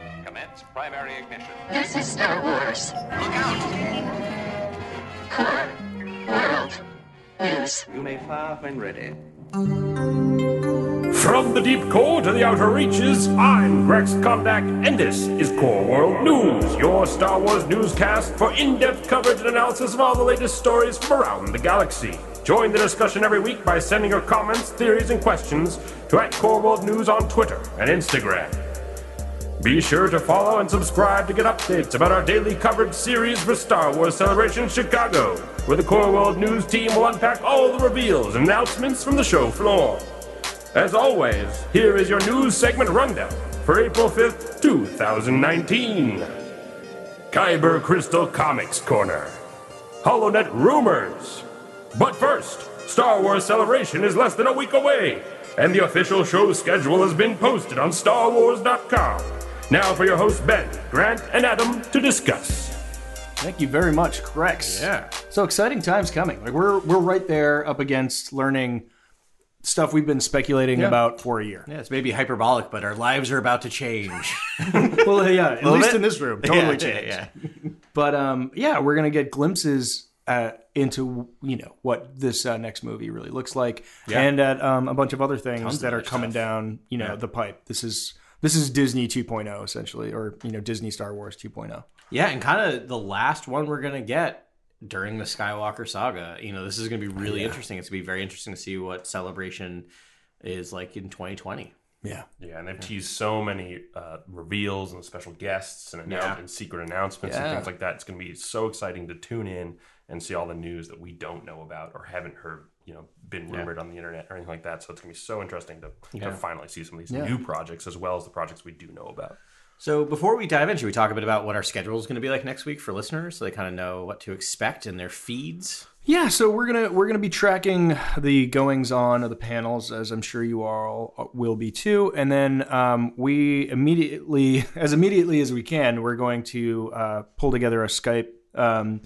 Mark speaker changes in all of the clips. Speaker 1: Recommence primary ignition.
Speaker 2: This is Star Wars. Look out! Core World News.
Speaker 3: You may fire when ready.
Speaker 4: From the deep core to the outer reaches, I'm Grex Kondak, and this is Core World News, your Star Wars newscast for in depth coverage and analysis of all the latest stories from around the galaxy. Join the discussion every week by sending your comments, theories, and questions to at Core World News on Twitter and Instagram. Be sure to follow and subscribe to get updates about our daily coverage series for Star Wars Celebration Chicago, where the Core World News team will unpack all the reveals and announcements from the show floor. As always, here is your news segment rundown for April 5th, 2019. Kyber Crystal Comics Corner. HoloNet rumors. But first, Star Wars Celebration is less than a week away, and the official show schedule has been posted on StarWars.com. Now for your hosts Ben, Grant, and Adam to discuss.
Speaker 5: Thank you very much, Crex.
Speaker 4: Yeah.
Speaker 5: So exciting times coming. Like we're we're right there up against learning stuff we've been speculating about for a year.
Speaker 6: Yeah, it's maybe hyperbolic, but our lives are about to change.
Speaker 5: Well, yeah, at least
Speaker 6: bit.
Speaker 5: in this room, totally
Speaker 6: Yeah,
Speaker 5: changed.
Speaker 6: yeah, yeah.
Speaker 5: But um, yeah, we're gonna get glimpses uh, into you know what this uh, next movie really looks like, and at um, a bunch of other things that are coming down, you know, the pipe. This is this is Disney 2.0 essentially, or you know, Disney Star Wars oh. 2.0.
Speaker 6: Yeah, and kind of the last one we're gonna get during the Skywalker saga. You know, this is gonna be really interesting. It's gonna be very interesting to see what celebration is like in 2020.
Speaker 5: Yeah,
Speaker 4: Yeah, and they've teased so many uh, reveals and special guests and, announce-
Speaker 6: Yeah.
Speaker 4: and secret announcements
Speaker 5: Yeah.
Speaker 4: and things like that. It's going to be so exciting to tune in and see all the news that we don't know about or haven't heard, you know, been rumored on the internet or anything like that. So it's going to be so interesting to, to finally see some of these new projects as well as the projects we do know about.
Speaker 6: So before we dive in, should we talk a bit about what our schedule is gonna be like next week for listeners, so they kind of know what to expect in their feeds?
Speaker 5: Yeah, so we're gonna we're gonna be tracking the goings on of the panels, as I'm sure you all uh, will be too. And then um, we immediately, as immediately as we can, we're going to uh, pull together a Skype, um,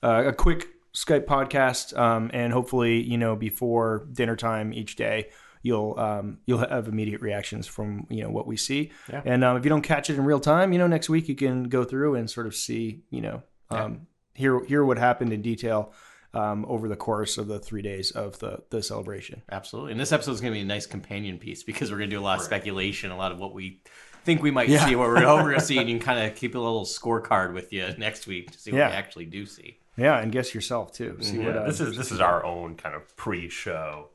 Speaker 5: uh, a quick Skype podcast, um, and hopefully, you know, before dinner time each day, you'll um, you'll have immediate reactions from you know what we see. And um, if you don't catch it in real time, you know, next week you can go through and sort of see, you know. Um, Hear, hear what happened in detail um, over the course of the three days of the, the celebration.
Speaker 6: Absolutely. And this episode is going to be a nice companion piece because we're going to do a lot of speculation, a lot of what we think we might
Speaker 5: Yeah.
Speaker 6: see, what we're, what we're going to see, and you can kind of keep a little scorecard with you next week to see what
Speaker 5: Yeah.
Speaker 6: we actually do see.
Speaker 5: Yeah, and guess yourself too. See what
Speaker 4: Yeah,
Speaker 5: uh,
Speaker 4: this is this is our own kind of pre-show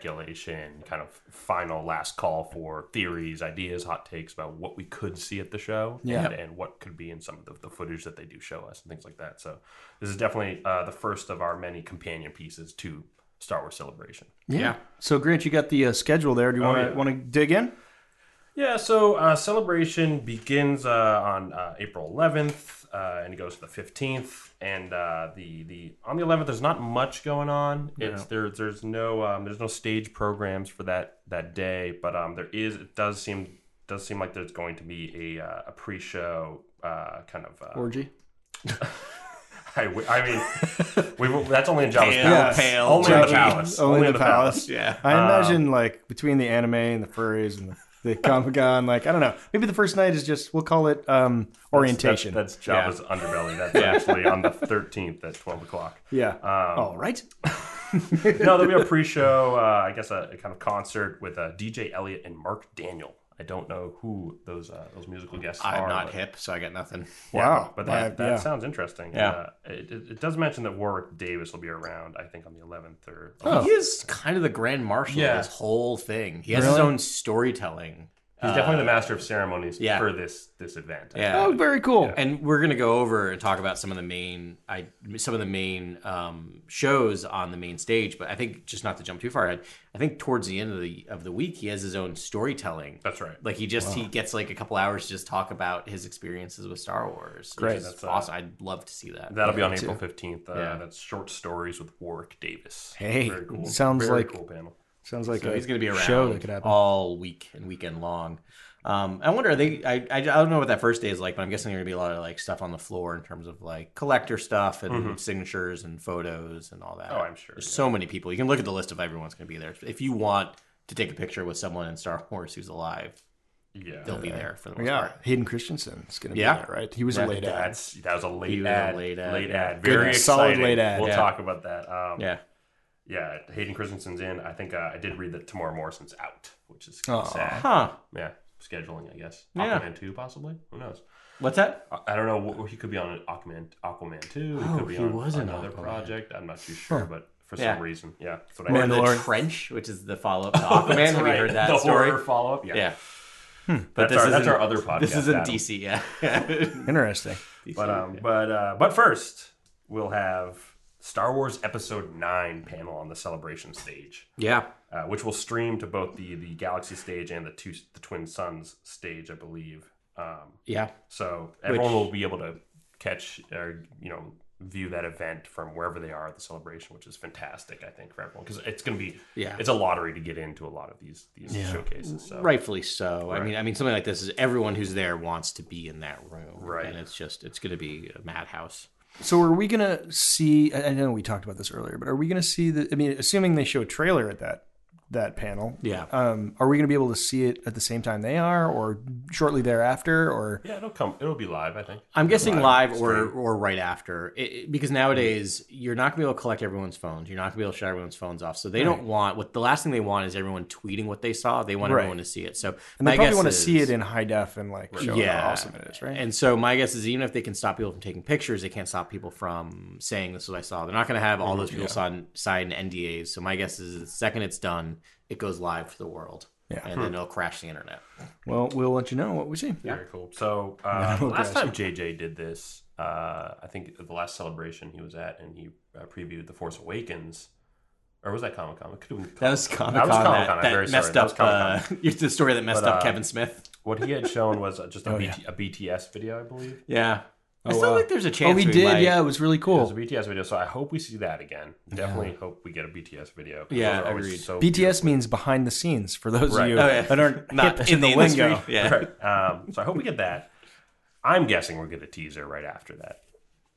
Speaker 4: speculation, kind of final last call for theories, ideas, hot takes about what we could see at the show,
Speaker 5: Yeah.
Speaker 4: and, and what could be in some of the, the footage that they do show us and things like that. So this is definitely uh, the first of our many companion pieces to Star Wars Celebration.
Speaker 6: Yeah.
Speaker 5: So Grant, you got the uh, schedule there. Do you want to
Speaker 4: yeah.
Speaker 5: want to dig in?
Speaker 4: Yeah, so uh, celebration begins uh, on uh, April 11th uh, and it goes to the 15th. And uh, the the on the 11th, there's not much going on. It's there. There's no um, there's no stage programs for that that day, but um, there is. It does seem does seem like there's going to be a, uh, a pre-show uh, kind of. Uh,
Speaker 5: Orgy.
Speaker 4: I, w- I mean, we will- that's only in Java's
Speaker 6: Pale,
Speaker 4: palace.
Speaker 6: pale
Speaker 4: only in the
Speaker 5: Jabba.
Speaker 4: palace.
Speaker 5: Only in the palace.
Speaker 6: Yeah. Um,
Speaker 5: I imagine like between the anime and the furries and the, the Comic Con, like I don't know. Maybe the first night is just we'll call it um, orientation.
Speaker 4: That- that's Java's underbelly. That's actually on the 13th at 12 o'clock.
Speaker 5: yeah.
Speaker 6: um,
Speaker 5: All right.
Speaker 4: no, there'll be a pre-show. Uh, I guess a, a kind of concert with uh, DJ Elliott and Mark Daniel. I don't know who those uh, those musical guests are.
Speaker 6: I'm not
Speaker 4: but-
Speaker 6: hip, so I got nothing.
Speaker 4: Yeah,
Speaker 5: Wow.
Speaker 4: but
Speaker 5: I-
Speaker 4: that, that
Speaker 5: yeah.
Speaker 4: sounds interesting.
Speaker 6: Yeah.
Speaker 4: uh, it, it it does mention that Warwick Davis will be around. I think on the 11th or
Speaker 5: Oh.
Speaker 6: He is kind of the grand marshal
Speaker 4: Yeah.
Speaker 6: of this whole thing. He has his
Speaker 5: Really?
Speaker 6: own storytelling.
Speaker 4: he's definitely the master of ceremonies
Speaker 6: Uh, yeah.
Speaker 4: for this this event.
Speaker 6: Yeah.
Speaker 5: Oh, very cool.
Speaker 6: and we're gonna go over and talk about some of the main i some of the main um, shows on the main stage but i think just not to jump too far ahead i think towards the end of the of the week he has his own storytelling
Speaker 4: that's right.
Speaker 6: like he just he gets like a couple hours to just talk about his experiences with star wars
Speaker 5: Great.
Speaker 6: which is
Speaker 4: That's, uh,
Speaker 6: awesome i'd love to see that
Speaker 4: That'll be on April 15th. Uh,
Speaker 6: Yeah.
Speaker 4: That's short stories with Warwick Davis.
Speaker 5: Hey,
Speaker 4: Very cool.
Speaker 5: sounds
Speaker 4: Very
Speaker 5: like-
Speaker 4: cool panel.
Speaker 5: Sounds like
Speaker 6: So
Speaker 5: a
Speaker 6: he's going to be around
Speaker 5: show that could happen.
Speaker 6: all week and weekend long. Um, I wonder. Are they? I, I I don't know what that first day is like, but I'm guessing there's going to be a lot of like stuff on the floor in terms of like collector stuff and signatures and photos and all that.
Speaker 4: Oh, I'm sure,
Speaker 6: There's
Speaker 4: yeah.
Speaker 6: so many people. You can look at the list of everyone's going to be there. If you want to take a picture with someone in Star Wars who's alive,
Speaker 4: Yeah.
Speaker 6: they'll be there for the most
Speaker 5: Yeah,
Speaker 6: part.
Speaker 5: Hayden Christensen is going to
Speaker 6: Yeah.
Speaker 5: be there, right? He was a late ad.
Speaker 4: That's that was a late
Speaker 6: He was a
Speaker 4: ad,
Speaker 6: late ad.
Speaker 4: Late ad.
Speaker 5: Good,
Speaker 4: Very
Speaker 5: solid
Speaker 4: exciting.
Speaker 5: late ad.
Speaker 4: We'll
Speaker 6: Yeah.
Speaker 4: talk about that. Um, yeah.
Speaker 6: Yeah,
Speaker 4: Hayden Christensen's in. I think uh, I did read that Tamara Morrison's out, which is
Speaker 5: Aw.
Speaker 4: kinda sad.
Speaker 6: huh?
Speaker 4: Yeah, scheduling, I guess.
Speaker 6: Yeah.
Speaker 4: Aquaman two, possibly. Who knows?
Speaker 6: What's that?
Speaker 4: I- I don't know. what- He could be on Aquaman, Aquaman two. He
Speaker 6: Oh,
Speaker 4: could be
Speaker 6: he
Speaker 4: on
Speaker 6: was in
Speaker 4: another
Speaker 6: Aquaman.
Speaker 4: project. I'm not too sure, but for
Speaker 6: Yeah.
Speaker 4: some reason, yeah. That's what I
Speaker 6: Or
Speaker 4: heard.
Speaker 6: the
Speaker 5: Mandalorian.
Speaker 6: Trench, which is the follow up to
Speaker 4: That's
Speaker 6: Aquaman. Have you
Speaker 4: right.
Speaker 6: heard that
Speaker 4: the
Speaker 6: story?
Speaker 4: horror follow up? Yeah.
Speaker 6: Yeah,
Speaker 4: But that's,
Speaker 6: this
Speaker 4: our, that's
Speaker 6: isn't-
Speaker 4: our other podcast.
Speaker 6: this is in
Speaker 4: Adam.
Speaker 6: DC. Yeah.
Speaker 5: Interesting.
Speaker 4: But um, but uh, but first, we'll have Star Wars Episode Nine panel on the celebration stage,
Speaker 6: yeah.
Speaker 4: uh, which will stream to both the the Galaxy stage and the two the Twin Suns stage, I believe. Um,
Speaker 6: Yeah.
Speaker 4: so everyone
Speaker 6: Which-
Speaker 4: will be able to catch or you know view that event from wherever they are at the celebration, which is fantastic. I think for everyone because it's going to be
Speaker 6: Yeah.
Speaker 4: it's a lottery to get into a lot of these these showcases. So
Speaker 6: Rightfully so. I mean, I mean, something like this is everyone who's there wants to be in that room,
Speaker 4: Right.
Speaker 6: And it's just it's going to be a madhouse.
Speaker 5: So are we going to see? I I know we talked about this earlier, but are we going to see the? I mean, assuming they show a trailer at that that panel,
Speaker 6: Yeah.
Speaker 5: Um, are we going to be able to see it at the same time they are, or shortly thereafter, or
Speaker 4: yeah, it'll come. It'll be live, I think.
Speaker 6: I'm guessing live or or right after, it, it- because nowadays you're not going to be able to collect everyone's phones. You're not going to be able to shut everyone's phones off. So they don't want what the last thing they want is everyone tweeting what they saw. They want
Speaker 5: Right.
Speaker 6: everyone to see it. So
Speaker 5: and they probably want to see it in high def and like show
Speaker 6: Yeah.
Speaker 5: how awesome it is, right?
Speaker 6: And so my guess is even if they can stop people from taking pictures, they can't stop people from saying this is what I saw. They're not going to have all those people sign sign NDAs. So my guess is the second it's done, it goes live to the world,
Speaker 5: Yeah.
Speaker 6: and then it'll crash the internet.
Speaker 5: well, we'll let you know what we see.
Speaker 4: Very cool. So uh, last time JJ did this, uh, I think at the last celebration he was at, and he uh, previewed The Force Awakens, or was that Comic Con? It could have been
Speaker 6: That was Comic Con.
Speaker 4: Comic-Con.
Speaker 6: That,
Speaker 4: I'm
Speaker 6: that
Speaker 4: very sorry.
Speaker 6: messed
Speaker 4: That was
Speaker 6: up. Uh, the story that messed
Speaker 4: But,
Speaker 6: up
Speaker 4: uh,
Speaker 6: Kevin Smith.
Speaker 4: what he had shown was uh,
Speaker 6: Oh,
Speaker 4: just a, BT, a BTS video, I believe.
Speaker 6: Yeah. I still
Speaker 5: wow.
Speaker 6: think there's a chance.
Speaker 5: Oh, he
Speaker 6: we
Speaker 5: did.
Speaker 6: might-
Speaker 5: Yeah, it was really
Speaker 4: It was a
Speaker 5: cool.
Speaker 4: BTS video, so I hope we see that again. Definitely hope we get a BTS video. 'cause
Speaker 6: Yeah,
Speaker 4: those are always
Speaker 6: agreed.
Speaker 4: So
Speaker 5: BTS means behind the scenes for those
Speaker 4: Right.
Speaker 5: of you
Speaker 6: Oh, yeah.
Speaker 5: that aren't
Speaker 6: Not
Speaker 5: hip
Speaker 6: in
Speaker 5: to the,
Speaker 6: the industry.
Speaker 5: lingo.
Speaker 6: Yeah.
Speaker 4: beautiful. um, so I hope we get that. I'm guessing we'll get a teaser right after that.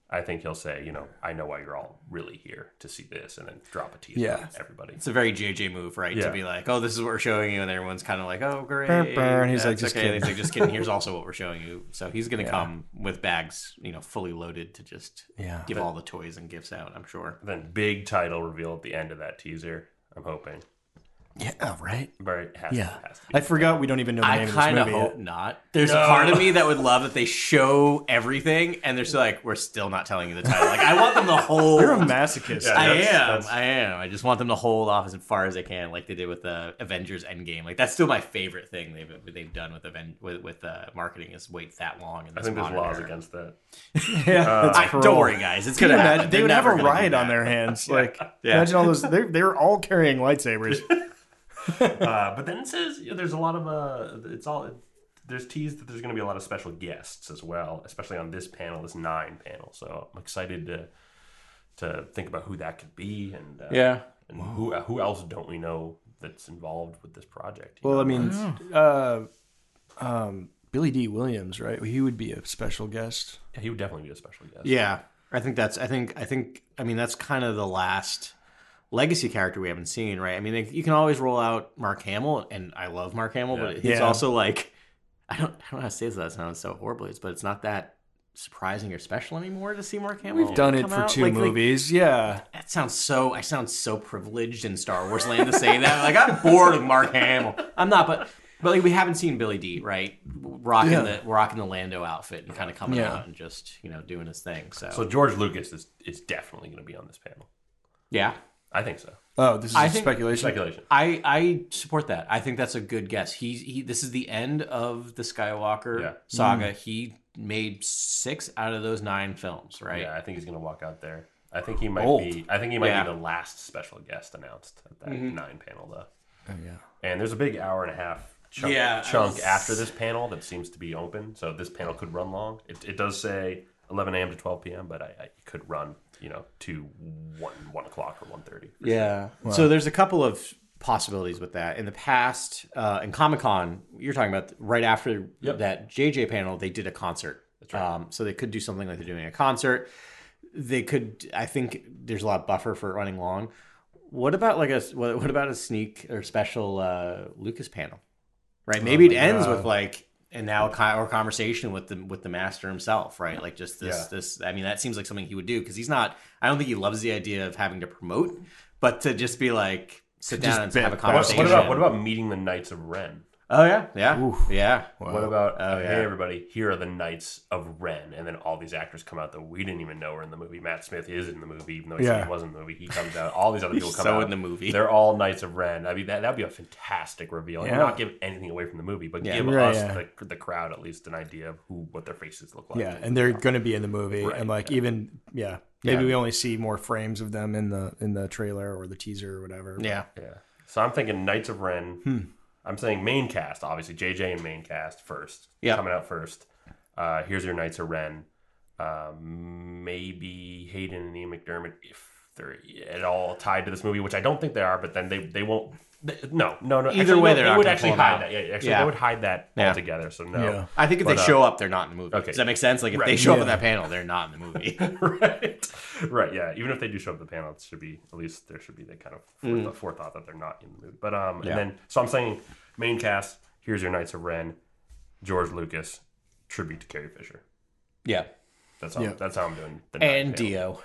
Speaker 4: I think he'll say, you know, I know why you're all really here to see this, and then drop a teaser.
Speaker 5: Yeah.
Speaker 4: on everybody.
Speaker 6: It's a very JJ move, right?
Speaker 4: Yeah.
Speaker 6: To be like, oh, this is what we're showing you, and everyone's kind of like, oh, great.
Speaker 5: Burn, burn. He's like,
Speaker 6: That's
Speaker 5: "Just
Speaker 6: okay."
Speaker 5: kidding.
Speaker 6: He's like, just kidding. Here's also what we're showing you. So he's gonna come with bags, you know, fully loaded to just
Speaker 5: Yeah.
Speaker 6: give all the toys and gifts out. I'm sure.
Speaker 4: then big title reveal at the end of that teaser. I'm hoping,
Speaker 5: Yeah, right.
Speaker 4: but it has,
Speaker 5: Yeah,
Speaker 4: has to be.
Speaker 5: I forgot we don't even know the
Speaker 6: I
Speaker 5: name
Speaker 6: kind
Speaker 5: of
Speaker 6: of
Speaker 5: this movie.
Speaker 6: hope
Speaker 5: yet.
Speaker 6: not. There's a part of me that would love that they show everything, and they're still like, we're still not telling you the title. Like, I want them to hold.
Speaker 5: You're a masochist.
Speaker 4: Yeah.
Speaker 6: I am.
Speaker 4: That's- that's-
Speaker 6: I am. I just want them to hold off as far as they can, like they did with the Avengers Endgame. Like that's still my favorite thing they've they've done with event with with uh, marketing is wait that long. And
Speaker 4: I think there's laws against that.
Speaker 5: Yeah, that's
Speaker 6: I, don't
Speaker 5: parole.
Speaker 6: worry, guys. It's
Speaker 5: Can
Speaker 6: gonna
Speaker 5: you imagine?
Speaker 6: happen.
Speaker 5: They
Speaker 6: They're
Speaker 5: would have
Speaker 6: never
Speaker 5: a
Speaker 6: gonna do
Speaker 5: riot on
Speaker 6: that.
Speaker 5: their hands. Like,
Speaker 6: Yeah.
Speaker 5: imagine all those. They they were all carrying lightsabers.
Speaker 4: Uh, but then it says you know, there's a lot of uh, it's all there's teased that there's going to be a lot of special guests as well, especially on this panel, this nine panel. So I'm excited to to think about who that could be and uh,
Speaker 6: Yeah.
Speaker 4: and who who else don't we know that's involved with this project? you
Speaker 5: well, I
Speaker 4: know?
Speaker 5: mean, uh, um, Billy D. Williams, right? He would be a special guest.
Speaker 4: Yeah, he would definitely be a special guest.
Speaker 6: Yeah, I think that's. I think. I think. I mean, that's kind of the last legacy character we haven't seen, right? I mean, like, you can always roll out Mark Hamill, and I love Mark Hamill, but he's
Speaker 5: Yeah.
Speaker 6: also like, I don't. I don't know how to say this. without sounding so horrible, but it's not that surprising or special anymore to see Mark Hamill.
Speaker 5: We've done it
Speaker 6: come
Speaker 5: for
Speaker 6: out.
Speaker 5: two
Speaker 6: Like- like,
Speaker 5: movies. yeah,
Speaker 6: that sounds so. I sound so privileged in Star Wars land to say that. Like I'm bored of Mark Hamill. I'm not, but but like we haven't seen Billy D. Right, rocking
Speaker 5: Yeah.
Speaker 6: the rocking the Lando outfit and kind of coming
Speaker 5: Yeah.
Speaker 6: out and just you know doing his thing. So,
Speaker 4: So George Lucas is is definitely going to be on this panel.
Speaker 6: yeah,
Speaker 4: I think so.
Speaker 5: Oh, this is
Speaker 6: I think-
Speaker 5: speculation.
Speaker 4: Speculation.
Speaker 6: I I support that. I think that's a good guess. He he. This is the end of the Skywalker
Speaker 4: Yeah.
Speaker 6: saga. He made six out of those nine films. Right.
Speaker 4: Yeah, I think he's gonna walk out there. I think he might
Speaker 5: Bold.
Speaker 4: be. I think he might
Speaker 6: Yeah. Mm-hmm.
Speaker 4: be the last special guest announced at that nine panel though.
Speaker 5: Oh, yeah.
Speaker 4: And there's a big hour and a half chunk,
Speaker 6: Yeah, I
Speaker 4: chunk
Speaker 6: was-
Speaker 4: after this panel that seems to be open. So this panel could run long. It, it does say 11 a.m. to 12 p.m., but I, I it could run you know to one one o'clock or 1:30.
Speaker 6: Yeah. So there's a couple of possibilities with that. In the past, uh, in Comic Con, you're talking about right after
Speaker 4: Yep.
Speaker 6: that JJ panel, they did a concert. That's right. Um, so they could do something like they're doing a concert. They could. I think there's a lot of buffer for it running long. What about like a what, what about a sneak or special uh, Lucas panel?
Speaker 4: Oh
Speaker 6: right? Maybe it ends with like and now co- or conversation with the with the master himself, right? Like just this
Speaker 1: Yeah.
Speaker 6: this. I mean, that seems like something he would do because he's not. I don't think he loves the idea of having to promote, but to just be like sit down and
Speaker 1: bit-
Speaker 6: have a
Speaker 1: What- what
Speaker 4: What,
Speaker 6: conversation.
Speaker 4: what about what about meeting the Knights of Ren?
Speaker 6: Oh yeah, yeah, yeah.
Speaker 4: What about uh,
Speaker 6: Oh,
Speaker 4: hey
Speaker 6: yeah.
Speaker 4: everybody? Here are the Knights of Ren, and then all these actors come out that we didn't even know were in the movie. Matt Smith is in the movie, even though he said
Speaker 5: Yeah.
Speaker 4: he wasn't in the movie. He comes out. All these other people come
Speaker 6: so
Speaker 4: out
Speaker 6: in the movie.
Speaker 4: They're all Knights of Ren. I mean, that that'd be a fantastic reveal. And
Speaker 5: Yeah.
Speaker 4: not give anything away from the movie, but
Speaker 6: Yeah.
Speaker 4: give
Speaker 5: Right,
Speaker 4: us
Speaker 5: yeah.
Speaker 4: the, the crowd at least an idea of who what their faces look like.
Speaker 5: Yeah, and they're going to be in the movie,
Speaker 4: Right,
Speaker 5: and like even yeah, maybe we only see more frames of them in the in the trailer or the teaser or whatever.
Speaker 6: Yeah,
Speaker 4: yeah. So I'm thinking Knights of Ren.
Speaker 6: Hmm.
Speaker 4: I'm saying main cast, obviously JJ and main cast first.
Speaker 6: Yeah.
Speaker 4: coming out first. Uh, here's your Knights of Ren. Uh, maybe Hayden and Ian McDermott, if they're at all tied to this movie, which I don't think they are, but then they they won't. they- no, no, no.
Speaker 6: Either
Speaker 4: actually,
Speaker 6: way,
Speaker 4: no,
Speaker 6: they're
Speaker 4: they
Speaker 6: not
Speaker 4: would
Speaker 6: gonna
Speaker 4: actually
Speaker 6: pull them
Speaker 4: hide
Speaker 6: out.
Speaker 4: that. Yeah, actually,
Speaker 6: Yeah.
Speaker 4: they would hide that
Speaker 6: Yeah.
Speaker 4: altogether. So no.
Speaker 5: Yeah.
Speaker 6: I think if
Speaker 4: But,
Speaker 6: they
Speaker 4: uh,
Speaker 6: show up, they're not in the movie.
Speaker 4: okay.
Speaker 6: Does that make sense? Like if
Speaker 4: Right.
Speaker 6: they show up
Speaker 5: Yeah.
Speaker 6: at that panel, they're not in the movie.
Speaker 4: right, right, yeah. Even if they do show up at the panel, it should be at least there should be that kind of forethought, forethought that they're not in the movie. But um,
Speaker 6: Mm. Yeah.
Speaker 4: and then so I'm saying main cast. Here's your Knights of Ren, George Lucas, tribute to Carrie Fisher.
Speaker 6: yeah,
Speaker 4: That's how
Speaker 5: Yeah.
Speaker 4: that's how I'm doing. The
Speaker 6: and
Speaker 4: Knight panel.
Speaker 6: Dio.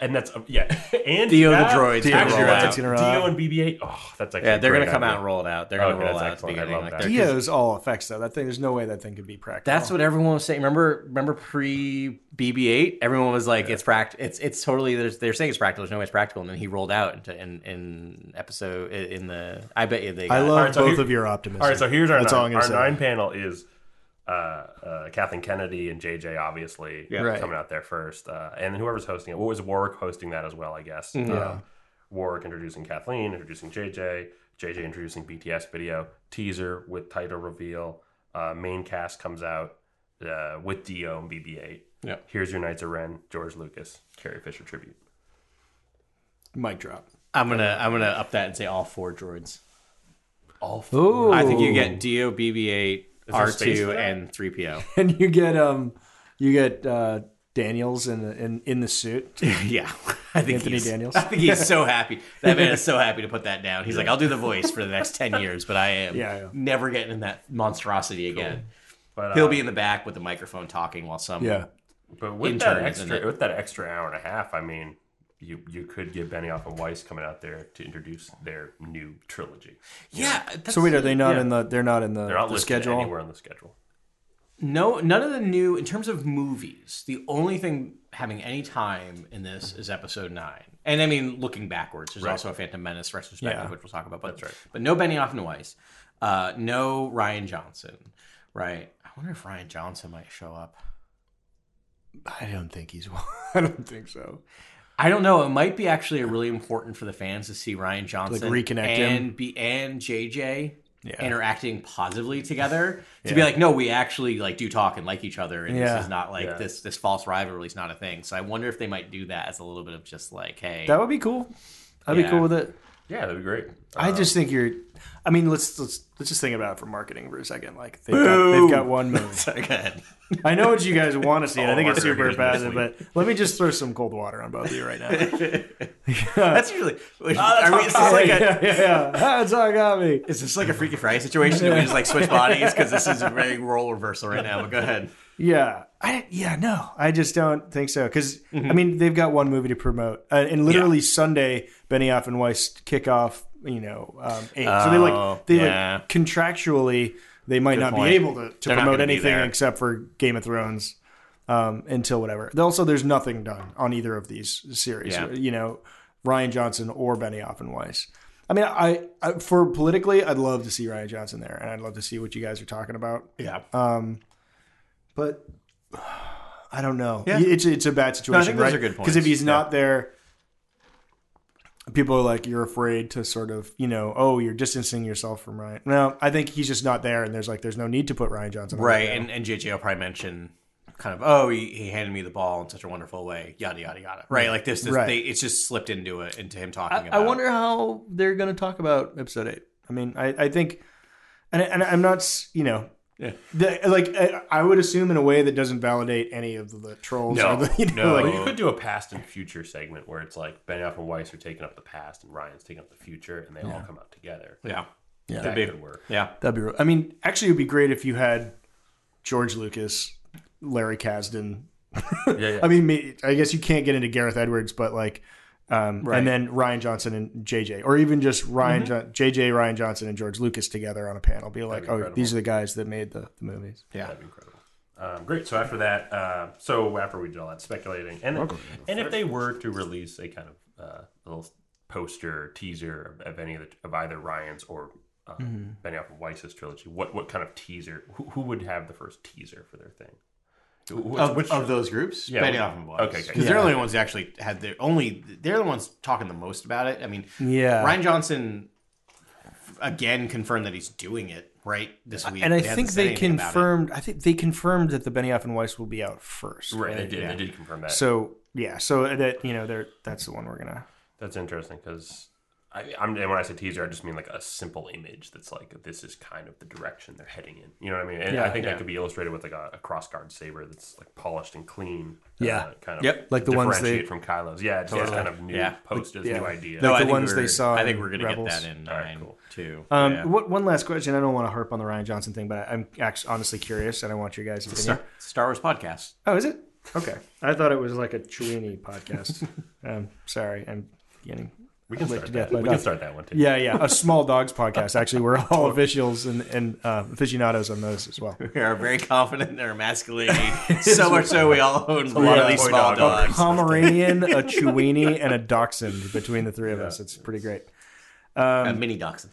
Speaker 4: and that's uh, yeah, and
Speaker 6: Dio the
Speaker 4: that-
Speaker 6: droid's gonna
Speaker 4: Actually,
Speaker 6: roll
Speaker 4: that's-
Speaker 6: out.
Speaker 5: It's gonna roll
Speaker 4: Dio
Speaker 5: out.
Speaker 4: and BB-8. Oh, that's actually
Speaker 6: Yeah, they're
Speaker 4: a
Speaker 6: gonna
Speaker 4: great
Speaker 6: come out
Speaker 4: idea.
Speaker 6: and roll it out. They're gonna
Speaker 4: Okay,
Speaker 6: roll
Speaker 4: that's
Speaker 6: out at the
Speaker 4: excellent. I
Speaker 6: beginning.
Speaker 4: love
Speaker 6: Like
Speaker 4: that.
Speaker 6: they're-
Speaker 5: Dio's all effects though. That thing, there's no way that thing could be practical.
Speaker 6: That's what everyone was saying. Remember, remember pre BB-8, everyone was like, "It's practical. It's it's totally." There's, they're saying it's practical. There's no way it's practical. And then he rolled out into, in in episode in the. I bet you they.
Speaker 5: I
Speaker 6: got-
Speaker 5: love
Speaker 4: right, so
Speaker 5: both
Speaker 4: here-
Speaker 5: of your optimism.
Speaker 4: All right, so here's our
Speaker 5: That's all I'm
Speaker 4: nine.
Speaker 5: gonna
Speaker 4: Our
Speaker 5: say.
Speaker 4: nine panel is uh, uh, Kathleen Kennedy and JJ, obviously,
Speaker 5: Right.
Speaker 4: coming out there first, uh, and whoever's hosting it. What was Warwick hosting that as well? I guess.
Speaker 5: Mm-hmm.
Speaker 4: Um, Warwick introducing Kathleen, introducing JJ, JJ introducing BTS video teaser with title reveal. Uh, main cast comes out uh, with Dio and BB-8.
Speaker 6: Yeah.
Speaker 4: Here's your Knights of Ren, George Lucas, Carrie Fisher tribute.
Speaker 5: Mic drop.
Speaker 6: I'm gonna I'm gonna up that and say all four droids.
Speaker 4: All
Speaker 5: Ooh,
Speaker 6: I think you get Dio, BB-8,
Speaker 4: there space for
Speaker 6: R2,
Speaker 4: that?
Speaker 6: and 3PO.
Speaker 5: and you get um, you get uh, Daniels in the, in in the suit.
Speaker 6: yeah, I think
Speaker 5: Anthony
Speaker 6: he's-
Speaker 5: Daniels.
Speaker 6: I think he's so happy. That man is so happy to put that down. He's like, "I'll do the voice for the next ten years, but I am
Speaker 5: Yeah, yeah.
Speaker 6: never getting in that monstrosity again."
Speaker 4: But,
Speaker 6: He'll
Speaker 4: uh,
Speaker 6: be in the back with the microphone talking while some
Speaker 5: Yeah,
Speaker 4: But with
Speaker 6: intern,
Speaker 4: that
Speaker 6: isn't it?
Speaker 4: extra, with that extra hour and a half, I mean, you you could get Benioff and Weiss coming out there to introduce their new trilogy.
Speaker 6: Yeah. That's,
Speaker 5: So wait, are they not
Speaker 4: yeah.
Speaker 5: in the? They're not in the,
Speaker 4: They're not
Speaker 5: the
Speaker 4: listed
Speaker 5: schedule.
Speaker 4: anywhere on the schedule.
Speaker 6: no none of the new in terms of movies. The only thing having any time in this is episode nine. And I mean, looking backwards, there's also a Phantom Menace retrospective,
Speaker 5: Yeah.
Speaker 6: which we'll talk about. But
Speaker 4: That's right.
Speaker 6: but no Benioff and Weiss, uh, no Ryan Johnson, right? I wonder if Ryan Johnson might show up.
Speaker 5: I don't think he's. I don't think so.
Speaker 6: I don't know. It might be actually really important for the fans to see Ryan Johnson
Speaker 5: reconnect him.
Speaker 6: and be and JJ
Speaker 5: Yeah.
Speaker 6: interacting positively together to be like, no, we actually like do talk and like each other, and
Speaker 5: Yeah.
Speaker 6: this is not like
Speaker 4: Yeah.
Speaker 6: this this false rivalry is not a thing. So I wonder if they might do that as a little bit of just like, hey,
Speaker 5: That would be cool. I'd be
Speaker 6: Yeah.
Speaker 5: cool with it.
Speaker 4: Yeah, Uh, that'd be great.
Speaker 5: I just think you're. I mean, let's let's let's just think about it for marketing for a second. Like they've, got, they've got one movie.
Speaker 6: Sorry, go ahead.
Speaker 5: I know what you guys want to see, and
Speaker 4: Oh
Speaker 5: I think it's
Speaker 4: marketing
Speaker 5: super
Speaker 4: is
Speaker 5: passive.
Speaker 4: misleading.
Speaker 5: But let me just throw some cold water on both of you right now.
Speaker 6: that's usually. are we, is, this like a,
Speaker 5: Uh, yeah, yeah, yeah. That's all got me.
Speaker 6: is this like a Freaky Friday situation? Do we just like switch bodies because this is a very role reversal right now? But go ahead.
Speaker 5: Yeah, I yeah no, I just don't think so. Because
Speaker 6: Mm-hmm.
Speaker 5: I mean, they've got one movie to promote, uh, and literally Sunday, Benioff and Weiss kick off. You know, um, eight. so they
Speaker 6: Oh,
Speaker 5: like they
Speaker 6: yeah.
Speaker 5: like contractually they might not
Speaker 6: point.
Speaker 5: be able to, to
Speaker 6: They're not
Speaker 5: promote
Speaker 6: gonna be
Speaker 5: anything
Speaker 6: there.
Speaker 5: except for Game of Thrones um, until whatever. Also, there's nothing done on either of these series.
Speaker 6: Yeah.
Speaker 5: You know, Ryan Johnson or Benioff and Weiss. I mean, I, I for politically, I'd love to see Ryan Johnson there, and I'd love to see what you guys are talking about
Speaker 6: Yeah.
Speaker 5: but I don't know.
Speaker 6: Yeah.
Speaker 5: It's it's a bad situation,
Speaker 6: think those
Speaker 5: right?
Speaker 6: are good
Speaker 5: Because if
Speaker 6: points.
Speaker 5: he's not there, people are like, you're afraid to sort of, you know, oh, you're distancing yourself from Ryan. No, I think he's just not there, and there's like, there's no need to put Ryan Johnson on
Speaker 6: Right,
Speaker 5: there.
Speaker 6: and, and JJ will probably mention kind of, oh, he, he handed me the ball in such a wonderful way, yada yada yada. Right, like this, this
Speaker 5: Right.
Speaker 6: they, it's just slipped into it into him talking
Speaker 5: I-
Speaker 6: about.
Speaker 5: I wonder how they're going to talk about episode eight. I mean, I, I think, and, and I'm not, s- you know,
Speaker 6: Yeah.
Speaker 5: the, like I, I would assume in a way that doesn't validate any of the trolls.
Speaker 4: No,
Speaker 5: or the, you know,
Speaker 6: no.
Speaker 5: like-
Speaker 4: Well, you could do a past and future segment where it's like Benioff and Weiss are taking up the past and Ryan's taking up the future, and they all come out together.
Speaker 6: Yeah,
Speaker 5: Yeah.
Speaker 6: That could work. Yeah.
Speaker 5: That'd be. real- I mean, actually, it'd be great if you had George Lucas, Larry Kasdan.
Speaker 6: Yeah, yeah.
Speaker 5: I mean, me- I guess you can't get into Gareth Edwards, but like, um,
Speaker 6: Right.
Speaker 5: and then Ryan Johnson and JJ, or even just Ryan Jon- JJ, Ryan Johnson and George Lucas together on a panel. Mm-hmm. Be like, oh,
Speaker 4: incredible.
Speaker 5: these are the guys that made the, the movies.
Speaker 4: That'd be incredible. Um, great. So after that, uh, so after we did all that speculating, and and if they were to release a kind of uh, little poster teaser of, of any of the of either Ryan's or uh,
Speaker 6: Mm-hmm.
Speaker 4: Benioff and Weiss's trilogy, what what kind of teaser? Who, who would have the first teaser for their thing? Who- Which,
Speaker 6: Of,
Speaker 4: which-
Speaker 6: of those groups,
Speaker 4: Yeah,
Speaker 6: Benioff
Speaker 4: which-
Speaker 6: and Weiss.
Speaker 4: okay, okay.
Speaker 6: because they're the only ones that actually had their only. They're the ones talking the most about it. I mean,
Speaker 5: Yeah.
Speaker 6: Ryan Johnson again confirmed that he's doing it right this week,
Speaker 5: And I
Speaker 6: They haven't
Speaker 5: think
Speaker 6: said
Speaker 5: they
Speaker 6: anything about it.
Speaker 5: confirmed. I think they confirmed that the Benioff and Weiss will be out first.
Speaker 4: right? They did.
Speaker 6: yeah.
Speaker 4: They did confirm that.
Speaker 5: So yeah, so that you know, they're that's the one we're gonna.
Speaker 4: That's interesting because I, I'm and when I say teaser, I just mean like a simple image that's like this is kind of the direction they're heading in. You know what I mean? And I
Speaker 5: Yeah,
Speaker 4: think
Speaker 6: yeah.
Speaker 4: that could be illustrated with like a, a crossguard saber that's like polished and clean. uh,
Speaker 5: Yeah.
Speaker 4: kind of
Speaker 5: Yep, like
Speaker 4: to
Speaker 5: the ones
Speaker 4: differentiate
Speaker 5: they-
Speaker 4: from Kylo's. Yeah, it's always
Speaker 6: Totally.
Speaker 4: kind of new
Speaker 6: Yeah.
Speaker 4: posters,
Speaker 5: yeah.
Speaker 4: new idea.
Speaker 5: No, like the
Speaker 6: I think
Speaker 5: ones
Speaker 6: we're-
Speaker 5: they saw
Speaker 6: I think
Speaker 5: in
Speaker 6: we're gonna
Speaker 5: Rebels.
Speaker 6: get that in nine
Speaker 4: Alright, cool.
Speaker 6: too.
Speaker 5: Um,
Speaker 6: Yeah.
Speaker 5: what, one last question. I don't want to harp on the Ryan Johnson thing, but I, I'm actually honestly curious, and I want your guys' opinion.
Speaker 6: Star, Star Wars podcast.
Speaker 5: Oh, is it? Okay. I thought it was like a Chewini podcast. um, sorry, I'm getting.
Speaker 4: we can
Speaker 5: I'd like
Speaker 4: start
Speaker 5: to
Speaker 4: that.
Speaker 5: death my
Speaker 4: We can
Speaker 5: dog.
Speaker 4: start that one too.
Speaker 5: Yeah, yeah, a small dogs podcast. Actually, we're all officials and, and uh, aficionados on those as well.
Speaker 6: We are very confident in our masculinity. so much so, we all own a lot of these
Speaker 4: boy
Speaker 6: small
Speaker 4: dog.
Speaker 6: dogs.
Speaker 5: Pomeranian, a Chewini, and a Dachshund between the three of us. It's pretty great.
Speaker 6: a Uh, mini dachshund.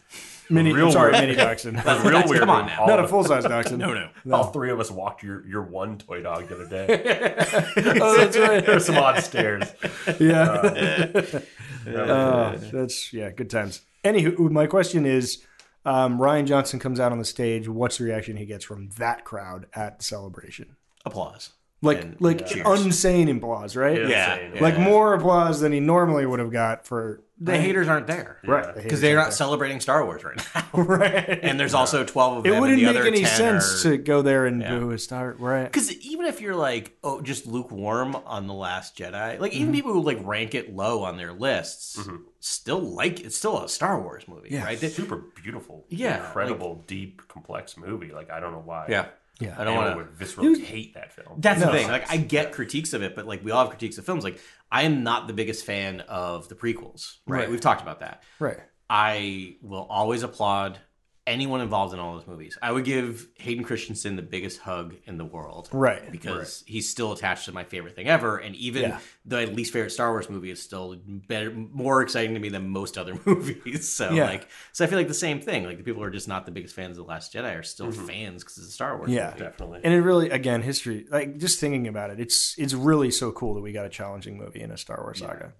Speaker 5: Mini,
Speaker 4: Real
Speaker 5: sorry,
Speaker 4: weird.
Speaker 5: mini Dachshund.
Speaker 4: It's real weird.
Speaker 6: on
Speaker 4: when
Speaker 6: now.
Speaker 4: all
Speaker 5: Not a
Speaker 4: of-
Speaker 5: full size Dachshund.
Speaker 6: No, no.
Speaker 4: All three of us walked your, your one toy dog the other day.
Speaker 5: Oh, that's right.
Speaker 4: There's some odd stairs.
Speaker 5: Yeah.
Speaker 4: Uh,
Speaker 5: Oh, that's yeah, good times. Anywho, my question is, um, Ryan Johnson comes out on the stage. What's the reaction he gets from that crowd at the celebration?
Speaker 6: Applause.
Speaker 5: Like,
Speaker 6: And
Speaker 5: like
Speaker 6: cheers.
Speaker 5: unsane applause, right?
Speaker 6: Yeah,
Speaker 4: insane.
Speaker 6: yeah.
Speaker 5: Like more applause than he normally would have got for
Speaker 6: The haters aren't there.
Speaker 5: right the
Speaker 6: Because
Speaker 5: haters
Speaker 6: they're
Speaker 5: out
Speaker 6: not celebrating Star Wars right now.
Speaker 5: there. right.
Speaker 6: And there's also 12 of them.
Speaker 5: It wouldn't
Speaker 6: and the
Speaker 5: make
Speaker 6: other
Speaker 5: any
Speaker 6: 10
Speaker 5: sense
Speaker 6: are...
Speaker 5: to go there and boo a star, right?
Speaker 6: Because even if you're like, oh, just lukewarm on The Last Jedi, like
Speaker 5: Mm-hmm.
Speaker 6: even people who like rank it low on their lists still like it's still a Star Wars movie,
Speaker 5: Yeah.
Speaker 6: right? They-
Speaker 4: super beautiful,
Speaker 6: Yeah,
Speaker 4: incredible, deep, complex movie. Like I don't know why.
Speaker 6: yeah.
Speaker 5: Yeah.
Speaker 6: I
Speaker 4: I
Speaker 6: don't want to.
Speaker 4: would viscerally hate that film.
Speaker 6: That's
Speaker 5: No.
Speaker 6: the thing. Like, I get critiques of it, but like, we all have critiques of films. Like, I am not the biggest fan of the prequels, right?
Speaker 5: Right.
Speaker 6: We've talked about that.
Speaker 5: Right.
Speaker 6: I will always applaud anyone involved in all those movies. I would give Hayden Christensen the biggest hug in the world.
Speaker 5: Right.
Speaker 6: Because he's still attached to my favorite thing ever. And even
Speaker 5: Yeah.
Speaker 6: the least favorite Star Wars movie is still better, more exciting to me than most other movies. So,
Speaker 5: Yeah.
Speaker 6: like, so I feel like the same thing. Like, the people who are just not the biggest fans of The Last Jedi are still fans because it's a Star Wars
Speaker 5: Mm-hmm. Yeah.
Speaker 6: movie.
Speaker 4: definitely.
Speaker 5: And it really, again, history. Like just thinking about it, it's it's really so cool that we got a challenging movie in a Star Wars saga.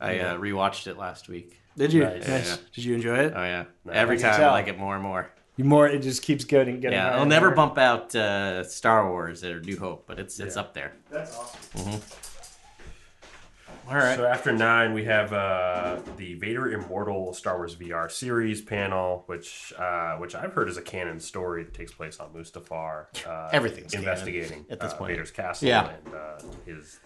Speaker 6: I uh, rewatched it last week.
Speaker 5: Did you?
Speaker 4: Nice.
Speaker 5: Nice. Did you enjoy it?
Speaker 6: Oh yeah, every
Speaker 5: I can
Speaker 6: time I
Speaker 5: tell.
Speaker 6: like it more and more.
Speaker 5: Uh, You more, it just keeps getting getting.
Speaker 6: Yeah,
Speaker 5: higher
Speaker 6: I'll
Speaker 5: and
Speaker 6: never
Speaker 5: higher.
Speaker 6: bump out uh, Star Wars or New Hope, but it's it's up there. Mm-hmm. That's awesome. All right.
Speaker 4: So after nine, we have uh, the Vader Immortal Star Wars VR series panel, which uh, which I've heard is a canon story that takes place on Mustafar. Uh,
Speaker 6: Everything's canon
Speaker 4: investigating
Speaker 6: at this
Speaker 4: uh,
Speaker 6: point.
Speaker 4: Vader's castle
Speaker 6: Yeah.
Speaker 4: and uh, his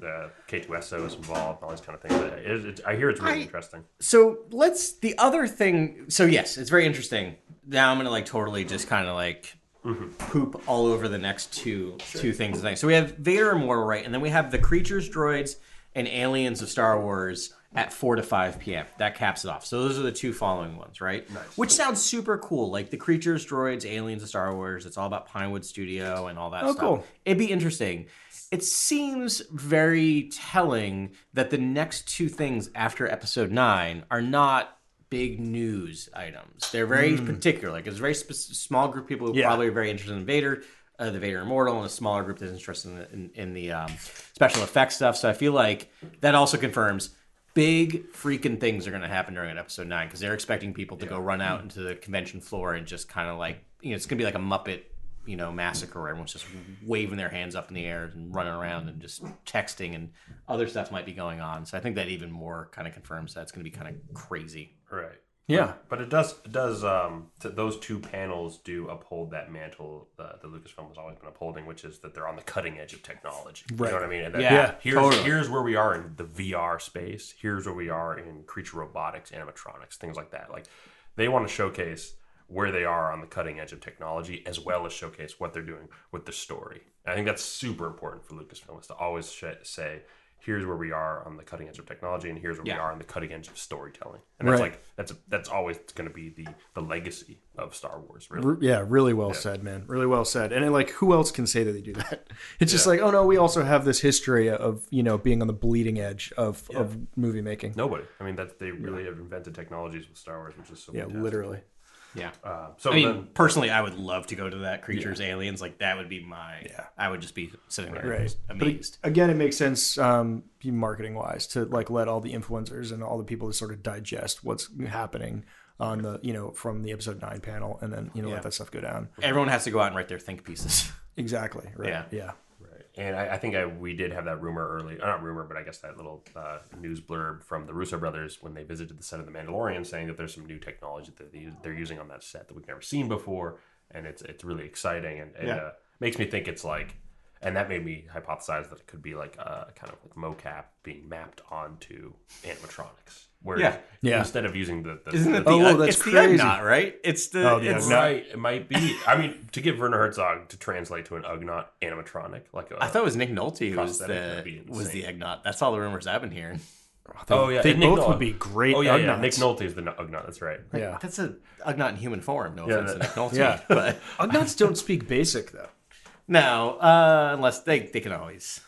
Speaker 4: the, the K2SO is involved, all these kind of things. It, is- it, I hear it's really
Speaker 6: I-
Speaker 4: interesting.
Speaker 6: so let's the other thing so yes it's very interesting now i'm gonna like totally just kind of like
Speaker 5: Mm-hmm.
Speaker 6: poop all over the next two two things tonight. so we have vader immortal right and then we have the creatures droids and aliens of star wars at 4 to 5 p.m that caps it off so those are the two following ones right which sounds super cool like the creatures droids aliens of star wars it's all about pinewood studio and all that
Speaker 5: Oh,
Speaker 6: stuff
Speaker 5: cool.
Speaker 6: it'd be interesting. It seems very telling that the next two things after episode nine are not big news items. They're very particular. Like it's a very sp- small group of people who
Speaker 5: Yeah.
Speaker 6: probably are very interested in Vader, uh, the Vader Immortal, and a smaller group that's interested in the, in, in the um, special effects stuff. So I feel like that also confirms. Big freaking things are going to happen during episode nine because they're expecting people to go run out into the convention floor and just kind of like you know it's going to be like a Muppet you know, massacre where everyone's just waving their hands up in the air and running around and just texting and other stuff might be going on. So I think that even more kind of confirms that it's going to be kind of crazy.
Speaker 4: Right.
Speaker 5: Yeah.
Speaker 4: But it does it does um th- those two panels do uphold that mantle uh, that Lucasfilm has always been upholding, which is that they're on the cutting edge of technology. You
Speaker 5: Right.
Speaker 4: know what I mean? And that,
Speaker 6: Yeah, Yeah,
Speaker 4: Here's
Speaker 6: totally.
Speaker 4: here's where we are in the VR space. Here's where we are in creature robotics, animatronics, things like that. Like They want to showcase where they are on the cutting edge of technology, as well as showcase what they're doing with the story. And I think that's super important for Lucasfilm is to always sh- say, "Here's where we are on the cutting edge of technology, and here's where we
Speaker 6: Yeah.
Speaker 4: are on the cutting edge of storytelling." And that's
Speaker 5: Right.
Speaker 4: like that's that's always going to be the the legacy of Star Wars. Really,
Speaker 5: R- Yeah, really well said, man. Really well said. And like, who else can say that they do that? It's just like, oh no, we also have this history of you know being on the bleeding edge of of movie making.
Speaker 4: nobody. I mean, that they really have invented technologies with Star Wars, which is so
Speaker 5: Yeah,
Speaker 4: fantastic.
Speaker 5: literally.
Speaker 6: Yeah.
Speaker 4: Uh, so
Speaker 6: I mean,
Speaker 4: then,
Speaker 6: personally, I would love to go to that creatures, aliens. Like that would be my. Yeah. I would just be sitting there
Speaker 5: Right.
Speaker 6: just amazed.
Speaker 5: Again, it makes sense um, marketing wise to like let all the influencers and all the people to sort of digest what's happening on the you know from the episode nine panel, and then you know
Speaker 6: Yeah.
Speaker 5: let that stuff go down.
Speaker 6: Everyone has to go out and write their think pieces.
Speaker 5: Exactly. Right.
Speaker 6: Yeah.
Speaker 5: Yeah.
Speaker 4: Right. And I, I think I, we did have that rumor early, uh, not rumor, but I guess that little uh, news blurb from the Russo brothers when they visited the set of The Mandalorian, saying that there's some new technology that they, they're using on that set that we've never seen before, and it's it's really exciting and, and
Speaker 6: Yeah.
Speaker 4: uh, makes me think it's like, and that made me hypothesize that it could be like a kind of like mocap being mapped onto animatronics, where
Speaker 6: Yeah.
Speaker 5: Yeah.
Speaker 4: instead of using the, the
Speaker 6: Isn't it the
Speaker 5: Oh,
Speaker 6: oh,
Speaker 5: that's
Speaker 6: it's
Speaker 5: crazy.
Speaker 6: the Ugnaught, right? It's the
Speaker 5: Oh, the
Speaker 6: it's
Speaker 5: Ugnaught.
Speaker 4: Right, it might be. I mean, to give Werner Herzog to translate to an Ugnaught animatronic, like a,
Speaker 6: I thought it was Nick Nolte who was
Speaker 4: Prosthetic would
Speaker 6: the
Speaker 4: be
Speaker 6: was the
Speaker 4: insane.
Speaker 6: Egnot. That's all the rumors I've been hearing.
Speaker 4: Oh yeah,
Speaker 5: They
Speaker 4: and
Speaker 5: both
Speaker 4: Nolte.
Speaker 5: would be great.
Speaker 4: Oh yeah, yeah.
Speaker 5: Ugnaughts.
Speaker 4: Nick Nolte is the no- Ugnaught. That's right.
Speaker 5: Yeah.
Speaker 6: That's a Ugnot in human form. No
Speaker 4: Yeah,
Speaker 6: offense
Speaker 4: that-
Speaker 6: to Nick Nolte,
Speaker 5: yeah.
Speaker 6: but
Speaker 5: Ugnaughts don't speak basic though.
Speaker 6: no, uh, unless they they can always.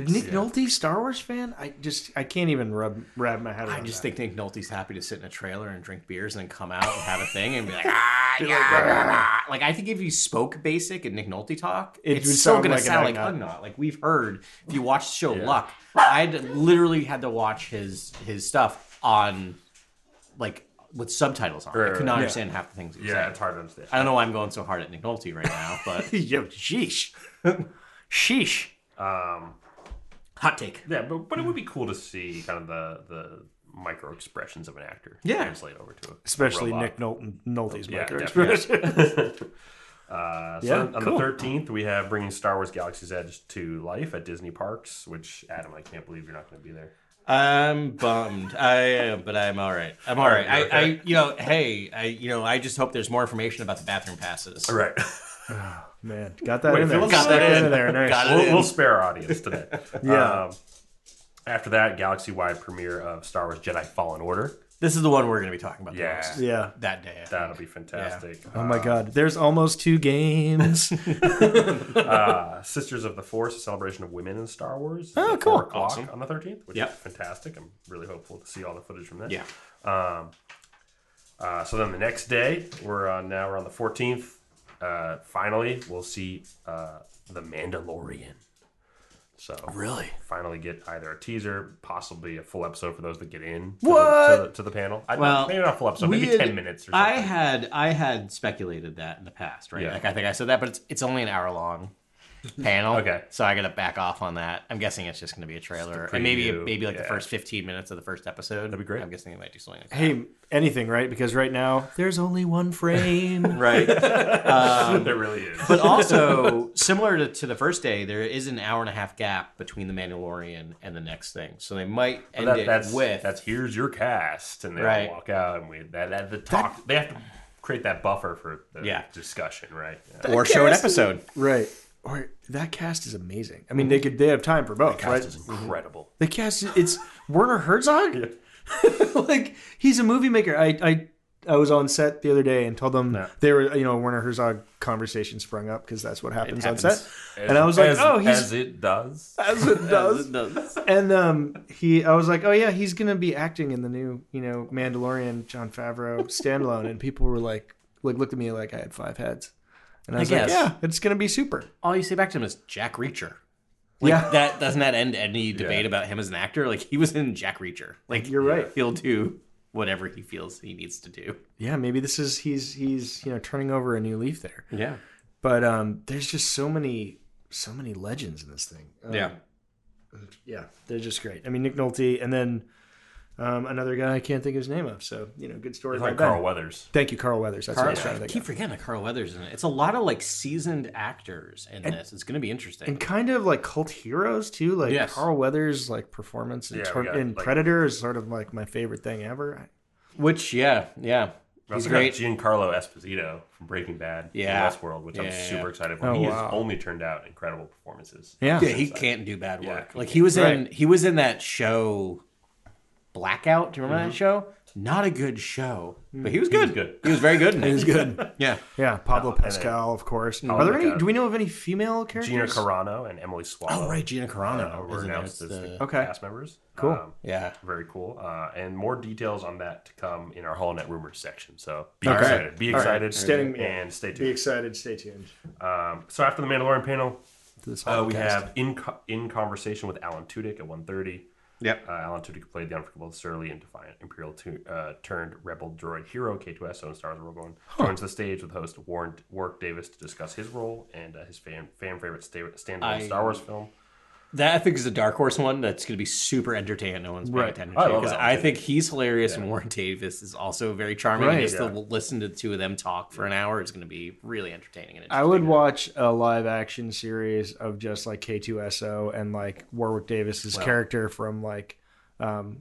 Speaker 5: Nick Nolte, Star Wars fan. I just I can't even rub wrap my head around.
Speaker 6: I just
Speaker 5: that.
Speaker 6: think Nick Nolte's happy to sit in a trailer and drink beers and then come out and have a thing and be like, ah, yeah, yeah." like I think if you spoke basic and Nick Nolte talk,
Speaker 5: It
Speaker 6: it's
Speaker 5: would
Speaker 6: still
Speaker 5: sound
Speaker 6: gonna
Speaker 5: like an
Speaker 6: sound like
Speaker 5: Ugnaught.
Speaker 6: Ugnot. Like we've heard, if you watch the show Luck, I would literally had to watch his his stuff on, like with subtitles on. I
Speaker 4: Right,
Speaker 6: could
Speaker 4: right,
Speaker 6: not
Speaker 4: right.
Speaker 6: understand half the things he was
Speaker 4: Yeah,
Speaker 6: saying.
Speaker 4: it's hard to understand.
Speaker 6: I don't know why I'm going so hard at Nick Nolte right now, but
Speaker 5: Yo, sheesh, sheesh.
Speaker 6: hot take.
Speaker 4: Yeah, but, but it would be cool to see kind of the the micro expressions of an actor
Speaker 6: Yeah.
Speaker 4: translate over to a
Speaker 5: Especially
Speaker 4: robot.
Speaker 5: Nick Nolte, Nolte's
Speaker 4: Yeah,
Speaker 5: micro
Speaker 4: yeah,
Speaker 5: expression.
Speaker 4: Uh, so
Speaker 5: Yeah,
Speaker 4: on
Speaker 5: cool.
Speaker 4: the thirteenth, we have bringing Star Wars: Galaxy's Edge to life at Disney parks. Which Adam, I can't believe you're not going to be there.
Speaker 6: I'm bummed. I am, but I'm all right. I'm all right. I,
Speaker 4: you're
Speaker 6: I,
Speaker 4: Oh, okay.
Speaker 6: you know, hey, I, you know, I just hope there's more information about the bathroom passes.
Speaker 4: Right,
Speaker 5: Man, got that
Speaker 4: Wait,
Speaker 5: in there.
Speaker 4: Phil's got
Speaker 5: Stuck
Speaker 6: that in.
Speaker 5: there. Nice.
Speaker 6: Got it
Speaker 4: we'll,
Speaker 6: in.
Speaker 4: we'll spare our audience today.
Speaker 5: Yeah.
Speaker 4: Um, after that, galaxy-wide premiere of Star Wars Jedi Fallen Order.
Speaker 6: This is the one we're going to be talking about. the
Speaker 4: Yeah.
Speaker 6: most.
Speaker 5: Yeah.
Speaker 6: that day. I think.
Speaker 4: That'll be fantastic.
Speaker 5: Oh my God. There's almost two games.
Speaker 4: uh, Sisters of the Force, a celebration of women in Star Wars.
Speaker 5: Oh,
Speaker 4: at
Speaker 5: cool.
Speaker 4: Four o'clock
Speaker 6: Awesome.
Speaker 4: on the thirteenth, which
Speaker 6: Yep.
Speaker 4: is fantastic. I'm really hopeful to see all the footage from that.
Speaker 6: Yeah.
Speaker 4: Uh, so then the next day, we're on now we're on the fourteenth. Uh, finally, we'll see uh, the Mandalorian. So
Speaker 6: Really?
Speaker 4: finally get either a teaser, possibly a full episode for those that get in to,
Speaker 5: What?
Speaker 4: The, to, to the panel. I,
Speaker 6: Well,
Speaker 4: maybe not a full episode,
Speaker 6: we
Speaker 4: maybe
Speaker 6: had-
Speaker 4: ten minutes or something.
Speaker 6: I had I had speculated that in the past, right?
Speaker 4: Yeah.
Speaker 6: Like I think I said that, but it's it's only an hour long panel.
Speaker 4: Okay.
Speaker 6: So I got to back off on that. I'm guessing it's just going to be a trailer,
Speaker 4: Just a
Speaker 6: and maybe
Speaker 4: preview,
Speaker 6: maybe like the
Speaker 4: yeah.
Speaker 6: first 15 minutes of the first episode. That'd
Speaker 4: be great.
Speaker 6: I'm guessing they might do something like that.
Speaker 5: hey, anything, right? Because right now, there's only one frame.
Speaker 6: Right. Oh,
Speaker 4: there really is.
Speaker 6: but also similar to, to the first day, there is an hour and a half gap between the Mandalorian and the next thing, so they might end
Speaker 4: that,
Speaker 6: it
Speaker 4: that's
Speaker 6: with
Speaker 4: that's here's your cast, and they
Speaker 6: Right.
Speaker 4: all walk out, and we that, that the talk they have to create that buffer for the
Speaker 6: Yeah.
Speaker 4: discussion, right? Yeah.
Speaker 6: or show an episode.
Speaker 5: right. Or that cast is amazing. I mean, they could they have time for both,
Speaker 4: cast
Speaker 5: right?
Speaker 4: is incredible.
Speaker 5: The cast is- it's Werner Herzog. like he's a movie maker. I I I was on set the other day and told them they were you know Werner Herzog conversation sprung up because that's what happens, on
Speaker 6: happens.
Speaker 5: set. and I was like,
Speaker 4: As-
Speaker 5: oh, he's
Speaker 4: as it does.
Speaker 5: as it does.
Speaker 6: Uh,
Speaker 5: and um, he, I was like, oh yeah, he's gonna be acting in the new, you know, Mandalorian John Favreau standalone, and people were like, like looked at me like I had five heads, and I was like,
Speaker 6: guess.
Speaker 5: yeah, it's gonna be super.
Speaker 6: All you say back to him is Jack Reacher. Like,
Speaker 5: Yeah.
Speaker 6: that doesn't that end any debate about him as an actor? Like he was in Jack Reacher. Like
Speaker 5: You're right.
Speaker 6: He'll do whatever he feels he needs to do.
Speaker 5: Yeah, maybe this is he's he's you know turning over a new leaf there,
Speaker 6: Yeah.
Speaker 5: but um, there's just so many so many legends in this thing. Um,
Speaker 6: Yeah.
Speaker 5: yeah, they're just great. I mean, Nick Nolte, and then um, another guy I can't think of his name of. So you know, good story.
Speaker 4: It's like
Speaker 5: by Ben.
Speaker 4: Carl Weathers.
Speaker 5: Thank you, Carl Weathers. That's what I was trying to
Speaker 6: I
Speaker 5: think.
Speaker 6: keep forgetting that Carl Weathers in it. It's a lot of like seasoned actors in this. It's gonna be interesting.
Speaker 5: and kind of like cult heroes too. Like
Speaker 6: Yes.
Speaker 5: Carl Weathers, like performance in,
Speaker 4: Yeah, we
Speaker 5: Tor-
Speaker 4: got,
Speaker 5: in
Speaker 4: like-
Speaker 5: Predator is sort of like my favorite thing ever.
Speaker 6: Which, yeah, yeah.
Speaker 4: We
Speaker 6: He's
Speaker 4: also
Speaker 6: great.
Speaker 4: got Giancarlo Esposito from Breaking Bad,
Speaker 6: Yeah.
Speaker 4: in Westworld, which I'm
Speaker 6: Yeah, yeah,
Speaker 4: super
Speaker 6: yeah.
Speaker 4: excited for.
Speaker 5: Oh,
Speaker 4: he
Speaker 5: wow.
Speaker 4: has only turned out incredible performances.
Speaker 5: Yeah.
Speaker 6: yeah, he can't do bad
Speaker 4: Yeah,
Speaker 6: work.
Speaker 4: he
Speaker 6: like he was in
Speaker 5: Right.
Speaker 6: he was in that show Blackout. Do you remember that show? Not a good show, but he was good.
Speaker 4: Mm-hmm. was good.
Speaker 6: He was very good. In it. he was good. Yeah.
Speaker 5: Yeah, Pablo
Speaker 4: Oh, and then-
Speaker 5: Pascal, of course.
Speaker 4: Oh
Speaker 5: Are there
Speaker 4: my
Speaker 5: any?
Speaker 4: God.
Speaker 5: Do we know of any female characters?
Speaker 4: Gina Carano and Emily Swallow.
Speaker 6: Oh right, Gina
Speaker 4: uh,
Speaker 6: Carano.
Speaker 4: were
Speaker 6: isn't it?
Speaker 4: announced as
Speaker 6: It's
Speaker 4: the
Speaker 6: the-
Speaker 5: Okay.
Speaker 4: cast members.
Speaker 5: Cool.
Speaker 4: Um,
Speaker 6: yeah.
Speaker 4: very cool. Uh, and more details on that to come in our HoloNet rumors section. So be
Speaker 5: Okay.
Speaker 4: excited. Be
Speaker 5: All right.
Speaker 4: excited.
Speaker 5: Staying-
Speaker 4: and stay
Speaker 5: Be
Speaker 4: tuned.
Speaker 5: excited. Stay tuned.
Speaker 4: Um, so after the Mandalorian panel,
Speaker 5: To this
Speaker 4: uh, we
Speaker 5: podcast.
Speaker 4: have in Co- in conversation with Alan Tudyk at 1.30.
Speaker 6: Yep.
Speaker 4: Uh, Alan Tudyk played the unforgivable, surly, and defiant Imperial tu- uh, turned rebel droid hero K2SO and Star Wars Rogue joins the stage with host Warren Warwick Davis to discuss his role and uh, his fan fan favorite sta- standalone
Speaker 6: I-
Speaker 4: Star Wars film.
Speaker 6: That I think is a dark horse one that's going to be super entertaining. No one's paying
Speaker 5: Right.
Speaker 6: attention
Speaker 4: I
Speaker 6: to
Speaker 4: love
Speaker 6: because
Speaker 4: that
Speaker 6: I
Speaker 4: one.
Speaker 6: think he's hilarious and Warren Davis is also very charming. and
Speaker 5: Right.
Speaker 6: just to
Speaker 4: Yeah.
Speaker 6: listen to the two of them talk for an hour is going to be really entertaining. And
Speaker 5: I
Speaker 6: interesting.
Speaker 5: would watch a live action series of just like K2SO and like Warwick Davis's character from like um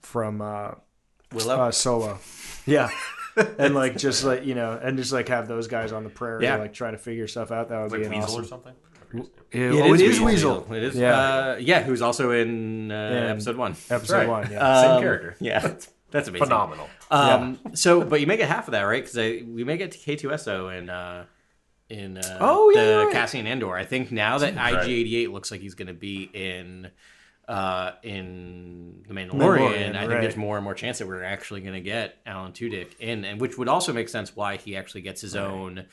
Speaker 5: from uh,
Speaker 6: Willow.
Speaker 5: uh Solo. Yeah. and like just like you know, and just like have those guys on the prairie
Speaker 6: Yeah.
Speaker 5: like trying to figure stuff out. That would
Speaker 4: Like
Speaker 5: be an
Speaker 4: Weasel
Speaker 5: awesome.
Speaker 4: or something. I forget his name.
Speaker 5: Yeah,
Speaker 6: It
Speaker 5: oh,
Speaker 6: is
Speaker 5: it is Weasel.
Speaker 6: It is.
Speaker 5: Yeah.
Speaker 6: Uh, yeah, who's also in uh, episode one.
Speaker 5: Episode
Speaker 4: right.
Speaker 5: one, yeah.
Speaker 6: Um,
Speaker 4: Same character.
Speaker 6: Yeah, that's, that's amazing.
Speaker 4: Phenomenal.
Speaker 6: Um, So, but you may get half of that, right? Because we may get to K2SO in uh, in uh,
Speaker 5: Oh, yeah,
Speaker 6: the
Speaker 5: right.
Speaker 6: Cassian Andor. I think now that IG88 looks like he's going to be in uh, in the Mandalorian,
Speaker 5: Mandalorian,
Speaker 6: I think
Speaker 5: right.
Speaker 6: there's more and more chance that we're actually going to get Alan Tudyk in, and which would also make sense why he actually gets his own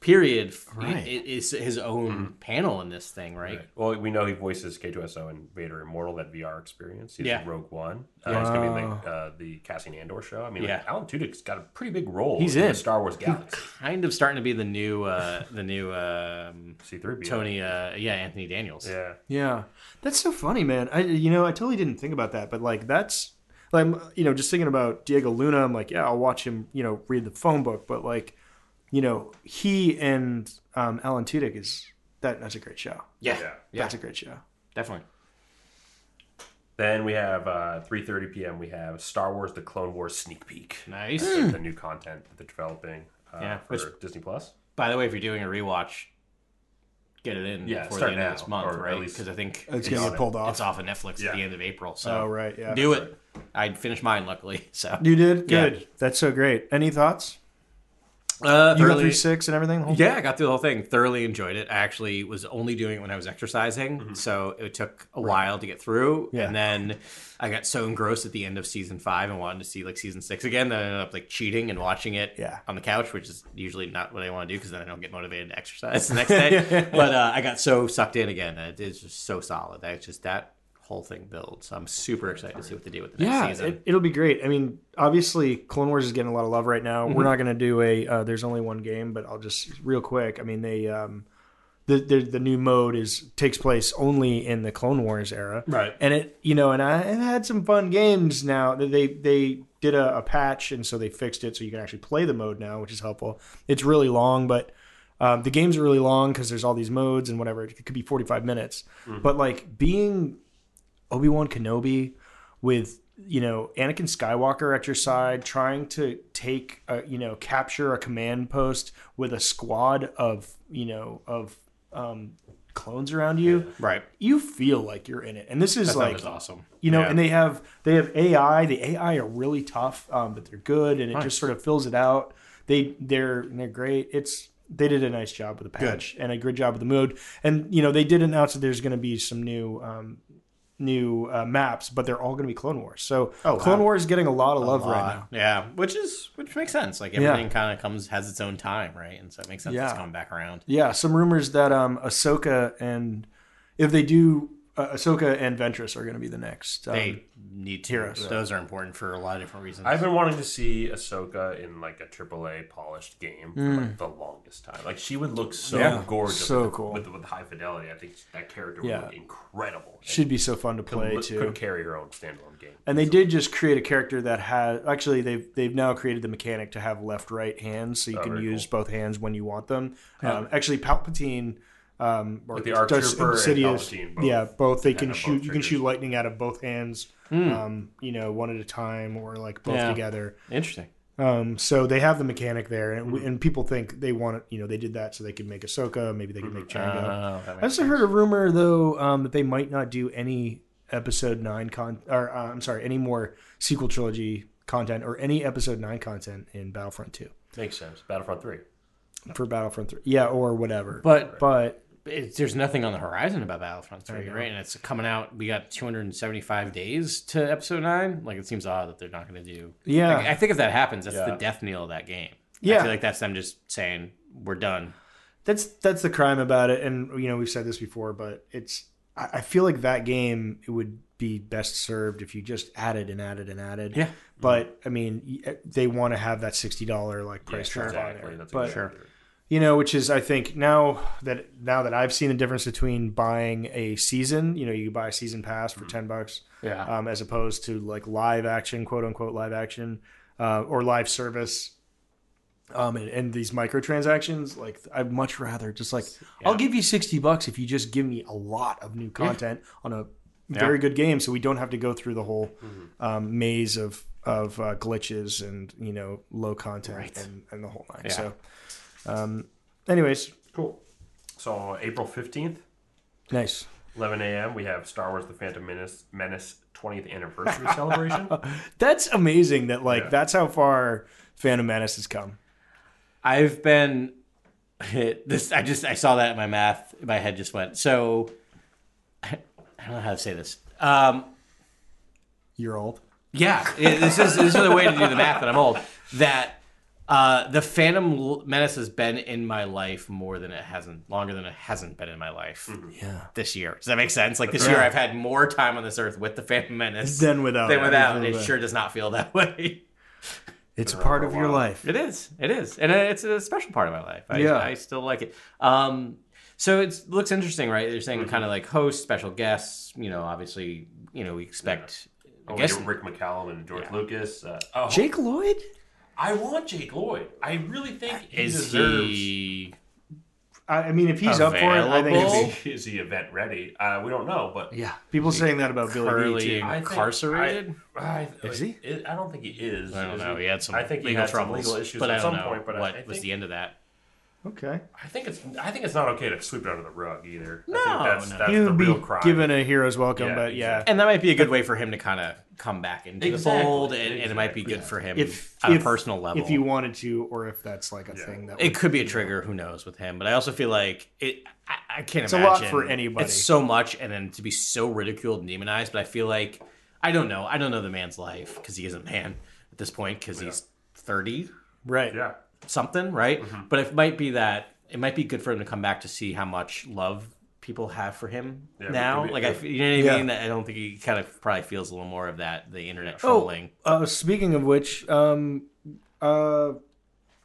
Speaker 6: period. Right. It is his own panel in this thing, right?
Speaker 4: Well, we know he voices K2SO in Vader Immortal, that VR experience. He's
Speaker 6: Yeah.
Speaker 4: in Rogue One. Uh, He's going to be in like, uh, the Cassian Andor show. I mean, like,
Speaker 6: Yeah.
Speaker 4: Alan Tudyk's got a pretty big role
Speaker 5: He's
Speaker 4: in
Speaker 5: in.
Speaker 4: the Star Wars galaxy.
Speaker 6: Kind of starting to be the new uh, the new um,
Speaker 4: C3PO.
Speaker 6: Tony, uh, yeah, Anthony Daniels.
Speaker 4: Yeah.
Speaker 5: Yeah, that's so funny, man. I you know I totally didn't think about that, but like that's like I'm, you know just thinking about Diego Luna. I'm like, yeah, I'll watch him. You know, read the phone book, but like, you know, he and um, Alan Tudyk is that that's a great show.
Speaker 6: Yeah,
Speaker 4: Yeah.
Speaker 5: That's a great show.
Speaker 6: definitely.
Speaker 4: Then we have uh, 3.30 p.m. We have Star Wars The Clone Wars Sneak Peek.
Speaker 6: Nice.
Speaker 4: That's, like, the new content that they're developing uh,
Speaker 6: Yeah,
Speaker 4: for
Speaker 6: which-
Speaker 4: Disney Plus.
Speaker 6: By the way, if you're doing a rewatch, get it in
Speaker 4: Yeah,
Speaker 6: before the
Speaker 4: start
Speaker 6: end
Speaker 4: now,
Speaker 6: of this month,
Speaker 4: or at
Speaker 6: right?
Speaker 4: least-
Speaker 6: Because I think
Speaker 5: It's gonna get pulled off.
Speaker 6: It's off of Netflix
Speaker 4: Yeah.
Speaker 6: at the end of April. So
Speaker 5: Oh right, yeah.
Speaker 6: do it. I'd finished mine luckily. So
Speaker 5: You did
Speaker 6: Yeah.
Speaker 5: good. That's so great. Any thoughts?
Speaker 6: uh,
Speaker 5: You got
Speaker 6: thoroughly-
Speaker 5: through six and everything. The whole-
Speaker 6: yeah, I got through the whole thing. Thoroughly enjoyed it. I actually was only doing it when I was exercising, so it took a while to get through.
Speaker 5: Mm-hmm. Yeah.
Speaker 6: And then I got so engrossed at the end of season five and wanted to see like season six again that I ended up like cheating and watching it
Speaker 5: Yeah.
Speaker 6: on the couch, which is usually not what I want to do because then I don't get motivated to exercise the next day. but uh, I got so sucked in again. It is just so solid. I just that whole thing builds. So I'm super excited to see what they do with the next
Speaker 5: Yeah,
Speaker 6: season.
Speaker 5: it, it'll be great. I mean, obviously, Clone Wars is getting a lot of love right now.
Speaker 6: Mm-hmm.
Speaker 5: We're not going to do a uh, there's only one game, but I'll just real quick. I mean, they um, the, the the new mode is takes place only in the Clone Wars era,
Speaker 6: Right.
Speaker 5: And it you know, and I and I had some fun games now. They they- they did a, a patch, and so they fixed it so you can actually play the mode now, which is helpful. It's really long, but um, the games are really long because there's all these modes and whatever. It could be 45 minutes,
Speaker 6: Mm-hmm.
Speaker 5: but like being Obi Wan Kenobi with you know Anakin Skywalker at your side, trying to take a, you know capture a command post with a squad of you know of um, clones around you.
Speaker 6: right.
Speaker 5: You feel like you're in it, and this is
Speaker 6: That
Speaker 5: like
Speaker 6: was awesome.
Speaker 5: you know,
Speaker 6: Yeah.
Speaker 5: and they have they have AI. The AI are really tough, um, but they're good, and it just sort of fills it out. They they're they're great. It's they did a nice job with the patch and a good job with the mode. And you know, they did announce that there's going to be some new um, new uh, maps, but they're all going to be Clone Wars. So Clone Wars is getting a lot of love right now.
Speaker 6: Yeah, which is which makes sense. Like everything kind of comes has its own time, right? And so it makes sense it's
Speaker 5: Yeah.
Speaker 6: coming back around.
Speaker 5: Yeah, some rumors that um, Ahsoka and if they do, uh, Ahsoka and Ventress are going to be the next. Um,
Speaker 6: They need to. Those are important for a lot of different reasons.
Speaker 4: I've been wanting to see Ahsoka in like a AAA polished game for like the longest time. Like she would look so
Speaker 5: Hmm. Yeah.
Speaker 4: gorgeous,
Speaker 5: So
Speaker 4: with,
Speaker 5: cool.
Speaker 4: with, with high fidelity. I think that character would
Speaker 5: Yeah.
Speaker 4: look incredible.
Speaker 5: should be so fun to
Speaker 4: And
Speaker 5: play
Speaker 4: could,
Speaker 5: too.
Speaker 4: could carry her own standalone game.
Speaker 5: And they did just create a character that has actually they've they've now created the mechanic to have left right hands, so you can
Speaker 4: Oh, very
Speaker 5: use both hands when you want them. Um, actually, Palpatine Um, or
Speaker 4: Like the Arc
Speaker 5: does
Speaker 4: Trooper and
Speaker 5: Insidious-
Speaker 4: Palpatine both
Speaker 5: yeah, both they can
Speaker 4: have both
Speaker 5: shoot. you can
Speaker 4: triggers.
Speaker 5: shoot lightning out of both hands, um, you know, one at a time or like both
Speaker 6: Yeah.
Speaker 5: together.
Speaker 6: Interesting.
Speaker 5: Um, so they have the mechanic there, and, we- and people think they want it. You know, they did that so they could make Ahsoka, maybe they could
Speaker 4: Hmm.
Speaker 5: make Jango.
Speaker 6: Oh, that
Speaker 5: I also heard a rumor though um, that they might not do any episode nine con or uh, I'm sorry, any more sequel trilogy content or any episode nine content in Battlefront two
Speaker 4: Makes sense. Battlefront 3.
Speaker 5: for Battlefront three, yeah, or whatever.
Speaker 6: But-
Speaker 5: but
Speaker 6: it's, there's nothing on the horizon about Battlefront 3, right? And it's coming out. We got 275 days to episode 9. Like, it seems odd that they're not going to do.
Speaker 5: Yeah.
Speaker 6: Like, I think if that happens, that's
Speaker 4: Yeah.
Speaker 6: the death knell of that game. I
Speaker 5: Yeah.
Speaker 6: feel like that's them just saying, we're done.
Speaker 5: that's that's the crime about it, and you know we've said this before, but it's I, I feel like that game it would be best served if you just added and added and added.
Speaker 6: Yeah.
Speaker 5: But I mean, y- they want to have that sixty dollar like price tag on
Speaker 4: Exactly.
Speaker 5: there,
Speaker 4: That's
Speaker 5: but
Speaker 4: exactly.
Speaker 5: you know which is i think now that now that i've seen the difference between buying a season you know you buy a season pass for 10 bucks
Speaker 6: Yeah.
Speaker 4: Ah.
Speaker 5: um, as opposed to like live action quote unquote live action uh, or live service um, and, and these microtransactions like i'd much rather just like i'll give you 60 bucks if you just give me a lot of new content on a very good game so we don't have to go through the whole
Speaker 4: Mm-hmm.
Speaker 5: um, maze of of uh, glitches and you know low content and, and the whole nine so um, anyways
Speaker 4: Cool. So, April 15th,
Speaker 5: Nice.
Speaker 4: 11 a.m., we have Star Wars The Phantom Menace, Menace 20th Anniversary Celebration.
Speaker 5: That's amazing that like
Speaker 4: Yeah.
Speaker 5: that's how far Phantom Menace has come.
Speaker 6: I've been this. I just I saw that in my math. My head just went. So I don't know how to say this. Um,
Speaker 5: You're old.
Speaker 6: yeah, it- this is this is the way to do the math. And I'm old. That uh, the Phantom L- Menace has been in my life more than it hasn't, longer than it hasn't been in my life.
Speaker 5: Yeah.
Speaker 6: This year, does that make sense? Like this year, I've had more time on this earth with the Phantom Menace
Speaker 5: Than without
Speaker 6: Than
Speaker 5: it.
Speaker 6: without. and it sure does not feel that way.
Speaker 5: It's a part of your life.
Speaker 6: It is. It is, and it's a special part of my life. I,
Speaker 5: Yeah.
Speaker 6: I still like it. Um, so it looks interesting, right? They're
Speaker 5: Mm-hmm.
Speaker 6: saying kind of like hosts, special guests. You know, obviously, you know, we expect.
Speaker 4: I
Speaker 6: I guess
Speaker 4: Rick McCallum and George Lucas. Uh, oh,
Speaker 5: Jake Lloyd?
Speaker 4: I want Jake Lloyd. I really
Speaker 5: Uh,
Speaker 4: think he
Speaker 6: is
Speaker 4: deserves.
Speaker 6: he?
Speaker 5: I, I mean if he's up for it, I think
Speaker 6: Available?
Speaker 5: it'd
Speaker 4: Is he, is he event ready? Uh, we don't know, but
Speaker 5: be, Yeah. People saying that about Billy
Speaker 6: Curly
Speaker 5: D too.
Speaker 4: I think-
Speaker 6: incarcerated.
Speaker 4: I,
Speaker 5: Is he?
Speaker 4: I don't think he is.
Speaker 6: I, don't
Speaker 4: Is
Speaker 6: know. He had some
Speaker 4: I think he
Speaker 6: legal
Speaker 4: had some
Speaker 6: troubles,
Speaker 4: legal issues
Speaker 6: but
Speaker 4: at
Speaker 6: I don't
Speaker 4: some
Speaker 6: know
Speaker 4: point, but I-
Speaker 6: what
Speaker 4: I
Speaker 6: was
Speaker 4: think-
Speaker 6: the end of that.
Speaker 5: Okay.
Speaker 4: I think it's. I think it's not okay to sweep it under the rug either. No,
Speaker 6: No,
Speaker 4: that's,
Speaker 6: no.
Speaker 4: that's
Speaker 5: He
Speaker 4: the
Speaker 5: would be
Speaker 4: real crime.
Speaker 5: given a hero's welcome,
Speaker 4: Yeah,
Speaker 5: but yeah.
Speaker 6: And that might be a good way for him to kind of come back into
Speaker 4: Exactly,
Speaker 6: the fold, and, and it might be good for him
Speaker 5: If
Speaker 6: on
Speaker 5: if-
Speaker 6: a personal level.
Speaker 5: If you wanted to, or if that's like a thing that
Speaker 6: It
Speaker 5: would,
Speaker 6: could be a trigger. Who knows with him? But I also feel like it. I, I can't
Speaker 5: a
Speaker 6: imagine.
Speaker 5: lot for anybody.
Speaker 6: It's so much, and then to be so ridiculed and demonized. But I feel like I don't know. I don't know the man's life because he is a man at this point because he's thirty
Speaker 5: Right.
Speaker 4: Yeah.
Speaker 6: something, right?
Speaker 5: Mm-hmm.
Speaker 6: But it might be that it might be good for him to come back to see how much love people have for him
Speaker 4: Yeah,
Speaker 6: now.
Speaker 4: we- we-
Speaker 6: like I, f- you know what I
Speaker 5: Yeah.
Speaker 6: mean. That I don't think he kind of probably feels a little more of that the internet
Speaker 5: Oh,
Speaker 6: trolling.
Speaker 5: uh, speaking of which, um uh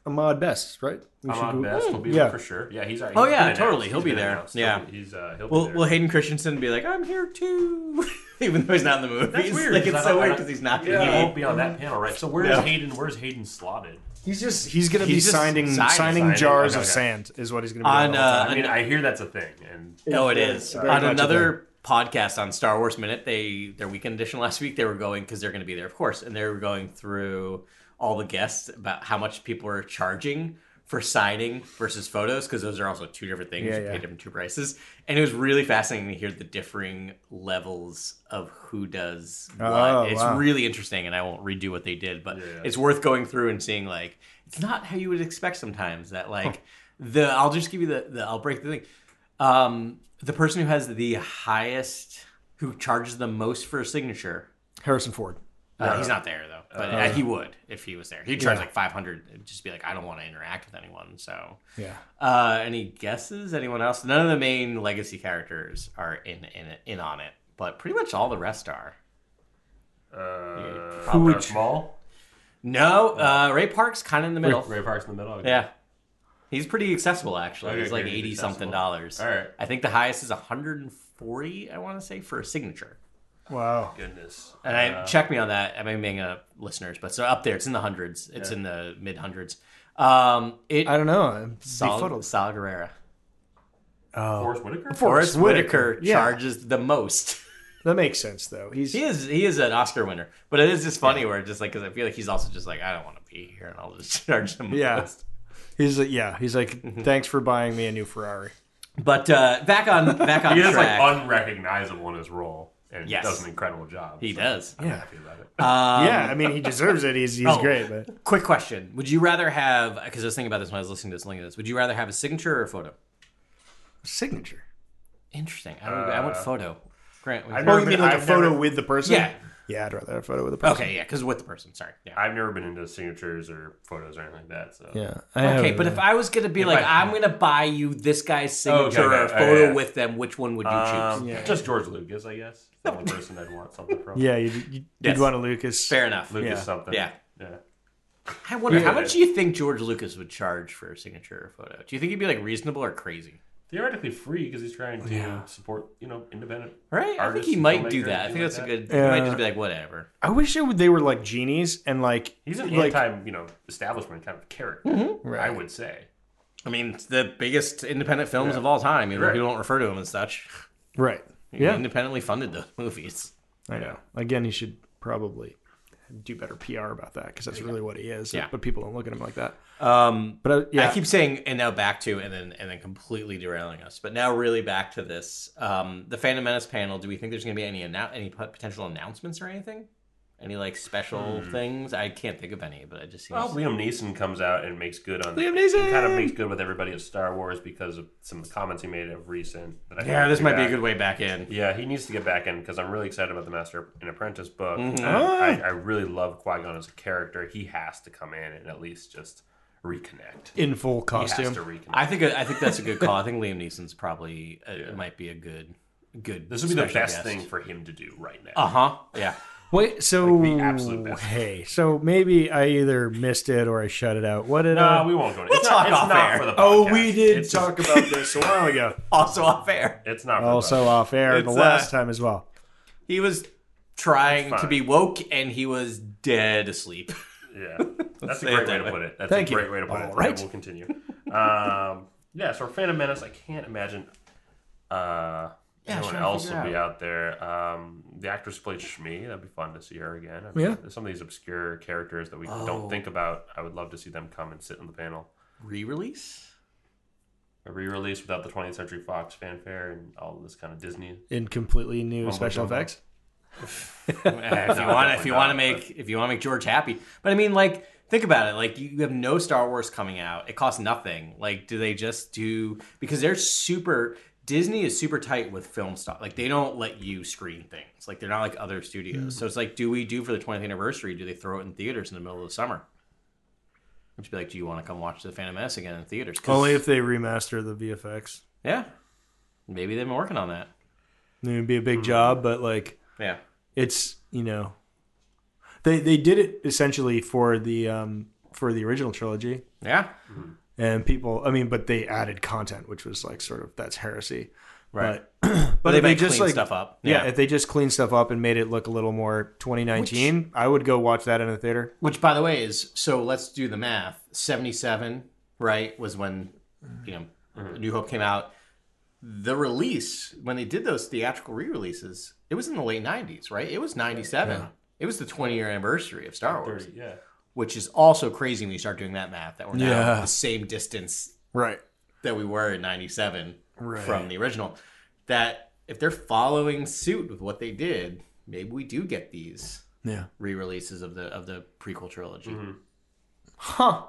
Speaker 5: Ahmad Best, right? We should
Speaker 4: Ahmad
Speaker 5: go-
Speaker 4: Best will be
Speaker 5: yeah.
Speaker 4: there for sure. Yeah, he's. already-
Speaker 6: Oh,
Speaker 4: he's
Speaker 6: yeah,
Speaker 4: been announced.
Speaker 6: totally. He'll
Speaker 4: He's
Speaker 6: be
Speaker 4: been
Speaker 6: there.
Speaker 4: announced.
Speaker 6: Yeah.
Speaker 4: He'll be- he's. Uh, he'll
Speaker 6: Well,
Speaker 4: be there.
Speaker 6: will Hayden Christensen be like, I'm here too, even though he's not in the movies?
Speaker 4: That's weird. I
Speaker 6: Like it's
Speaker 4: don't-
Speaker 6: so
Speaker 4: I
Speaker 6: weird
Speaker 4: don't-
Speaker 6: because he's not.
Speaker 4: Yeah, he
Speaker 6: He
Speaker 4: won't be on that panel, right? So where's
Speaker 6: No.
Speaker 4: Hayden? Where's Hayden slotted?
Speaker 5: He's just he's gonna be
Speaker 6: He's just
Speaker 5: signing
Speaker 6: signing-
Speaker 5: signing,
Speaker 4: signing.
Speaker 5: jars
Speaker 4: Okay,
Speaker 5: of
Speaker 4: okay.
Speaker 5: sand is what he's gonna be
Speaker 6: On,
Speaker 5: doing all the time.
Speaker 4: I mean, I hear that's a thing, and
Speaker 6: oh, it
Speaker 5: Yeah,
Speaker 6: is.
Speaker 5: it's very
Speaker 6: on
Speaker 5: much a
Speaker 6: another podcast on Star Wars Minute, they their weekend edition last week, they were going because they're going to be there, of course, and they were going through all the guests about how much people are charging for signing versus photos because those are also two different things.
Speaker 5: Yeah,
Speaker 6: you
Speaker 5: yeah.
Speaker 6: pay different two prices, and it was really fascinating to hear the differing levels of who does what.
Speaker 5: Oh,
Speaker 6: it's
Speaker 5: wow.
Speaker 6: really interesting, and I won't redo what they did, but
Speaker 4: Yeah.
Speaker 6: it's worth going through and seeing like it's not how you would expect sometimes that like the I'll just give you the, the I'll break the thing. Um, the person who has the highest, who charges the most for a signature,
Speaker 5: Harrison Ford.
Speaker 6: uh, he's not there though, but uh, he would if he was there. He'd charge
Speaker 5: Uh-huh. Yeah.
Speaker 6: like five hundred. It'd just be like, I don't want to interact with anyone. So,
Speaker 5: Yeah.
Speaker 6: uh, any guesses? Anyone else? None of the main legacy characters are in in in on it, but pretty much all the rest are.
Speaker 4: uh,
Speaker 5: Who would-
Speaker 4: Darth Maul,
Speaker 6: No, uh, Ray Park's kind of in the middle.
Speaker 4: Ray Park's in the middle.
Speaker 6: Yeah. He's pretty accessible actually.
Speaker 4: Okay,
Speaker 6: He's like
Speaker 4: okay, he's
Speaker 6: 80 something
Speaker 4: accessible.
Speaker 6: dollars.
Speaker 4: All right.
Speaker 6: I think the highest is 140, I want to say for a signature.
Speaker 5: Wow.
Speaker 4: Goodness.
Speaker 6: And I check me on that. I may be making up listeners, but so up there it's in the hundreds. It's in the mid hundreds. Um it
Speaker 5: I don't know. I'm
Speaker 6: Sal,
Speaker 5: befuddled.
Speaker 6: Sal Guerrera.
Speaker 4: Uh, Forrest Whitaker?
Speaker 6: Forrest Whitaker
Speaker 5: yeah.
Speaker 6: charges the most.
Speaker 5: That makes sense though. He's
Speaker 6: He is he is an Oscar winner, but it is just funny where just like because I feel like he's also just like I don't want to be here and I'll just charge him. the
Speaker 5: yeah.
Speaker 6: most.
Speaker 5: He's like, yeah, he's like, thanks for buying me a new Ferrari.
Speaker 6: But uh, back on back on
Speaker 4: He is like
Speaker 6: track.
Speaker 4: unrecognizable in his role and
Speaker 6: Yes.
Speaker 4: does an incredible job.
Speaker 6: he does.
Speaker 4: I'm happy about it.
Speaker 5: yeah, I mean, he deserves it. He's he's
Speaker 6: oh.
Speaker 5: great, but
Speaker 6: Quick question: Would you rather have? Because I was thinking about this when I was listening to this, looking at this. Would you rather have a signature or a photo?
Speaker 5: signature.
Speaker 6: Interesting. I, would, I want photo. Grant. would
Speaker 4: I've
Speaker 5: Oh,
Speaker 6: you-
Speaker 4: never
Speaker 5: you
Speaker 4: been-
Speaker 5: mean like a
Speaker 4: I've
Speaker 5: photo
Speaker 4: never-
Speaker 5: with the person?
Speaker 6: Yeah.
Speaker 5: yeah, I'd rather have a photo with the person.
Speaker 6: okay, yeah, because with the person. Sorry. Yeah.
Speaker 4: I've never been into signatures or photos or anything like that. So
Speaker 5: Yeah.
Speaker 6: Okay, but if I was gonna be like,
Speaker 4: I-
Speaker 6: I'm gonna buy you this guy's
Speaker 4: Okay,
Speaker 6: signature or a
Speaker 4: okay,
Speaker 6: photo
Speaker 4: yeah.
Speaker 6: with them, which one would you
Speaker 4: Um,
Speaker 6: choose?
Speaker 5: Yeah.
Speaker 4: Just George Lucas, I guess. The only person I'd want something from.
Speaker 5: yeah, you'd, you'd, you'd
Speaker 6: Yes.
Speaker 5: want a Lucas.
Speaker 6: Fair enough.
Speaker 4: Lucas
Speaker 5: Yeah.
Speaker 4: something.
Speaker 6: Yeah.
Speaker 4: Yeah.
Speaker 6: I wonder how
Speaker 4: Yeah.
Speaker 6: much do you think George Lucas would charge for a signature or photo? Do you think he'd be like reasonable or crazy?
Speaker 4: Theoretically free because he's trying to support, you know, independent.
Speaker 6: Right? I think
Speaker 4: Artists
Speaker 6: he
Speaker 4: and
Speaker 6: might do
Speaker 4: filmmakers
Speaker 6: that. I
Speaker 4: and
Speaker 6: think
Speaker 4: like
Speaker 6: that's a
Speaker 4: that.
Speaker 6: good. He
Speaker 5: Yeah.
Speaker 6: might just be like whatever.
Speaker 5: I wish it would, they were like genies and like
Speaker 4: He's an
Speaker 5: like
Speaker 4: anti, you know, establishment kind of character.
Speaker 6: Mm-hmm.
Speaker 4: I
Speaker 5: Right.
Speaker 4: would say.
Speaker 6: I mean, it's the biggest independent films of all time. Even though
Speaker 4: Right.
Speaker 6: people don't refer to him as such.
Speaker 5: right.
Speaker 6: He
Speaker 5: Yeah,
Speaker 6: independently funded those movies.
Speaker 5: I know. Again, he should probably do better PR about that because that's really what he is.
Speaker 6: Yeah.
Speaker 5: but people don't look at him like that.
Speaker 6: Um,
Speaker 5: But I, yeah,
Speaker 6: I keep saying and now back to and then and then completely derailing us. But now really back to this. Um, the Phantom Menace panel. Do we think there's going to be any annou- any pot- potential announcements or anything? Any like special things? I can't think of any, but it just seems.
Speaker 4: Well, Liam Neeson comes out and makes good on
Speaker 5: Liam Neeson!
Speaker 4: Kind of makes good with everybody at Star Wars because of some of the comments he made of recent. That I
Speaker 6: yeah, this might be a
Speaker 4: Yeah.
Speaker 6: good way back in.
Speaker 4: Yeah, he needs to get back in because I'm really excited about the Master and Apprentice book. And
Speaker 5: Ah.
Speaker 4: I, I really love Qui Gon as a character. He has to come in and at least just reconnect.
Speaker 5: in full
Speaker 4: He has to
Speaker 5: costume.
Speaker 4: reconnect.
Speaker 6: I think I think that's a good call. I think Liam Neeson's probably uh, might be a good good.
Speaker 4: this would be the best thing for him to do right now.
Speaker 6: Uh
Speaker 5: Ah.
Speaker 6: huh. Yeah.
Speaker 5: Wait, so
Speaker 4: the absolute best.
Speaker 5: hey, so maybe I either missed it or I shut it out. What did
Speaker 4: no,
Speaker 5: I?
Speaker 4: we won't go. We'll it's not,
Speaker 6: talk
Speaker 4: it's
Speaker 6: off
Speaker 4: not
Speaker 6: air.
Speaker 4: for the podcast.
Speaker 5: oh, we did
Speaker 4: It's,
Speaker 5: talk about this a while ago. Oh,
Speaker 6: Also off air,
Speaker 4: It's not for
Speaker 5: Also off air the
Speaker 6: It's, uh,
Speaker 5: last time as well.
Speaker 6: he was trying to
Speaker 4: Fine.
Speaker 6: be woke and he was dead asleep.
Speaker 4: the podcast. Yeah, that's a
Speaker 6: say it
Speaker 4: great way
Speaker 6: that
Speaker 4: to
Speaker 6: way.
Speaker 4: put it. That's
Speaker 5: Thank
Speaker 4: a
Speaker 5: you.
Speaker 4: great way to put it.
Speaker 5: All
Speaker 4: Yeah,
Speaker 5: right.
Speaker 4: we'll continue. um, yeah, so Phantom Menace. I can't imagine. Uh,
Speaker 6: Yeah,
Speaker 4: anyone
Speaker 6: trying to
Speaker 4: else will
Speaker 6: figure
Speaker 4: be out there. Um, the actress who played Shmi. That'd be fun to see her again. I
Speaker 5: Yeah. Oh.
Speaker 4: there's Some of these obscure characters that we don't think about. I would love to see them come and sit on the panel.
Speaker 6: Re-release?
Speaker 4: A re-release without the 20th Century Fox fanfare and all this kind of Disney.
Speaker 5: In completely new
Speaker 4: Mumbo
Speaker 5: special
Speaker 4: jumbo.
Speaker 5: effects.
Speaker 6: Eh, if you
Speaker 4: No,
Speaker 6: want,
Speaker 4: definitely
Speaker 6: if you want
Speaker 4: not,
Speaker 6: to make, if you want to make George happy, but I mean, like, think about it. Like, you have no Star Wars coming out. It costs nothing. Like, do they just do because they're super. Disney is super tight with film stuff. Like, they don't let you screen things. Like, they're not like other
Speaker 5: Hmm.
Speaker 6: studios. So it's like, do we do for the 20th anniversary? Do they throw it in theaters in the middle of the summer? Just be like, do you want to come watch the Phantom Menace again in theaters? 'Cause-
Speaker 5: Only if they remaster the VFX.
Speaker 6: yeah, maybe they've been working on that.
Speaker 5: It would be a big job, but like
Speaker 6: Yeah,
Speaker 5: it's you know they they did it essentially for the um for the original trilogy
Speaker 6: yeah,
Speaker 5: and people i mean but they added content which was like sort of that's heresy
Speaker 6: Right.
Speaker 5: but but,
Speaker 6: but
Speaker 5: if
Speaker 6: they
Speaker 5: they
Speaker 6: might
Speaker 5: just
Speaker 6: clean
Speaker 5: like
Speaker 6: stuff up.
Speaker 5: yeah. if they just cleaned stuff up and made it look a little more 2019 i would go watch that in a theater
Speaker 6: Which, by the way, is so. Let's do the math. Seventy-seven, right, was when you know New Hope came out. The release when they did those theatrical re-releases, it was in the late '90s, right? It was '97. It was the 20-year anniversary of Star Wars,
Speaker 4: Yeah.
Speaker 6: which is also crazy when you start doing that math. That we're now
Speaker 5: Yeah.
Speaker 6: the same distance
Speaker 5: right
Speaker 6: that we were in '97
Speaker 5: Right.
Speaker 6: from the original. That if they're following suit with what they did, maybe we do get these
Speaker 5: yeah
Speaker 6: re-releases of the of the prequel trilogy.
Speaker 5: huh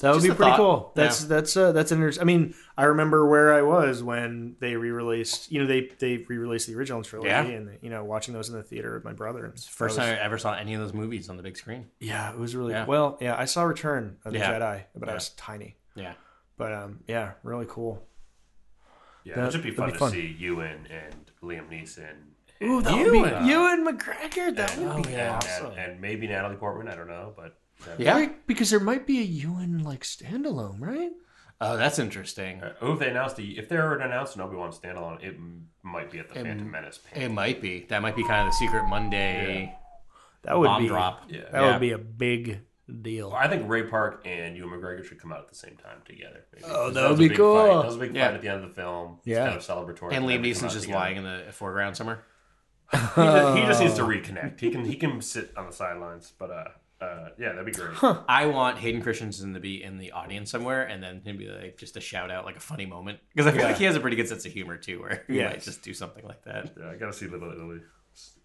Speaker 5: that would
Speaker 6: just
Speaker 5: be
Speaker 6: a
Speaker 5: pretty
Speaker 6: thought.
Speaker 5: cool. That's
Speaker 6: Yeah.
Speaker 5: that's uh, that's an inter- I mean, I remember where I was when they re-released. You know, they they re-released the original trilogy,
Speaker 6: Yeah.
Speaker 5: and you know, watching those in the theater with my brother. It's
Speaker 6: First time I ever saw any of those movies on the big screen.
Speaker 5: Yeah, it was really
Speaker 6: Yeah.
Speaker 5: well. Yeah, I saw Return of the
Speaker 6: Yeah.
Speaker 5: Jedi, but I
Speaker 6: Yeah.
Speaker 5: was tiny.
Speaker 6: Yeah.
Speaker 5: But um, yeah, really cool.
Speaker 4: Yeah,
Speaker 5: That-
Speaker 4: it should be
Speaker 5: that'd
Speaker 4: fun
Speaker 5: be
Speaker 4: to
Speaker 5: fun.
Speaker 4: see Ewan and Liam Neeson
Speaker 5: Ooh, that
Speaker 6: would be- Ewan.
Speaker 5: Ewan McGregor. That would be
Speaker 6: Oh, yeah.
Speaker 5: awesome.
Speaker 4: and, and maybe Natalie Portman. I don't know, but
Speaker 6: Yeah.
Speaker 5: because there might be a Ewan like standalone, right?
Speaker 6: Oh, that's interesting.
Speaker 4: oh, if they announced the if they were to announce an Obi Wan standalone, it m- might be at the Phantom Menace.
Speaker 6: It
Speaker 4: Panel.
Speaker 6: might be. That might be kind of the secret Monday
Speaker 5: That would
Speaker 6: bomb
Speaker 5: be
Speaker 6: drop.
Speaker 4: Yeah.
Speaker 5: That
Speaker 6: Yeah.
Speaker 5: would be a big
Speaker 1: deal.
Speaker 4: I think Ray Park and Ewan McGregor should come out at the same time together. Maybe.
Speaker 1: Oh, that
Speaker 4: was
Speaker 1: would be
Speaker 4: a big
Speaker 1: cool.
Speaker 4: Fight. That was a big
Speaker 6: Yeah.
Speaker 4: fight at the end of the film. It's
Speaker 5: Yeah.
Speaker 4: kind of celebratory.
Speaker 6: And Liam
Speaker 4: They come out
Speaker 6: Neeson's just
Speaker 4: together.
Speaker 6: lying in the foreground somewhere.
Speaker 4: He just, he just needs to reconnect. He can he can sit on the sidelines, but uh, uh yeah, that'd be great.
Speaker 6: I want Hayden Christensen to be in the audience somewhere, and then him be like just a shout out, like a funny moment, because I feel like he has a pretty good sense of humor too, where he might
Speaker 5: Yes.
Speaker 6: just do something like that.
Speaker 4: Yeah, I gotta see Little Italy.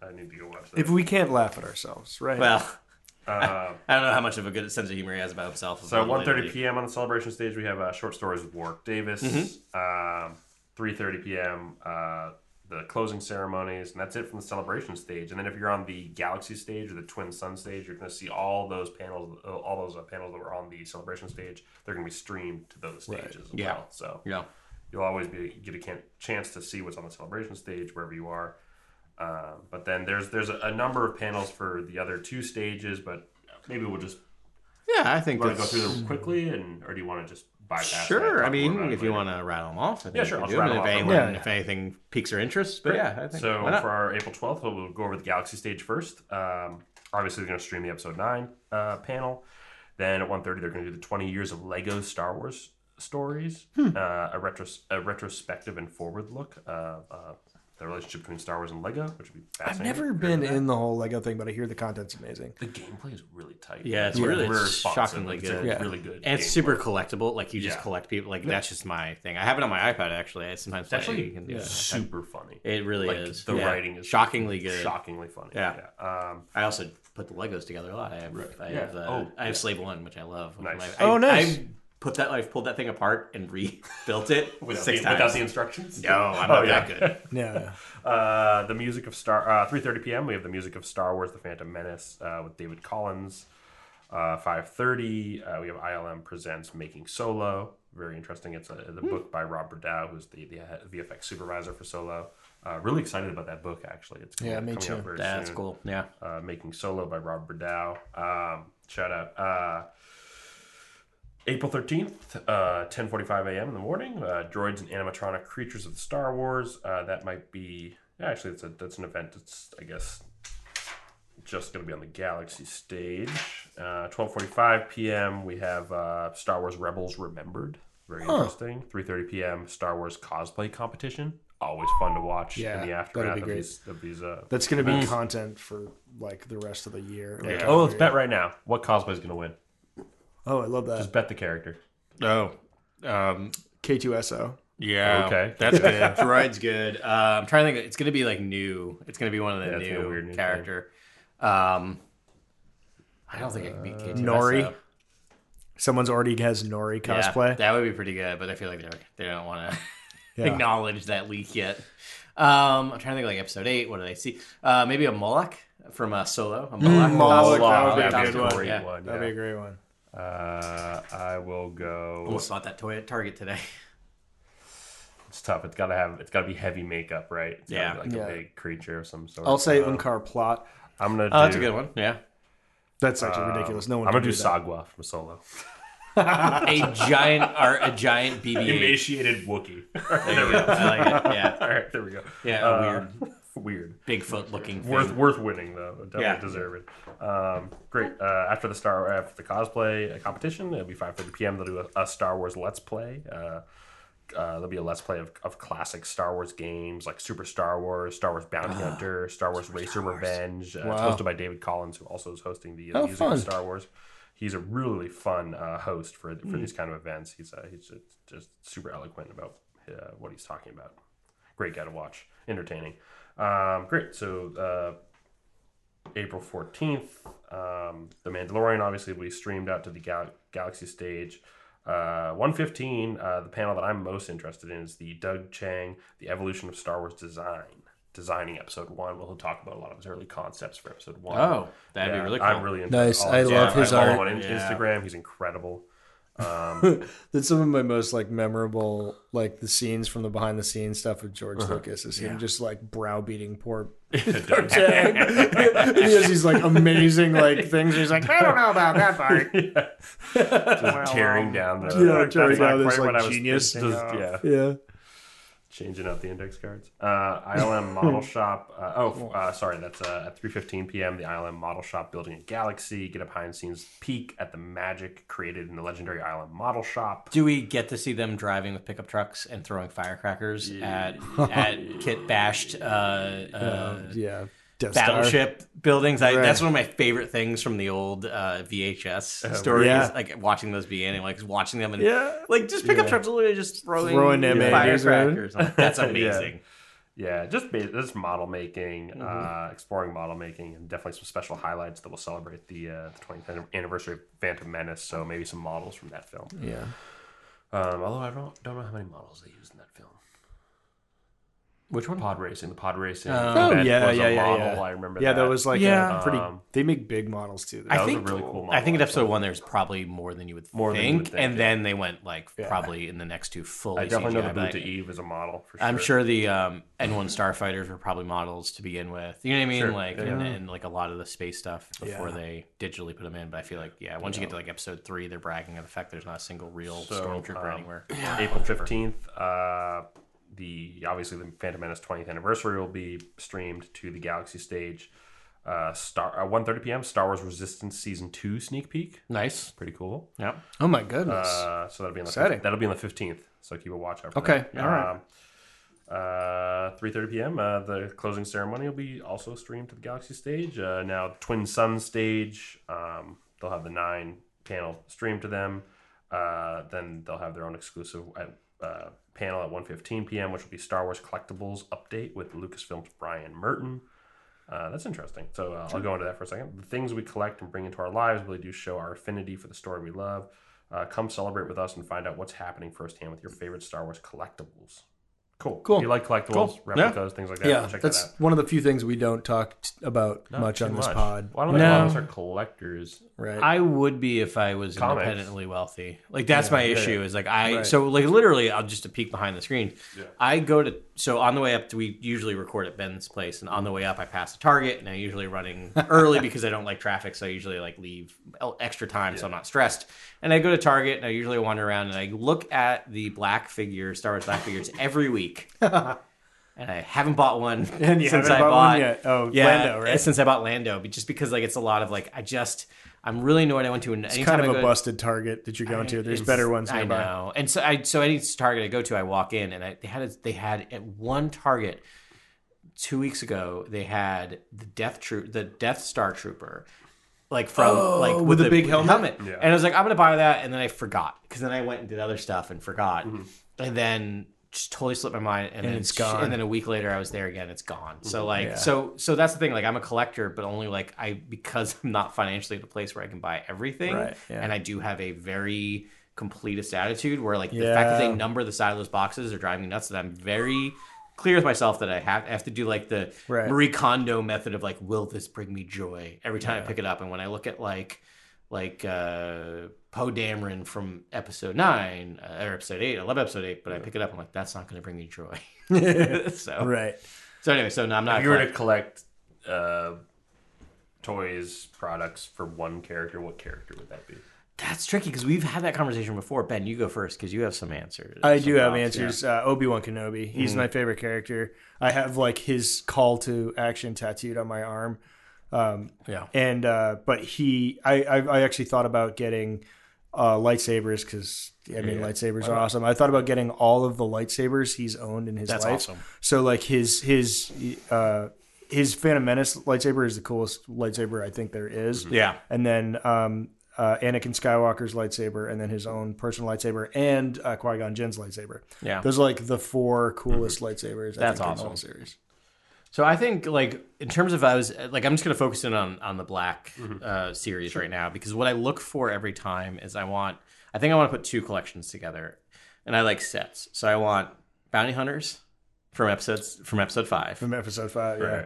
Speaker 4: I need to go watch that.
Speaker 5: If we can't laugh at ourselves, right?
Speaker 6: Well,
Speaker 4: uh,
Speaker 6: I don't know how much of a good sense of humor he has about himself.
Speaker 4: so
Speaker 6: Lately.
Speaker 4: 1.30 p.m. on the celebration stage, we have uh, short stories with Warwick Davis.
Speaker 6: Mm-hmm.
Speaker 4: Um, 3.30 p.m. Uh, the closing ceremonies, and that's it from the celebration stage. And then if you're on the Galaxy stage or the Twin Sun stage, you're gonna see all those panels, uh, all those uh, panels that were on the celebration stage. They're gonna be streamed to those stages as
Speaker 6: Yeah.
Speaker 4: well. So
Speaker 6: Yeah.
Speaker 4: you'll always be get a can- chance to see what's on the celebration stage wherever you are. Um, but then there's there's a, a number of panels for the other two stages, but maybe we'll just
Speaker 6: Yeah, I think
Speaker 4: want to go
Speaker 6: that's
Speaker 4: through them quickly, and or do you want to just bypass? that and
Speaker 6: sure.
Speaker 4: talk
Speaker 6: I
Speaker 4: more
Speaker 6: mean,
Speaker 4: about
Speaker 6: if
Speaker 4: it
Speaker 6: you
Speaker 4: later?
Speaker 6: want to rattle them off, I think
Speaker 4: Yeah, sure,
Speaker 6: you
Speaker 4: I'll
Speaker 6: do.
Speaker 4: just
Speaker 6: And
Speaker 4: rattle
Speaker 6: if
Speaker 4: off
Speaker 6: anyone,
Speaker 5: them. Yeah,
Speaker 6: if anything piques our interest, but yeah, I think
Speaker 4: So
Speaker 6: why not?
Speaker 4: for our April 12th, we'll go over the Galaxy stage first. Um, obviously, they're going to stream the episode 9 uh, panel. Then at 1.30, they're going to do the 20 years of Lego Star Wars stories,
Speaker 6: Hmm.
Speaker 4: uh, a, retros- a retrospective and forward look of uh, the relationship between Star Wars and Lego, which would be
Speaker 5: I've
Speaker 4: fascinating.
Speaker 5: never been in the whole Lego thing, but I hear the content's amazing.
Speaker 4: The gameplay is really tight.
Speaker 6: Yeah, it's really-
Speaker 4: really
Speaker 6: it's
Speaker 4: responsive.
Speaker 6: shockingly
Speaker 4: It's a
Speaker 6: good.
Speaker 5: Yeah.
Speaker 4: really good.
Speaker 6: and it's
Speaker 4: game.
Speaker 6: super collectible. Like you just
Speaker 4: Yeah.
Speaker 6: collect people. Like that's just my thing. I have it on my iPad actually. I sometimes
Speaker 4: It's
Speaker 6: play it.
Speaker 4: actually
Speaker 6: You can do that.
Speaker 4: super funny.
Speaker 6: It really
Speaker 4: Like,
Speaker 6: is.
Speaker 4: the
Speaker 6: Yeah.
Speaker 4: writing is
Speaker 6: shockingly good.
Speaker 4: Shockingly funny.
Speaker 6: Yeah.
Speaker 4: yeah. Um,
Speaker 6: I also put the Legos together a lot. I have, I
Speaker 4: yeah.
Speaker 6: have, uh,
Speaker 4: Oh,
Speaker 6: I have Slave One, which I love.
Speaker 4: Nice.
Speaker 6: I,
Speaker 5: Oh, nice.
Speaker 6: I put that. I've pulled that thing apart and rebuilt it
Speaker 4: without,
Speaker 6: six
Speaker 4: the,
Speaker 6: times.
Speaker 4: without the instructions?
Speaker 6: no, I'm
Speaker 4: Oh,
Speaker 6: not that
Speaker 4: yeah.
Speaker 6: good.
Speaker 5: Yeah.
Speaker 4: Uh, the music of Star uh, 3:30 p.m. We have the music of Star Wars: The Phantom Menace uh, with David Collins. Uh, 5:30 uh, we have ILM presents Making Solo. Very interesting. It's a,
Speaker 6: Hmm.
Speaker 4: the book by Rob Dow, who's the, the uh, VFX supervisor for Solo. Uh, really excited about that book actually. It's
Speaker 5: Yeah, me
Speaker 4: coming out
Speaker 5: too.
Speaker 4: very
Speaker 6: That's
Speaker 4: soon.
Speaker 6: cool. Yeah.
Speaker 4: Uh, Making Solo by Rob Dow. Um, shout out. Uh, April 13th, uh, 10.45 a.m. in the morning, uh, Droids and Animatronic Creatures of the Star Wars. Uh, that might be, yeah, actually, that's, a, that's an event that's, I guess, just going to be on the Galaxy stage. Uh, 12.45 p.m., we have uh, Star Wars Rebels Remembered. Very interesting. 3.30 p.m., Star Wars Cosplay Competition. Always fun to watch
Speaker 5: Yeah,
Speaker 4: in the
Speaker 5: that'd
Speaker 4: aftermath
Speaker 5: be
Speaker 4: of
Speaker 5: great.
Speaker 4: these, of these uh,
Speaker 5: That's going
Speaker 6: Mm.
Speaker 5: to be content for like the rest of the year. Like,
Speaker 4: Oh, let's bet right now. What cosplay is going to win?
Speaker 5: Oh, I love that.
Speaker 4: Just bet the character.
Speaker 6: Oh. Um,
Speaker 5: K2SO.
Speaker 6: yeah.
Speaker 4: Okay.
Speaker 6: That's good. Droid's good. Uh, I'm trying to think. It's gonna be like new. It's gonna be one of the
Speaker 4: Yeah, it's gonna be
Speaker 6: new
Speaker 4: a weird new
Speaker 6: character. Um, I don't think I can beat K2SO.
Speaker 5: Nori Someone's already has Nori
Speaker 6: Yeah,
Speaker 5: cosplay.
Speaker 6: that would be pretty good, but I feel like they're, they don't want to
Speaker 5: Yeah.
Speaker 6: acknowledge that leak yet. Um, I'm trying to think like episode eight. What did I see? Uh, maybe a Moloch from uh, Solo. A Moloch.
Speaker 5: Moloch,
Speaker 6: Costume.
Speaker 5: that would be a
Speaker 6: Costume.
Speaker 5: good one.
Speaker 4: Great
Speaker 6: Yeah.
Speaker 4: one,
Speaker 5: That'd
Speaker 4: yeah.
Speaker 5: be a great one.
Speaker 4: Uh, I will go.
Speaker 6: Almost bought that toy at Target today.
Speaker 4: It's tough. It's gotta have. It's gotta be heavy makeup, right? It's gotta
Speaker 6: Yeah.
Speaker 4: be like
Speaker 5: Yeah.
Speaker 4: a big creature of some sort.
Speaker 5: I'll
Speaker 6: Uh,
Speaker 5: say
Speaker 4: Um,
Speaker 5: Unkar plot.
Speaker 4: I'm gonna.
Speaker 6: Oh,
Speaker 4: do,
Speaker 6: that's a good one. Yeah,
Speaker 5: That's actually
Speaker 6: um,
Speaker 5: ridiculous. No one.
Speaker 4: I'm
Speaker 5: can
Speaker 4: gonna do
Speaker 5: that.
Speaker 4: Sagwa from Solo.
Speaker 6: a giant or a giant BB-8.
Speaker 4: Emaciated Wookie.
Speaker 6: There we go. I like it. Yeah,
Speaker 4: All right, there we go. Uh,
Speaker 6: yeah, a weird
Speaker 4: Weird.
Speaker 6: Bigfoot looking thing.
Speaker 4: Worth worth winning though. Definitely
Speaker 6: Yeah.
Speaker 4: deserve it. Um, great. Uh, after the Star after the cosplay uh, competition, it'll be 5:30 p.m. They'll do a, a Star Wars Let's Play. Uh, uh, there'll be a let's play of, of classic Star Wars games like Super Star Wars, Star Wars Bounty Hunter, Star Wars Racer Revenge. Uh,
Speaker 5: Wow.
Speaker 4: It's hosted by David Collins, who also is hosting the uh,
Speaker 5: Oh,
Speaker 4: music
Speaker 5: fun.
Speaker 4: of Star Wars. He's a really fun uh, host for for these kind of events. He's uh, he's just, just super eloquent about uh, what he's talking about. Great guy to watch, entertaining. Um, great. So uh, April 14th. Um, the Mandalorian obviously will be streamed out to the gal- Galaxy stage. Uh, 115, uh, the panel that I'm most interested in is the Doug Chang, The Evolution of Star Wars Design, designing episode one. Well, he'll talk about a lot of his early concepts for episode one.
Speaker 6: Oh, that'd
Speaker 4: Yeah,
Speaker 6: be really cool.
Speaker 4: I'm really into
Speaker 5: Nice.
Speaker 4: all
Speaker 5: I
Speaker 4: his
Speaker 5: love
Speaker 4: art.
Speaker 5: his
Speaker 4: I follow
Speaker 5: art.
Speaker 4: him on
Speaker 6: Yeah.
Speaker 4: Instagram. He's incredible.
Speaker 5: That's some of my most like memorable like the scenes from the behind the scenes stuff with George Lucas is him just like browbeating poor. poor Chang. and he has these like amazing like things. He's like, I don't know about that part.
Speaker 4: Just tearing down the.
Speaker 5: Yeah, tearing
Speaker 4: that's not
Speaker 5: down this,
Speaker 4: quite
Speaker 5: like,
Speaker 4: what I was
Speaker 5: genius
Speaker 4: thinking. Just-
Speaker 5: Yeah.
Speaker 4: Changing out the index cards. Uh, ILM Model Shop. Uh, oh, uh, sorry. That's uh, at 3:15 p.m. The ILM Model Shop building a galaxy. Get a behind-the-scenes peek at the magic created in the legendary ILM Model Shop.
Speaker 6: Do we get to see them driving with pickup trucks and throwing firecrackers at at kit bashed uh, uh,
Speaker 5: Yeah. Death Star.
Speaker 6: battleship buildings? I, That's one of my favorite things from the old uh,
Speaker 4: Oh,
Speaker 6: VHS stories.
Speaker 5: yeah.
Speaker 6: Like watching those be anime, like watching them and
Speaker 5: Yeah.
Speaker 6: like just pickup trucks literally just throwing,
Speaker 5: Throwing them AMAs around.
Speaker 6: firecrackers. I'm like, That's amazing.
Speaker 4: Yeah, just ba- this model making,
Speaker 5: Mm-hmm.
Speaker 4: uh, exploring model making, and definitely some special highlights that will celebrate the, uh, the 20th an- anniversary of Phantom Menace. So maybe some models from that film.
Speaker 5: Yeah.
Speaker 4: Um, although I don't don't know how many models they used in that film. Which one? Pod racing. The pod racing.
Speaker 5: Oh,
Speaker 4: that
Speaker 5: yeah,
Speaker 4: was a
Speaker 5: yeah, yeah,
Speaker 4: model.
Speaker 5: yeah.
Speaker 4: I remember.
Speaker 5: Yeah,
Speaker 4: that.
Speaker 5: that was like
Speaker 6: Yeah.
Speaker 5: a pretty.
Speaker 4: Um,
Speaker 5: they make big models too.
Speaker 6: I
Speaker 4: That was a
Speaker 6: think
Speaker 4: really cool
Speaker 6: I think in
Speaker 4: model,
Speaker 6: episode one there's probably more than you would
Speaker 4: More than
Speaker 6: think,
Speaker 4: you would think,
Speaker 6: and
Speaker 4: yeah.
Speaker 6: then they went like probably in the next two fully.
Speaker 4: I definitely know
Speaker 6: CGI,
Speaker 4: the
Speaker 6: but
Speaker 4: boot to Eve is a model for sure.
Speaker 6: I'm sure the um, N1 starfighters were probably models to begin with. You know what I mean?
Speaker 4: Sure,
Speaker 6: Like
Speaker 4: yeah.
Speaker 6: and, and like a lot of the space stuff before
Speaker 5: Yeah.
Speaker 6: they digitally put them in. But I feel like yeah, once you get to like episode three, they're bragging of the fact there's not a single real
Speaker 4: So,
Speaker 6: stormtrooper
Speaker 4: um,
Speaker 6: anywhere.
Speaker 4: April 15th, uh, the obviously the Phantom Menace 20th anniversary will be streamed to the Galaxy stage. Uh, star uh, 1:30 p.m. Star Wars Resistance season two sneak peek.
Speaker 6: Nice.
Speaker 4: Pretty cool.
Speaker 6: Yep.
Speaker 5: oh my goodness.
Speaker 4: Uh, so that'll be on the
Speaker 5: Exciting.
Speaker 4: fif- that'll be on the 15th. So keep a watch out. For
Speaker 5: Okay,
Speaker 4: That.
Speaker 5: all right.
Speaker 4: Um, uh, 3:30 p.m. Uh, the closing ceremony will be also streamed to the Galaxy stage. Uh, now Twin Sun stage. Um, they'll have the nine panel streamed to them. Uh, then they'll have their own exclusive uh, uh, panel at 1:15 p.m., which will be Star Wars collectibles update with Lucasfilm's Brian Merton. Uh, that's interesting. So uh, I'll go into that for a second. The things we collect and bring into our lives really do show our affinity for the story we love. Uh, come celebrate with us and find out what's happening firsthand with your favorite Star Wars collectibles. Cool.
Speaker 5: Cool.
Speaker 4: If you like collectibles,
Speaker 5: Cool.
Speaker 4: replicas, things like that.
Speaker 5: yeah,
Speaker 4: check
Speaker 5: that's
Speaker 4: that out.
Speaker 5: one of the few things we don't talk t- about
Speaker 4: Not
Speaker 5: much
Speaker 4: too
Speaker 5: on this pod.
Speaker 4: Well, I don't think
Speaker 6: No.
Speaker 4: a lot of us are collectors.
Speaker 5: Right.
Speaker 6: I would be if I was
Speaker 4: Comics.
Speaker 6: independently wealthy. Like that's my issue is like I
Speaker 5: Right.
Speaker 6: so like literally I'll just to peek behind the screen. I go to so on the way up we usually record at Ben's place and on the way up I pass a Target and I'm usually running early because I don't like traffic so I usually like leave el- extra time so I'm not stressed. And I go to Target and I usually wander around and I look at the black figure Star Wars black figures every week. And I haven't bought one
Speaker 5: And you
Speaker 6: since
Speaker 5: haven't
Speaker 6: I
Speaker 5: bought
Speaker 6: bought,
Speaker 5: one yet. Oh,
Speaker 6: yeah,
Speaker 5: Lando, right?
Speaker 6: Since I bought Lando, but just because like it's a lot of like I just I'm really annoyed. I went to an
Speaker 5: it's kind of
Speaker 6: a
Speaker 5: a busted target that you're going to. There's better ones
Speaker 6: I
Speaker 5: nearby.
Speaker 6: know, and so I so any Target I go to, I walk in and I, they had a, they had at one Target two weeks ago they had the Death Troop the Death Star Trooper. Like from like
Speaker 5: Oh, with the big helmet?
Speaker 4: Yeah.
Speaker 6: and I was like, I'm gonna buy that, and then I forgot because then I went and did other stuff and forgot, and then just totally slipped my mind, and, then
Speaker 5: Mm-hmm. it's
Speaker 6: sh-
Speaker 5: gone. Mm-hmm.
Speaker 6: And then a week later, I was there again. It's gone. So like, so so that's the thing. Like, I'm a collector, but only like I because I'm not financially at a place where I can buy everything,
Speaker 5: Right, yeah.
Speaker 6: and I do have a very completist attitude where like the fact that they
Speaker 5: Yeah.
Speaker 6: number the side of those boxes are driving me nuts. That I'm very clear with myself that I have, I have to do like the
Speaker 5: Right.
Speaker 6: Marie Kondo method of like, will this bring me joy every time I pick it up? And when I look at like like uh, Poe Dameron from episode nine uh, or episode eight. I love episode eight, but I pick it up. I'm like, that's not going to bring me joy. so,
Speaker 5: Right.
Speaker 6: so anyway, so no, I'm not.
Speaker 4: If you were to collect uh, toys, products for one character, what character would that be?
Speaker 6: that's tricky because we've had that conversation before. Ben, you go first because you have some answers.
Speaker 5: I do
Speaker 6: Some
Speaker 5: have
Speaker 6: thoughts.
Speaker 5: answers. Uh, Obi Wan Kenobi.
Speaker 6: Mm-hmm.
Speaker 5: He's my favorite character. I have like his call to action tattooed on my arm. Um,
Speaker 6: Yeah.
Speaker 5: and uh, but he I, I I actually thought about getting uh, lightsabers because I mean lightsabers are awesome. I thought about getting all of the lightsabers he's owned in his
Speaker 6: That's
Speaker 5: life.
Speaker 6: awesome.
Speaker 5: So like his his uh, his Phantom Menace lightsaber is the coolest lightsaber I think there is.
Speaker 6: Yeah.
Speaker 5: and then. Um, uh, Anakin Skywalker's lightsaber, and then his own personal lightsaber, and uh, Qui Gon Jinn's lightsaber.
Speaker 6: Yeah. Mm-hmm.
Speaker 5: those are like the four coolest lightsabers. I think, in
Speaker 6: That's
Speaker 5: the
Speaker 6: awesome.
Speaker 5: whole series.
Speaker 6: So I think like in terms of I was like I'm just gonna focus in on on the black
Speaker 5: Mm-hmm.
Speaker 6: uh, series right now because what I look for every time is I want I think I want to put two collections together and I like sets so I want bounty hunters from episodes from episode five
Speaker 5: From Episode Five, yeah.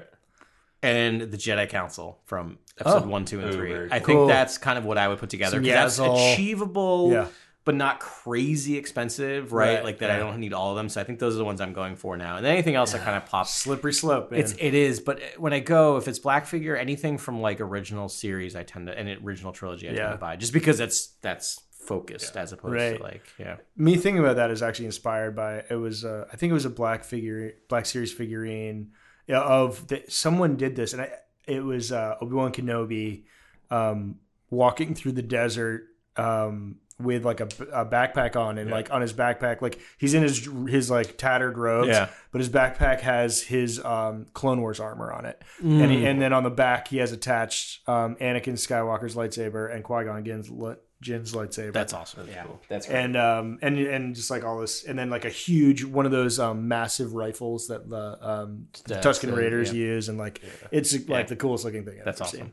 Speaker 6: and the Jedi Council from episode one, two, and
Speaker 4: Ooh,
Speaker 6: three.
Speaker 4: very
Speaker 6: I
Speaker 5: Oh. cool.
Speaker 6: think that's kind of what I would put together
Speaker 5: Some
Speaker 6: because
Speaker 5: Yazzle.
Speaker 6: that's achievable,
Speaker 5: Yeah.
Speaker 6: but not crazy expensive, right?
Speaker 5: Right,
Speaker 6: Like that, I don't need all of them. So I think those are the ones I'm going for now. And then anything else that kind of pops
Speaker 5: Slippery slope, man.
Speaker 6: it's it is, but uh, when I go, if it's black figure, anything from like original series, I tend to and original trilogy, I
Speaker 5: Yeah.
Speaker 6: tend to buy just because that's that's focused as opposed
Speaker 5: Right.
Speaker 6: to like yeah.
Speaker 5: me thinking about that is actually inspired by it was uh, I think it was a black figure black series figurine yeah, of the, someone did this and I, it was uh, Obi Wan Kenobi um, walking through the desert um, with like a, a backpack on and like on his backpack like he's in his his like tattered robes
Speaker 6: Yeah.
Speaker 5: but his backpack has his um, Clone Wars armor on it and he, and then on the back he has attached um, Anakin Skywalker's lightsaber and Qui Gon Jinn's, li- Jinn's lightsaber
Speaker 6: That's awesome. yeah.
Speaker 1: That's right.
Speaker 5: and um and and just like all this and then like a huge one of those um massive rifles that the um the
Speaker 6: That's
Speaker 5: Tuscan
Speaker 6: it,
Speaker 5: Raiders
Speaker 6: yeah.
Speaker 5: use and like it's like the coolest looking thing I've
Speaker 6: That's
Speaker 5: ever
Speaker 6: awesome.
Speaker 5: seen.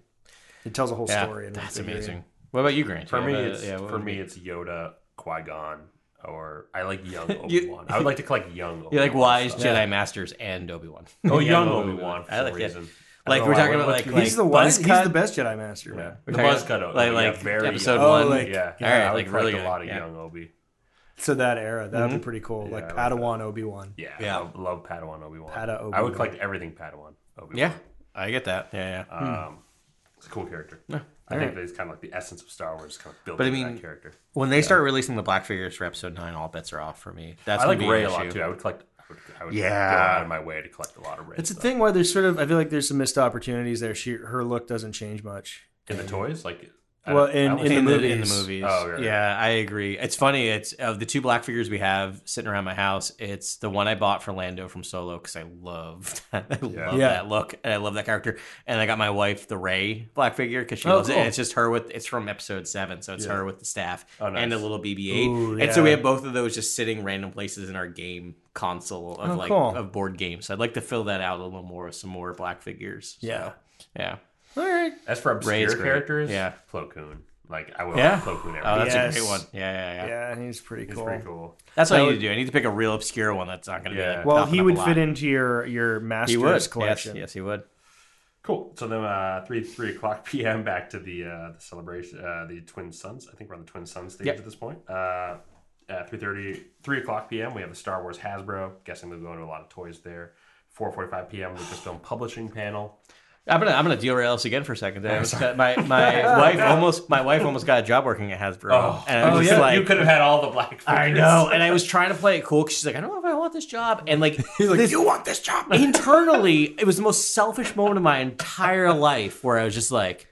Speaker 5: It tells a whole
Speaker 6: Yeah,
Speaker 5: story and
Speaker 6: that's amazing. What about you, Grant?
Speaker 4: For
Speaker 6: You
Speaker 4: me,
Speaker 6: have a-
Speaker 4: it's
Speaker 6: yeah, what
Speaker 4: for
Speaker 6: would
Speaker 4: me,
Speaker 6: be-
Speaker 4: it's Yoda, Qui Gon, or I like young Obi Wan. I would like to collect young.
Speaker 6: you like
Speaker 4: Obi-Wan
Speaker 6: wise
Speaker 4: stuff.
Speaker 6: Jedi masters and Obi Wan.
Speaker 4: Oh, young Obi Wan for
Speaker 6: I
Speaker 4: some
Speaker 6: like it.
Speaker 4: reason. I
Speaker 6: Like
Speaker 4: don't
Speaker 6: we're
Speaker 4: know why.
Speaker 6: talking
Speaker 4: What-
Speaker 6: about like
Speaker 4: what's-
Speaker 5: He's
Speaker 6: like,
Speaker 5: the one, he's
Speaker 6: Buzzcut?
Speaker 5: the best Jedi master, man.
Speaker 4: The
Speaker 6: We're talking-
Speaker 4: buzz cut Obi.
Speaker 6: like
Speaker 4: yeah,
Speaker 6: like
Speaker 4: very
Speaker 6: episode
Speaker 4: young.
Speaker 6: one.
Speaker 5: Oh, like-
Speaker 4: Yeah,
Speaker 6: All right,
Speaker 4: I would
Speaker 6: like
Speaker 4: collect
Speaker 6: really
Speaker 4: a lot of
Speaker 6: yeah.
Speaker 4: young Obi.
Speaker 5: So that era, that'd
Speaker 6: Mm-hmm.
Speaker 5: be pretty cool. like
Speaker 4: I like
Speaker 5: Padawan Obi Wan.
Speaker 4: Yeah,
Speaker 6: Yeah.
Speaker 4: I love, love Padawan Obi Wan.
Speaker 5: Pada
Speaker 4: I
Speaker 5: Obi-Wan.
Speaker 4: would collect everything Padawan Obi.
Speaker 6: Yeah, Hmm. I get that. Yeah, yeah.
Speaker 4: um, it's a cool character. I think that it's kind of like the essence of Star Wars, kind of built
Speaker 6: But I
Speaker 4: into
Speaker 6: mean-
Speaker 4: that character.
Speaker 6: when they start releasing the black figures for episode nine, all bets are off for me. That's
Speaker 4: I like
Speaker 6: gonna be
Speaker 4: Ray
Speaker 6: an
Speaker 4: a lot
Speaker 6: issue.
Speaker 4: too. I would collect. I would, I would
Speaker 6: Yeah.
Speaker 4: go out of my way to collect a lot of Ray.
Speaker 5: It's a thing where there's sort of I feel like there's some missed opportunities there. She her look doesn't change much.
Speaker 4: in the toys, like I
Speaker 5: Well,
Speaker 4: don't-
Speaker 5: in-
Speaker 4: I don't
Speaker 5: in the
Speaker 4: think-
Speaker 5: movie-
Speaker 6: in the
Speaker 5: movies.
Speaker 6: movies.
Speaker 4: Oh, right, right.
Speaker 6: yeah, I agree. It's funny. It's of the two black figures we have sitting around my house. It's the one I bought for Lando from Solo because I love that. I love
Speaker 5: Yeah.
Speaker 6: that look and I love that character. And I got my wife the Ray black figure because she
Speaker 5: Oh,
Speaker 6: loves it.
Speaker 5: cool.
Speaker 6: And it's just her with. It's from Episode Seven, so it's her with the staff
Speaker 5: Oh,
Speaker 4: nice.
Speaker 6: and a little BB-8.
Speaker 5: Ooh,
Speaker 6: And so
Speaker 5: yeah.
Speaker 6: we have both of those just sitting random places in our game console of
Speaker 5: Oh,
Speaker 6: like
Speaker 5: cool.
Speaker 6: of board games. So I'd like to fill that out a little more with some more black figures. So,
Speaker 5: Yeah.
Speaker 6: yeah.
Speaker 5: All right.
Speaker 4: As for obscure
Speaker 6: Ray's great.
Speaker 4: characters,
Speaker 6: Yeah.
Speaker 4: Plo Koon. Like I would
Speaker 6: Yeah.
Speaker 4: Plo Koon.
Speaker 6: Oh,
Speaker 4: Every
Speaker 6: that's
Speaker 5: Yes.
Speaker 6: a great one. Yeah, yeah, yeah.
Speaker 5: Yeah, he's pretty
Speaker 4: It's
Speaker 5: cool.
Speaker 4: pretty cool.
Speaker 6: That's what I need to do. I need to pick a real obscure one that's not going to
Speaker 4: Yeah.
Speaker 6: be like.
Speaker 5: Well,
Speaker 6: popping
Speaker 5: he
Speaker 6: up a
Speaker 5: would
Speaker 6: lot.
Speaker 5: fit into your your master's
Speaker 6: He would.
Speaker 5: collection.
Speaker 6: Yes, yes, he would.
Speaker 4: Cool. So then, uh, three three o'clock p.m. Back to the uh, the celebration, uh, the Twin Suns. I think we're on the Twin Suns stage
Speaker 6: Yep.
Speaker 4: at this point. Uh, at 3.30, 3 o'clock p.m. We have the Star Wars Hasbro. Guessing we'll go into a lot of toys there. 4.45 p.m. Lucasfilm Publishing Panel.
Speaker 6: I'm gonna I'm gonna derail us again for a second. there. my my wife almost my wife almost got a job working at Hasbro, and I was
Speaker 4: you
Speaker 6: just
Speaker 4: could-
Speaker 6: like,
Speaker 4: you could have had all the black.
Speaker 6: Oh. I
Speaker 4: figures.
Speaker 6: know. And I was trying to play it cool because she's like, I don't know if I want this job. And like, this-
Speaker 5: you want this job?
Speaker 6: internally, it was the most selfish moment of my entire life where I was just like,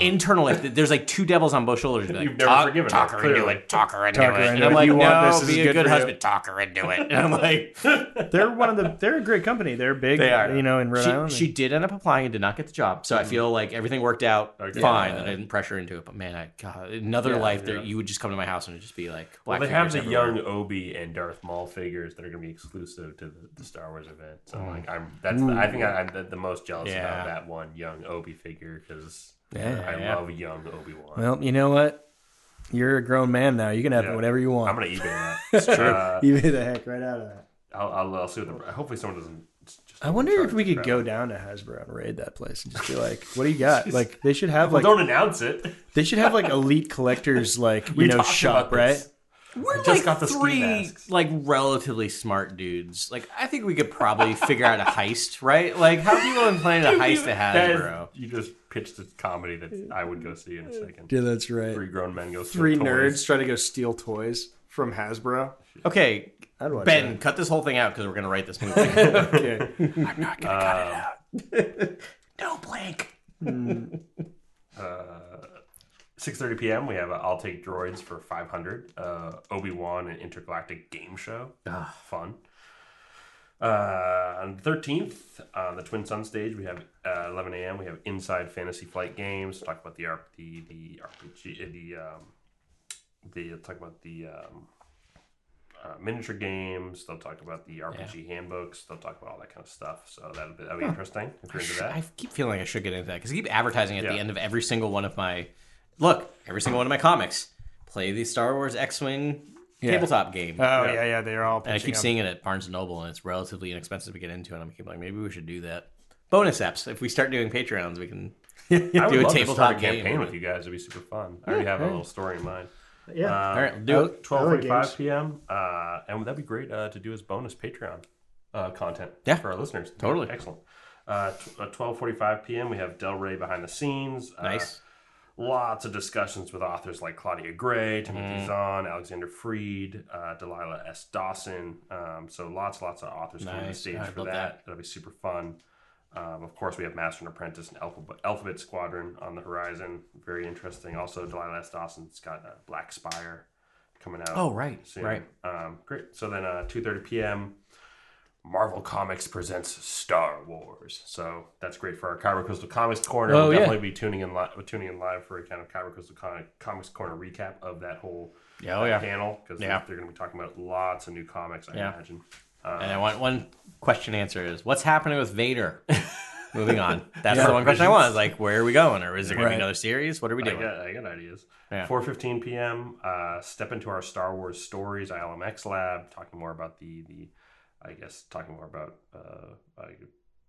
Speaker 6: internally, th- there's like two devils on both shoulders. Like,
Speaker 4: You've never
Speaker 6: talk,
Speaker 4: forgiven
Speaker 6: talk
Speaker 4: her,
Speaker 6: her into
Speaker 4: clearly.
Speaker 6: it. Talk her into
Speaker 5: Talk
Speaker 6: it.
Speaker 5: her
Speaker 6: and
Speaker 5: into
Speaker 6: I'm
Speaker 5: it.
Speaker 6: like,
Speaker 5: You
Speaker 6: no,
Speaker 5: want this, this
Speaker 6: be
Speaker 5: is
Speaker 6: a
Speaker 5: good
Speaker 6: good,
Speaker 5: for you."
Speaker 6: husband. Talk her into it. And I'm like,
Speaker 5: They're one of the. They're a great company. They're big.
Speaker 6: They are.
Speaker 5: You know, in Rhode
Speaker 6: she,
Speaker 5: Island.
Speaker 6: She did end up applying and did not get the job. So I
Speaker 4: Mm-hmm.
Speaker 6: feel like everything worked out
Speaker 4: Okay.
Speaker 6: fine. And I didn't pressure into it. But man, I God, another life
Speaker 4: yeah.
Speaker 6: that you would just come to my house and it'd just be like
Speaker 4: Well,
Speaker 6: black.
Speaker 4: they have the
Speaker 6: figures everywhere.
Speaker 4: young Obi and Darth Maul figures that are going to be exclusive to the, the Star Wars event. So
Speaker 5: Mm.
Speaker 4: like, I'm that's the, I think I, I'm the, the most jealous
Speaker 6: Yeah.
Speaker 4: about that one young Obi figure because
Speaker 5: Yeah.
Speaker 4: I
Speaker 6: Yeah.
Speaker 4: love young Obi Wan.
Speaker 5: well, you know what? You're a grown man now. You can have
Speaker 4: Yeah.
Speaker 5: whatever you want.
Speaker 4: I'm gonna eBay that. it's true. Uh,
Speaker 5: You made the heck right out of that.
Speaker 4: I'll, I'll, I'll see what the. Hopefully, someone doesn't. Just
Speaker 5: I wonder if we could
Speaker 4: Charge
Speaker 5: go down to Hasbro and raid that place and just be like, "What do you got?" Like they should have
Speaker 4: Well,
Speaker 5: like
Speaker 4: don't announce it.
Speaker 5: they should have like elite collectors like you
Speaker 4: We
Speaker 5: know
Speaker 4: talked
Speaker 5: shop
Speaker 4: about
Speaker 5: right.
Speaker 4: this.
Speaker 6: We're
Speaker 4: just
Speaker 6: like
Speaker 4: got the ski
Speaker 6: three
Speaker 4: masks.
Speaker 6: like relatively smart dudes. Like I think we could probably figure out a heist, right? Like how people have been planning a heist at
Speaker 4: That is-
Speaker 6: Hasbro.
Speaker 4: you just pitched a comedy that I would go see in a second.
Speaker 5: Yeah, that's right.
Speaker 4: Three
Speaker 5: Three,
Speaker 4: grown men go steal toys.
Speaker 5: nerds try to go steal toys from Hasbro.
Speaker 6: Okay,
Speaker 5: I'd watch
Speaker 6: Ben, cut this whole thing out because we're gonna write this movie.
Speaker 5: that. Okay.
Speaker 6: no, Blake.
Speaker 4: 6:30 p.m. We have a I'll Take Droids for 500. Uh, Obi Wan and Intergalactic Game Show. Fun. Uh, on the 13th, on the Twin Sun stage, we have uh, 11 a.m. We have Inside Fantasy Flight Games. Talk about the R- the the RPG uh, the um, the talk about the um, uh, miniature games. They'll talk about the RPG handbooks. They'll talk about all that kind of stuff. So that'll be, that'll be interesting if you're into that.
Speaker 6: I keep feeling like I should get into that because I keep advertising at the
Speaker 4: Yeah.
Speaker 6: end of every single one of my look, every single one of my comics. Play the Star Wars X Wing tabletop game.
Speaker 4: Uh,
Speaker 5: Oh yeah, yeah. They're all.
Speaker 6: and I keep seeing it at Barnes and Noble, and it's relatively inexpensive to get into. And I'm keep like, maybe we should do that. Bonus apps. If we start doing Patreons, we can.
Speaker 4: I would
Speaker 6: do a
Speaker 4: love to
Speaker 6: tabletop
Speaker 4: start a
Speaker 6: game.
Speaker 4: campaign with you guys. It'd be super fun. I already have a little story in mind. Uh,
Speaker 5: Yeah.
Speaker 6: All right, we'll do it.
Speaker 4: Twelve
Speaker 5: games.
Speaker 4: forty-five p.m. Uh, and that'd be great uh, to do as bonus Patreon uh, content
Speaker 6: Yeah.
Speaker 4: for our listeners.
Speaker 6: Totally.
Speaker 4: excellent. Uh, twelve forty-five p.m. We have Del Rey behind the scenes. Uh,
Speaker 6: Nice.
Speaker 4: lots of discussions with authors like Claudia Gray,
Speaker 6: Mm.
Speaker 4: Timothy Zahn, Alexander Freed, uh, Delilah S. Dawson. Um, so lots, lots of authors coming to the
Speaker 6: Nice.
Speaker 4: stage
Speaker 6: I
Speaker 4: for
Speaker 6: love
Speaker 4: that.
Speaker 6: that.
Speaker 4: That'll be super fun. Um, of course, we have Master and Apprentice and Alphabet, Alphabet Squadron on the horizon. Very interesting. Also, Delilah S. Dawson's got uh, Black Spire coming out.
Speaker 6: Oh, right,
Speaker 4: soon.
Speaker 6: right.
Speaker 4: Um, great. So then, uh, two thirty p.m. Marvel Comics presents Star Wars. So that's great for our Kyber Crystal Comics corner.
Speaker 5: Oh,
Speaker 4: we'll
Speaker 5: yeah.
Speaker 4: definitely be tuning in live, tuning in live for a kind of Kyber Crystal Con- Comics corner recap of that whole
Speaker 6: Yeah, oh, yeah.
Speaker 4: panel because
Speaker 6: Yeah.
Speaker 4: they're going to be talking about lots of new comics. I
Speaker 6: Yeah.
Speaker 4: imagine.
Speaker 6: And I want one question answer is what's happening with Vader? Moving on. That's the one question I
Speaker 4: Visions.
Speaker 6: want. I was like, where are we going? Or is there going
Speaker 5: Right.
Speaker 6: to be another series? What are we
Speaker 4: I
Speaker 6: doing?
Speaker 4: got, I got ideas.
Speaker 6: Yeah.
Speaker 4: 4:15 p.m. Uh, step into our Star Wars stories ILMX lab, talking more about the the, I guess talking more about uh, uh,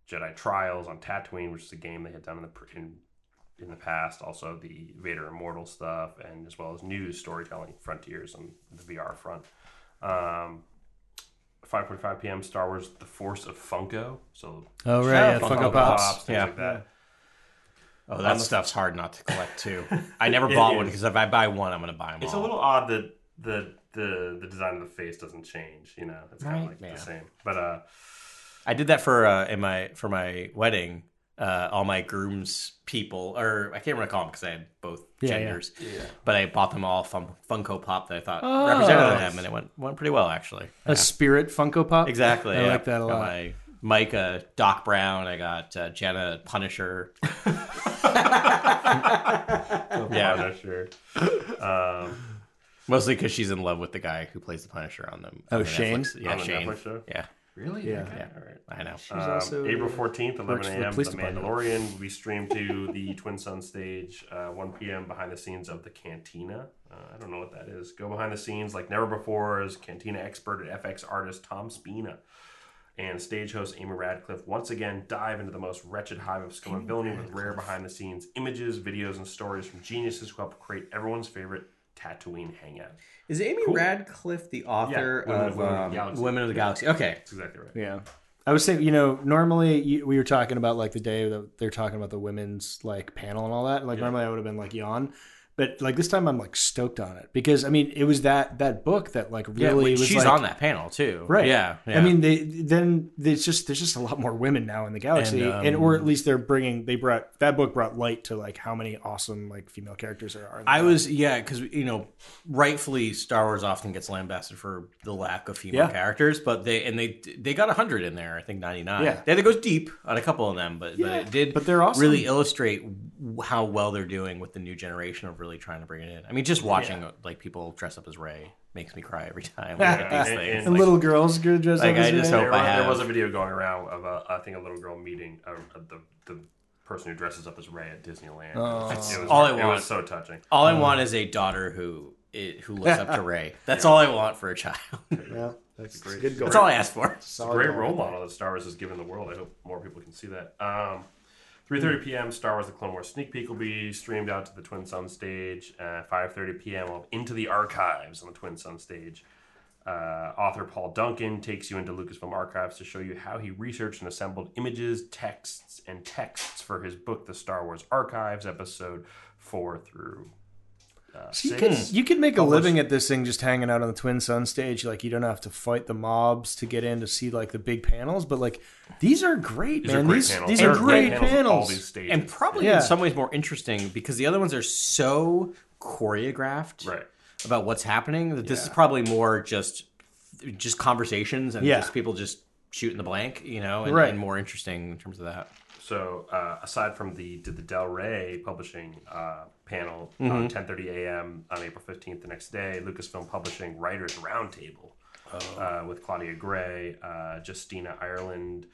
Speaker 4: Jedi Trials on Tatooine, which is a game they had done in the pr- in, in the past. Also the Vader Immortal stuff, and as well as news storytelling frontiers on the VR front. Um, 5:45 p.m. Star Wars: The Force of Funko. So
Speaker 5: Oh, right, yeah, Funko Pops,
Speaker 4: things
Speaker 6: yeah.
Speaker 4: like that.
Speaker 6: Oh, that stuff's hard not to collect too. I never bought one because if I buy one, I'm going to buy them
Speaker 4: It's
Speaker 6: all.
Speaker 4: a little odd that the the the design of the face doesn't change. You know, it's kind of
Speaker 6: Right,
Speaker 4: like
Speaker 6: yeah.
Speaker 4: the same. But uh,
Speaker 6: I did that for uh, in my for my wedding. Uh, all my grooms people, or I can't recall them because I had both
Speaker 5: Yeah, yeah.
Speaker 6: genders. But I bought them all from Funko Pop that I thought
Speaker 5: Oh.
Speaker 6: represented them, and it went went pretty well actually.
Speaker 5: A spirit Funko Pop.
Speaker 6: Exactly.
Speaker 5: I
Speaker 6: yeah.
Speaker 5: like that a
Speaker 6: Got
Speaker 5: lot.
Speaker 6: My Micah, Doc Brown. I got uh, Jenna Punisher.
Speaker 4: yeah,
Speaker 6: Yeah,
Speaker 4: I'm not sure. Um,
Speaker 6: mostly because she's in love with the guy who plays the Punisher on them.
Speaker 5: Oh,
Speaker 6: on the
Speaker 5: Shane?
Speaker 6: Netflix. Yeah,
Speaker 4: On the
Speaker 6: Shane.
Speaker 4: Netflix show?
Speaker 6: Yeah,
Speaker 4: really?
Speaker 5: Yeah.
Speaker 4: Okay, all right.
Speaker 6: I know.
Speaker 4: Um,
Speaker 5: also-
Speaker 4: April 14th, 11
Speaker 5: works for the
Speaker 4: a.m. The,
Speaker 5: police department.
Speaker 4: Mandalorian will be streamed to the Twin Sun stage, uh, 1 p.m. behind the scenes of the Cantina. Uh, I don't know what that is. Go behind the scenes like never before as Cantina expert and FX artist Tom Spina and stage host Amy Radcliffe once again dive into the most wretched hive of scum and villainy with rare behind the scenes images, videos, and stories from geniuses who help create everyone's favorite Tatooine hangout.
Speaker 6: Is Amy Radcliffe the author
Speaker 4: Yeah, Women of
Speaker 6: of,
Speaker 4: Women of the
Speaker 6: um,
Speaker 4: Galaxy.
Speaker 6: Women of the Galaxy? Okay.
Speaker 4: That's exactly right.
Speaker 5: Yeah. I was thinking, you know, normally you, we were talking about like the day that they're talking about the women's like panel and all that. Like normally I would have been like yawn, but like this time I'm like stoked on it because I mean it was that that book that like really
Speaker 6: Yeah, wait,
Speaker 5: was
Speaker 6: she's
Speaker 5: like-
Speaker 6: on that panel too.
Speaker 5: right.
Speaker 6: Yeah. yeah.
Speaker 5: I mean they then there's just there's just a lot more women now in the galaxy, and,
Speaker 6: And, um,
Speaker 5: or at least they're bringing they brought that book brought light to like how many awesome like female characters there are. in the
Speaker 6: I was yeah, because you know, rightfully Star Wars often gets lambasted for the lack of female
Speaker 5: Yeah.
Speaker 6: characters, but they and they they got hundred in there, I think ninety nine.
Speaker 5: Yeah.
Speaker 6: they had to go deep on a couple of them, but,
Speaker 5: Yeah,
Speaker 6: but it did.
Speaker 5: but they're awesome.
Speaker 6: really illustrate w- how well they're doing with the new generation of really trying to bring it in. I mean, just watching like people dress up as Ray makes me cry every time. When I get these
Speaker 4: And-
Speaker 6: things.
Speaker 5: and
Speaker 4: like-
Speaker 5: little girls could dress
Speaker 6: Like,
Speaker 5: up as
Speaker 6: I just
Speaker 5: men.
Speaker 6: hope
Speaker 4: there,
Speaker 6: I
Speaker 4: was, there
Speaker 6: have-
Speaker 4: was a video going around of a, I think a little girl meeting uh, uh, the the person who dresses up as Ray at Disneyland. it was, it was,
Speaker 6: all I
Speaker 4: it
Speaker 6: want.
Speaker 4: was so touching.
Speaker 6: all I want is a daughter who i- who looks up to Ray. That's all I want for a child.
Speaker 5: Yeah, that's a good goal.
Speaker 6: That's all I ask for.
Speaker 5: Oh,
Speaker 4: Great role model that Star Wars has given the world. I hope more people can see that. Um, 3:30 p.m. Star Wars: The Clone Wars sneak peek will be streamed out to the Twin Sun stage. Uh, 5:30 p.m. we'll have Into the Archives on the Twin Sun stage. Uh, author Paul Duncan takes you into Lucasfilm archives to show you how he researched and assembled images, texts, and texts for his book, The Star Wars Archives, episode four through uh,
Speaker 5: So you
Speaker 4: six.
Speaker 5: could you could make a living at this thing just hanging out on the Twin Sun stage. Like you don't have to fight the mobs to get in to see like the big panels. But like these are great,
Speaker 4: These
Speaker 5: man.
Speaker 4: are great
Speaker 5: these
Speaker 4: panels.
Speaker 5: these
Speaker 4: There
Speaker 5: are great
Speaker 4: at all
Speaker 5: panels.
Speaker 4: these stages.
Speaker 6: and probably
Speaker 5: Yeah.
Speaker 6: in some ways more interesting because the other ones are so choreographed
Speaker 4: Right.
Speaker 6: about what's happening that this is probably more just just conversations and
Speaker 5: Yeah.
Speaker 6: just people just shooting the blank, you know, and,
Speaker 5: Right.
Speaker 6: and more interesting in terms of that.
Speaker 4: So uh, aside from the did the Del Rey publishing uh, panel
Speaker 6: Mm-hmm.
Speaker 4: on 10:30 a.m. on April 15th, the next day, Lucasfilm Publishing Writers Roundtable
Speaker 6: Oh.
Speaker 4: uh, with Claudia Gray, uh, Justina Ireland,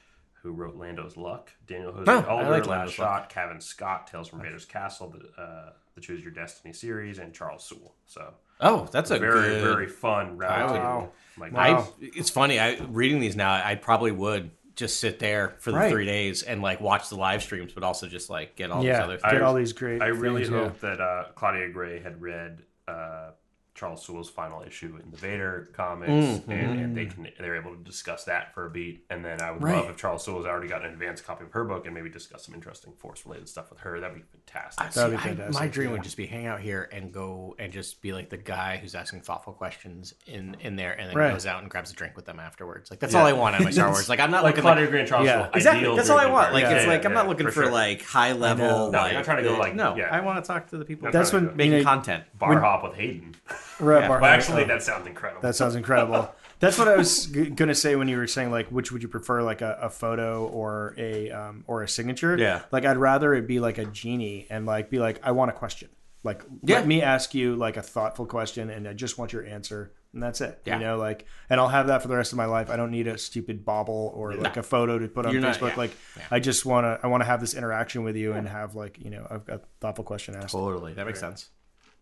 Speaker 4: who wrote Lando's Luck, Daniel Jose
Speaker 6: Oh, I
Speaker 4: Alder, Last
Speaker 6: liked Lando's Luck.
Speaker 4: Shot, Kevin Scott, Tales from Vader's Castle, the, uh, the Choose Your Destiny series, and Charles Sewell. So
Speaker 6: Oh, that's a
Speaker 4: very
Speaker 6: good,
Speaker 4: very fun roundtable.
Speaker 5: Wow.
Speaker 4: My
Speaker 6: I
Speaker 4: goodness.
Speaker 6: it's funny, I reading these now, I probably would just sit there for the
Speaker 5: Right.
Speaker 6: 3 days and like watch the live streams but also just like get all these
Speaker 5: Yeah,
Speaker 6: other
Speaker 5: get all these great.
Speaker 4: I really
Speaker 5: things, yeah.
Speaker 4: hope that uh, Claudia Gray had read uh, Charles Sewell's final issue in the Vader comics,
Speaker 5: Mm,
Speaker 4: and, and they can they're able to discuss that for a beat. And then I would love
Speaker 5: mm-hmm. Right.
Speaker 4: if Charles Sewell's already got an advanced copy of her book and maybe discuss some interesting Force related stuff with her. That'd be fantastic.
Speaker 6: See,
Speaker 5: be
Speaker 6: I-
Speaker 5: fantastic,
Speaker 6: my dream would just be hang out here and go and just be like the guy who's asking thoughtful questions in in there, and then
Speaker 5: Right.
Speaker 6: goes out and grabs a drink with them afterwards. Like that's all I want out of my Star
Speaker 5: That's-
Speaker 6: Wars. Like I'm not
Speaker 4: like
Speaker 6: looking
Speaker 4: Claudia
Speaker 6: like,
Speaker 4: Grant Charles
Speaker 5: yeah.
Speaker 4: Sewell,
Speaker 6: exactly.
Speaker 4: ideal
Speaker 6: That's all I
Speaker 4: Grant
Speaker 6: want.
Speaker 4: Grant.
Speaker 6: Like
Speaker 4: Yeah,
Speaker 6: it's
Speaker 4: yeah,
Speaker 6: like I'm not
Speaker 4: yeah,
Speaker 6: looking for,
Speaker 4: sure.
Speaker 6: like high level.
Speaker 4: No, you're
Speaker 6: like,
Speaker 4: not trying to go, like,
Speaker 6: no.
Speaker 4: yeah.
Speaker 6: I want to talk to the people
Speaker 5: That's
Speaker 4: Right.
Speaker 5: when you
Speaker 6: making
Speaker 5: know,
Speaker 6: content.
Speaker 4: bar hop with Hayden.
Speaker 5: Right,
Speaker 6: Yeah.
Speaker 5: Barton,
Speaker 4: Well, actually,
Speaker 5: uh,
Speaker 4: that sounds incredible.
Speaker 5: That sounds incredible. That's what I was g- gonna say when you were saying like, which would you prefer, like a, a photo or a um, or a signature?
Speaker 6: Yeah.
Speaker 5: Like I'd rather it be like a genie and like be like, I want a question. Like
Speaker 6: Yeah.
Speaker 5: let me ask you like a thoughtful question, and I just want your answer, and that's it.
Speaker 6: Yeah.
Speaker 5: You know, like, and I'll have that for the rest of my life. I don't need a stupid bobble or like a photo to put on
Speaker 6: You're not-
Speaker 5: Facebook.
Speaker 6: yeah.
Speaker 5: Like, I just wanna, I want to have this interaction with you and have like, you know, I've got a thoughtful question asked.
Speaker 6: Totally, that makes sense.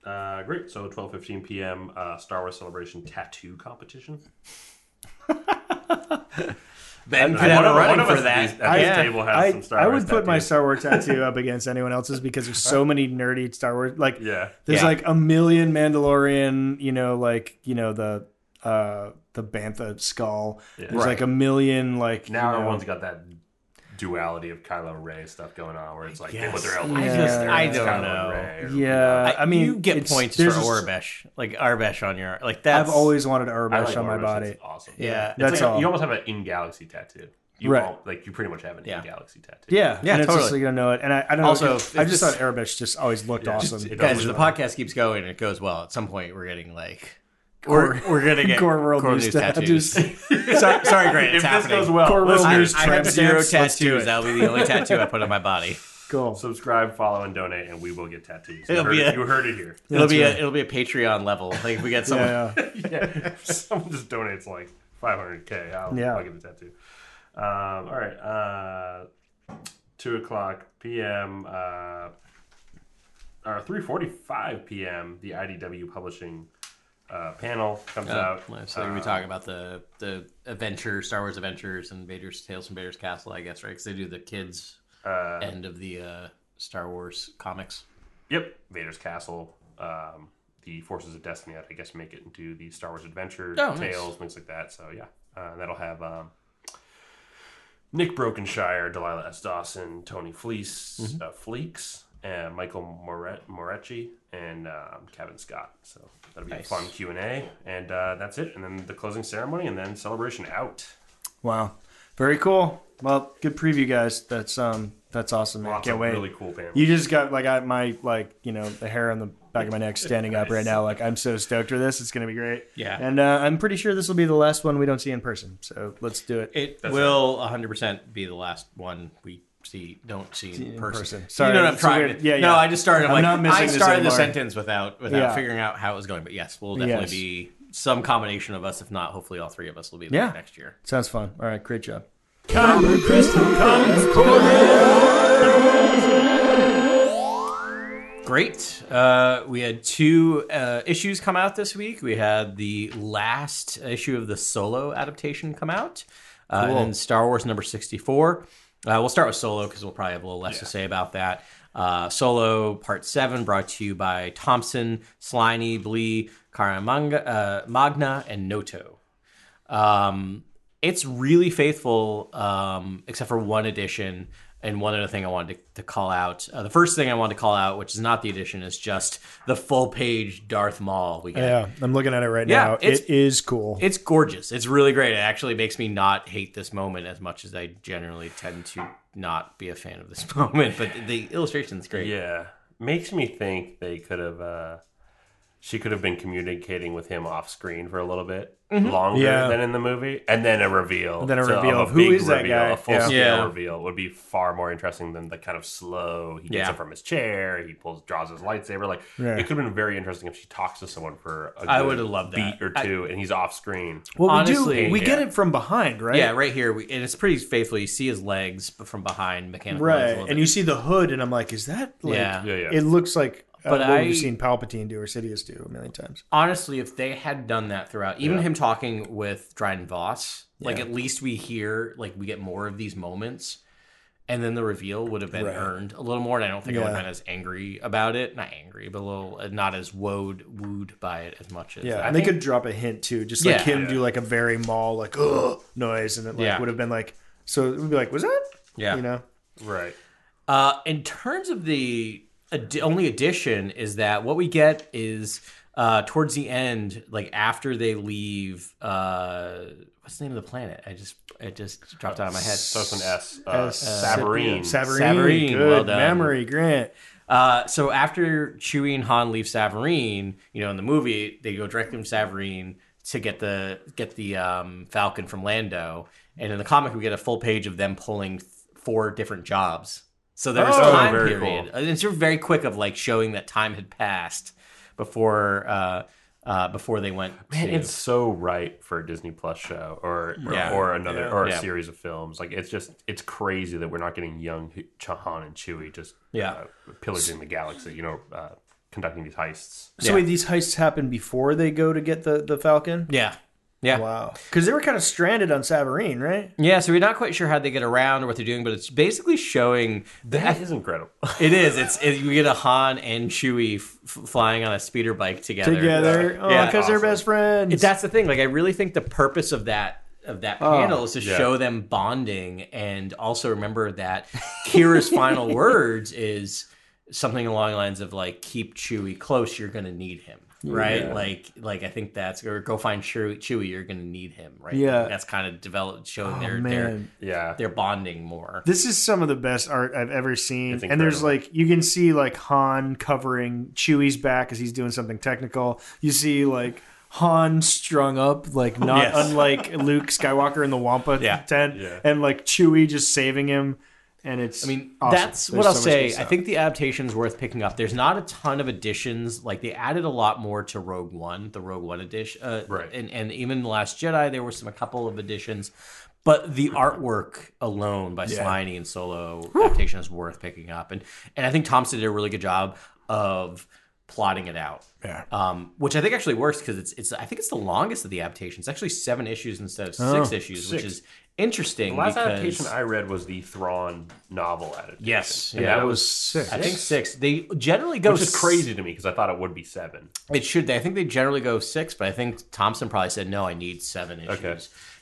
Speaker 4: Uh, great. So 12:15 p.m. Uh, Star Wars Celebration tattoo competition.
Speaker 6: Ben,
Speaker 4: One
Speaker 6: I'm
Speaker 4: of- one
Speaker 6: running
Speaker 4: of
Speaker 6: for
Speaker 4: us at
Speaker 6: that.
Speaker 4: these- at this
Speaker 5: Yeah.
Speaker 4: table has
Speaker 5: I,
Speaker 4: some Star
Speaker 5: I
Speaker 4: Wars
Speaker 5: would put my
Speaker 4: tattoos.
Speaker 5: Star Wars tattoo up against anyone else's because there's so many nerdy Star Wars. Like,
Speaker 4: Yeah.
Speaker 5: there's
Speaker 6: Yeah.
Speaker 5: like a million Mandalorian. You know, like you know the uh the bantha skull. There's
Speaker 6: Right.
Speaker 5: like a million like
Speaker 4: Now
Speaker 5: you know-
Speaker 4: everyone's got that duality of Kylo Ray stuff going on, where it's like they put their
Speaker 6: guess.
Speaker 4: elbows.
Speaker 5: I
Speaker 4: together,
Speaker 5: just-
Speaker 4: it's
Speaker 5: I
Speaker 6: don't
Speaker 4: Kylo
Speaker 6: know.
Speaker 4: Ray or-
Speaker 5: Yeah, I, mean,
Speaker 6: you get
Speaker 5: it's-
Speaker 6: points for
Speaker 5: there's a-
Speaker 6: Arbesh, like Arbesh on your like
Speaker 5: I've
Speaker 6: that's
Speaker 5: always wanted
Speaker 4: I
Speaker 5: Urbesh
Speaker 4: like
Speaker 5: on my
Speaker 4: Orvis,
Speaker 5: body.
Speaker 4: It's awesome.
Speaker 6: Yeah.
Speaker 4: It's
Speaker 5: That's
Speaker 4: like a-
Speaker 5: all.
Speaker 4: you almost have an in galaxy tattoo. You
Speaker 5: Right.
Speaker 4: all- like you pretty much have an
Speaker 6: Yeah.
Speaker 4: in galaxy tattoo.
Speaker 5: Yeah,
Speaker 6: Yeah,
Speaker 5: and it's just
Speaker 6: totally.
Speaker 5: like, you don't know it. And I, I don't
Speaker 6: Also,
Speaker 5: know.
Speaker 6: if-
Speaker 5: I
Speaker 6: if
Speaker 5: just
Speaker 6: this-
Speaker 5: thought Arabish just always looked awesome.
Speaker 4: It
Speaker 6: guys, uh,
Speaker 4: does
Speaker 6: if the
Speaker 4: look-
Speaker 6: podcast keeps going and it goes well, at some point we're getting like we're, we're gonna get
Speaker 5: Core World
Speaker 6: Core
Speaker 5: News
Speaker 6: News
Speaker 5: tattoos.
Speaker 6: sorry, sorry, Grant.
Speaker 4: If
Speaker 6: It's happening.
Speaker 4: this goes well,
Speaker 5: Core
Speaker 4: listen,
Speaker 5: World
Speaker 6: I,
Speaker 5: News
Speaker 6: I have
Speaker 5: tramp
Speaker 6: zero
Speaker 5: stamps. Let's do
Speaker 6: tattoos.
Speaker 5: it.
Speaker 6: That'll be the only tattoo I put on my body.
Speaker 5: Cool.
Speaker 4: subscribe, follow, and donate, and we will get tattoos. You
Speaker 6: It'll
Speaker 4: heard,
Speaker 6: be
Speaker 4: it,
Speaker 6: a-
Speaker 4: you heard it here.
Speaker 6: It'll be
Speaker 5: right.
Speaker 6: a it'll be a Patreon level. Like if we get someone.
Speaker 5: Yeah, yeah.
Speaker 4: yeah, if someone just donates like 500k, I'll,
Speaker 5: Yeah.
Speaker 4: I'll get the tattoo. Um, all right, uh, two o'clock p.m. Uh, or three forty-five p.m. The IDW publishing uh, panel comes out.
Speaker 6: Uh, so we talking about the the adventure, Star Wars adventures, and Vader's Tales from Vader's Castle, I guess, right? Because they do the kids end of the uh, Star Wars comics.
Speaker 4: Yep, Vader's Castle. Um, the Forces of Destiny, I guess, make it into the Star Wars Adventure
Speaker 6: Oh, nice.
Speaker 4: tales, things like that. So yeah, uh, that'll have um, Nick Brokenshire, Delilah S. Dawson, Tony Fleece,
Speaker 6: Mm-hmm.
Speaker 4: uh, Fleeks, and Michael Moret- Moretti, and um, Kevin Scott. So that'll be
Speaker 6: Nice.
Speaker 4: a fun Q and A, and uh, that's it. And then the closing ceremony, and then celebration out.
Speaker 5: Wow, very cool. Well, good preview, guys. That's um, that's awesome. Man.
Speaker 4: Lots
Speaker 5: Can't
Speaker 4: of
Speaker 5: wait.
Speaker 4: really cool panels.
Speaker 5: You just got like I, my like you know the hair on the back of my neck standing up right now. Like I'm so stoked for this. It's gonna be great.
Speaker 6: Yeah.
Speaker 5: and uh, I'm pretty sure this will be the last one we don't see in person. So let's do it.
Speaker 6: It will 100 percent be the last one we see. Don't see in,
Speaker 5: in
Speaker 6: person.
Speaker 5: person.
Speaker 6: you
Speaker 5: Sorry,
Speaker 6: know what I'm
Speaker 5: it's so
Speaker 6: trying.
Speaker 5: weird.
Speaker 6: to-
Speaker 5: Yeah,
Speaker 6: No,
Speaker 5: yeah.
Speaker 6: I just started. I'm,
Speaker 5: I'm
Speaker 6: like,
Speaker 5: not missing
Speaker 6: I
Speaker 5: this
Speaker 6: started the
Speaker 5: anymore.
Speaker 6: sentence without without
Speaker 5: Yeah.
Speaker 6: figuring out how it was going. But yes, we'll definitely
Speaker 5: Yes.
Speaker 6: be some combination of us. If not, hopefully all three of us will be there
Speaker 5: Yeah.
Speaker 6: next year.
Speaker 5: Sounds fun. All right, great job.
Speaker 6: Great. Uh, we had two uh, issues come out this week. We had the last issue of the solo adaptation come out, uh, and then Star Wars number 64. Uh, we'll start with solo because we'll probably have a little less to say about that. Uh, solo Part 7 brought to you by Thompson, Sliney, Blee, Karamanga, uh, Magna, and Noto. Um, it's really faithful, um, except for one edition. And one other thing I wanted to, to call out. Uh, the first thing I wanted to call out, which is not the edition, is just the full page Darth Maul we get.
Speaker 5: Yeah, I'm looking at it right
Speaker 6: Yeah,
Speaker 5: now.
Speaker 6: it's-
Speaker 5: It is cool.
Speaker 6: It's gorgeous. It's really great. It actually makes me not hate this moment as much as I generally tend to not be a fan of this moment. But the illustration's great.
Speaker 4: Yeah, makes me think they could have. Uh, she could have been communicating with him off screen for a little bit longer
Speaker 5: Mm-hmm. Yeah.
Speaker 4: than in the movie, and then a reveal.
Speaker 5: then a
Speaker 4: So,
Speaker 5: reveal of who
Speaker 4: big
Speaker 5: is that
Speaker 4: reveal,
Speaker 5: guy.
Speaker 4: A full scale
Speaker 6: Yeah. Yeah.
Speaker 4: reveal would be far more interesting than the kind of slow. He gets
Speaker 6: Yeah.
Speaker 4: up from his chair. He pulls, draws his lightsaber. Like
Speaker 5: Yeah.
Speaker 4: it could have been very interesting if she talks to someone for. A
Speaker 6: I
Speaker 4: good
Speaker 6: would've loved
Speaker 4: beat
Speaker 6: that.
Speaker 4: or
Speaker 6: I-
Speaker 4: two, and he's off screen.
Speaker 5: well, we
Speaker 6: honestly,
Speaker 5: do. We
Speaker 4: yeah.
Speaker 5: get it from behind, right?
Speaker 6: Yeah, right here, we, and it's pretty faithful. You see his legs from behind, mechanical. legs a
Speaker 5: right.
Speaker 6: little
Speaker 5: And
Speaker 6: bit.
Speaker 5: you see the hood, and I'm like, is that? Like,
Speaker 6: Yeah.
Speaker 4: Yeah, yeah.
Speaker 5: It looks like. uh,
Speaker 6: But
Speaker 5: what
Speaker 6: I-
Speaker 5: we've seen Palpatine do or Sidious do a million times.
Speaker 6: honestly, if they had done that throughout, even him talking with Dryden Voss, like
Speaker 5: Yeah.
Speaker 6: at least we hear, like we get more of these moments. and then the reveal would have been
Speaker 5: Right.
Speaker 6: earned a little more. And I don't think I would have
Speaker 5: Yeah.
Speaker 6: been as angry about it. Not angry, but a little uh, not as wooed wooed by it as much as
Speaker 5: Yeah,
Speaker 6: I
Speaker 5: and they
Speaker 6: think-
Speaker 5: could drop a hint too, just like
Speaker 6: Yeah.
Speaker 5: him do like a very mall like ugh noise, and it like
Speaker 6: Yeah.
Speaker 5: would have been like so it would be like was that
Speaker 6: Yeah.
Speaker 5: you know
Speaker 4: Right.
Speaker 6: Uh, in terms of the ad- only addition is that what we get is uh, towards the end, like after they leave. Uh, what's the name of the planet? I just it just dropped out of my head.
Speaker 4: So it's an S. Uh, Sabarine.
Speaker 5: Savarine,
Speaker 6: Savareen,
Speaker 5: good
Speaker 6: well done.
Speaker 5: memory, Grant.
Speaker 6: Uh, so after Chewie and Han leave Savareen, you know, in the movie, they go directly from Savareen to get the get the um, Falcon from Lando, and in the comic, we get a full page of them pulling th- four different jobs. So there was
Speaker 4: Oh,
Speaker 6: time
Speaker 4: very
Speaker 6: period.
Speaker 4: cool.
Speaker 6: And it's sort of very quick of like showing that time had passed before uh, uh, before they went.
Speaker 4: Man,
Speaker 6: to-
Speaker 4: it's so right for a Disney Plus show or or,
Speaker 6: Yeah.
Speaker 4: or another or a
Speaker 6: Yeah.
Speaker 4: series of films. Like it's just it's crazy that we're not getting young Chahan and Chewie just
Speaker 6: Yeah.
Speaker 4: uh, pillaging the galaxy. You know, uh, conducting these heists.
Speaker 5: So
Speaker 6: Yeah.
Speaker 5: wait, these heists happen before they go to get the the Falcon.
Speaker 6: yeah, yeah.
Speaker 5: Wow, because they were kind of stranded on Savarine, right?
Speaker 6: Yeah, so we're not quite sure how they get around or what they're doing, but it's basically showing
Speaker 4: That is incredible.
Speaker 6: It is. It's it, you get a Han and Chewie f- f- flying on a speeder bike together.
Speaker 5: Together, oh,
Speaker 6: Yeah.
Speaker 5: because they're best friends.
Speaker 6: That's the thing. Like, I really think the purpose of that of that
Speaker 5: Oh,
Speaker 6: panel is to
Speaker 4: yeah.
Speaker 6: show them bonding, and also remember that Kira's final words is something along the lines of like, "Keep Chewie close. You're going to need him." Right, like, like I think that's or go find Chewie. Chewie, you're gonna need him, right?
Speaker 5: Yeah. Oh,
Speaker 6: that's kind of developed, showing their
Speaker 5: man.
Speaker 6: their
Speaker 4: Yeah.
Speaker 6: their bonding more.
Speaker 5: This is some of the best art I've ever seen.
Speaker 4: It's
Speaker 5: And there's
Speaker 4: incredible.
Speaker 5: like you can see like Han covering Chewie's back as he's doing something technical. You see like Han strung up, like not
Speaker 6: Yes.
Speaker 5: unlike Luke Skywalker in the Wampa
Speaker 6: Yeah.
Speaker 5: tent,
Speaker 4: Yeah.
Speaker 5: and like Chewie just saving him. And it's
Speaker 6: I mean,
Speaker 5: awesome.
Speaker 6: that's
Speaker 5: There's
Speaker 6: what I'll
Speaker 5: so much good
Speaker 6: say. I
Speaker 5: stuff.
Speaker 6: think the adaptation's worth picking up. There's not a ton of additions. Like they added a lot more to Rogue One, the Rogue One edition, uh,
Speaker 4: Right.
Speaker 6: And and even the Last Jedi, there were some a couple of additions, but the artwork alone by Sliney and Solo adaptation is worth picking up. And and I think Thompson did a really good job of plotting it out.
Speaker 5: Yeah.
Speaker 6: Um, which I think actually works because it's it's I think it's the longest of the adaptations. Actually, seven issues instead of six issues, which is interesting.
Speaker 4: The last
Speaker 6: because-
Speaker 4: adaptation I read was the Thrawn novel adaptation.
Speaker 6: Yes.
Speaker 4: And
Speaker 6: Yeah,
Speaker 4: that
Speaker 6: it
Speaker 4: was
Speaker 5: sick.
Speaker 6: I think six. They generally go
Speaker 4: which is
Speaker 6: s-
Speaker 4: crazy to me because I thought it would be seven.
Speaker 6: It should. I think they generally go six, but I think Thompson probably said no. I need seven issues.
Speaker 4: Okay.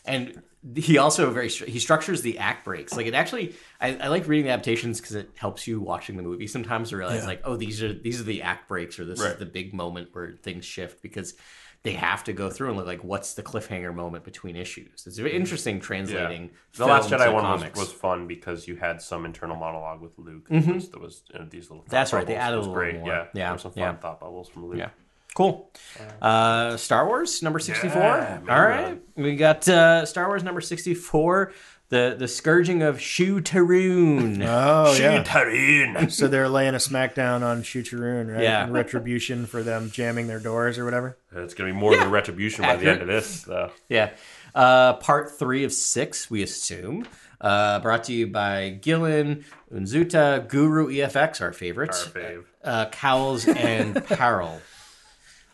Speaker 6: And he also very stru- he structures the act breaks. Like it actually, I, I like reading the adaptations because it helps you watching the movie sometimes to realize like, oh, these are these are the act breaks or this is
Speaker 4: Right.
Speaker 6: the big moment where things shift because they have to go through and look like what's the cliffhanger moment between issues. It's very interesting translating.
Speaker 4: Mm-hmm. The Last
Speaker 6: film
Speaker 4: Jedi
Speaker 6: to
Speaker 4: one was,
Speaker 6: comics. Mm-hmm.
Speaker 4: was fun because you had some internal monologue with Luke. Which there was you know, these little. thought
Speaker 6: That's right, they
Speaker 4: bubbles. It
Speaker 6: added a
Speaker 4: was
Speaker 6: little
Speaker 4: great.
Speaker 6: more.
Speaker 4: Yeah,
Speaker 6: Yeah,
Speaker 4: There were some fun
Speaker 6: yeah.
Speaker 4: thought bubbles from Luke.
Speaker 6: Yeah. Cool. Uh, Star Wars number 64.
Speaker 4: Yeah, man.
Speaker 6: All right. We got uh, Star Wars number 64, the the scourging of Shu Tarun.
Speaker 5: Oh yeah.
Speaker 4: Shitarin.
Speaker 5: So they're laying a smackdown on Shucharoon, right?
Speaker 6: Yeah.
Speaker 5: In retribution for them jamming their doors or whatever.
Speaker 4: It's gonna be more than retribution by the end of this. Though.
Speaker 6: yeah. Uh, part 3 of 6, we assume. Uh, brought to you by Gillen, Unzuta, Guru EFX, our favorites.
Speaker 4: Our fave.
Speaker 6: Uh, Cowles and Parrel.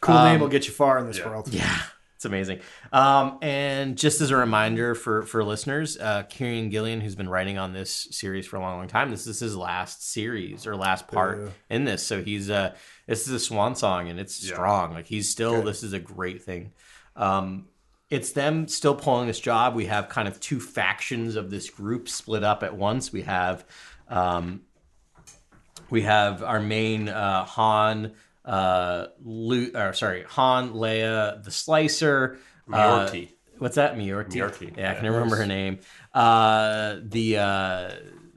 Speaker 5: Cool name will get you far in this world.
Speaker 6: Yeah, it's amazing. Um, and just as a reminder for for listeners, uh, Kieran Gillian, who's been writing on this series for a long, long time, this is his last series or last part in this. So he's uh, this is a swan song, and it's strong. Like he's still, this is a great thing. Um, it's them still pulling this job. We have kind of two factions of this group split up at once. We have um, we have our main uh, Han, uh, Lu- or sorry, Han, Leia, the Slicer, uh,
Speaker 4: Mjorti.
Speaker 6: what's that, Miorti?
Speaker 4: Mjorti,
Speaker 6: Yeah, I
Speaker 4: yeah.
Speaker 6: can never remember her name. Uh, the uh,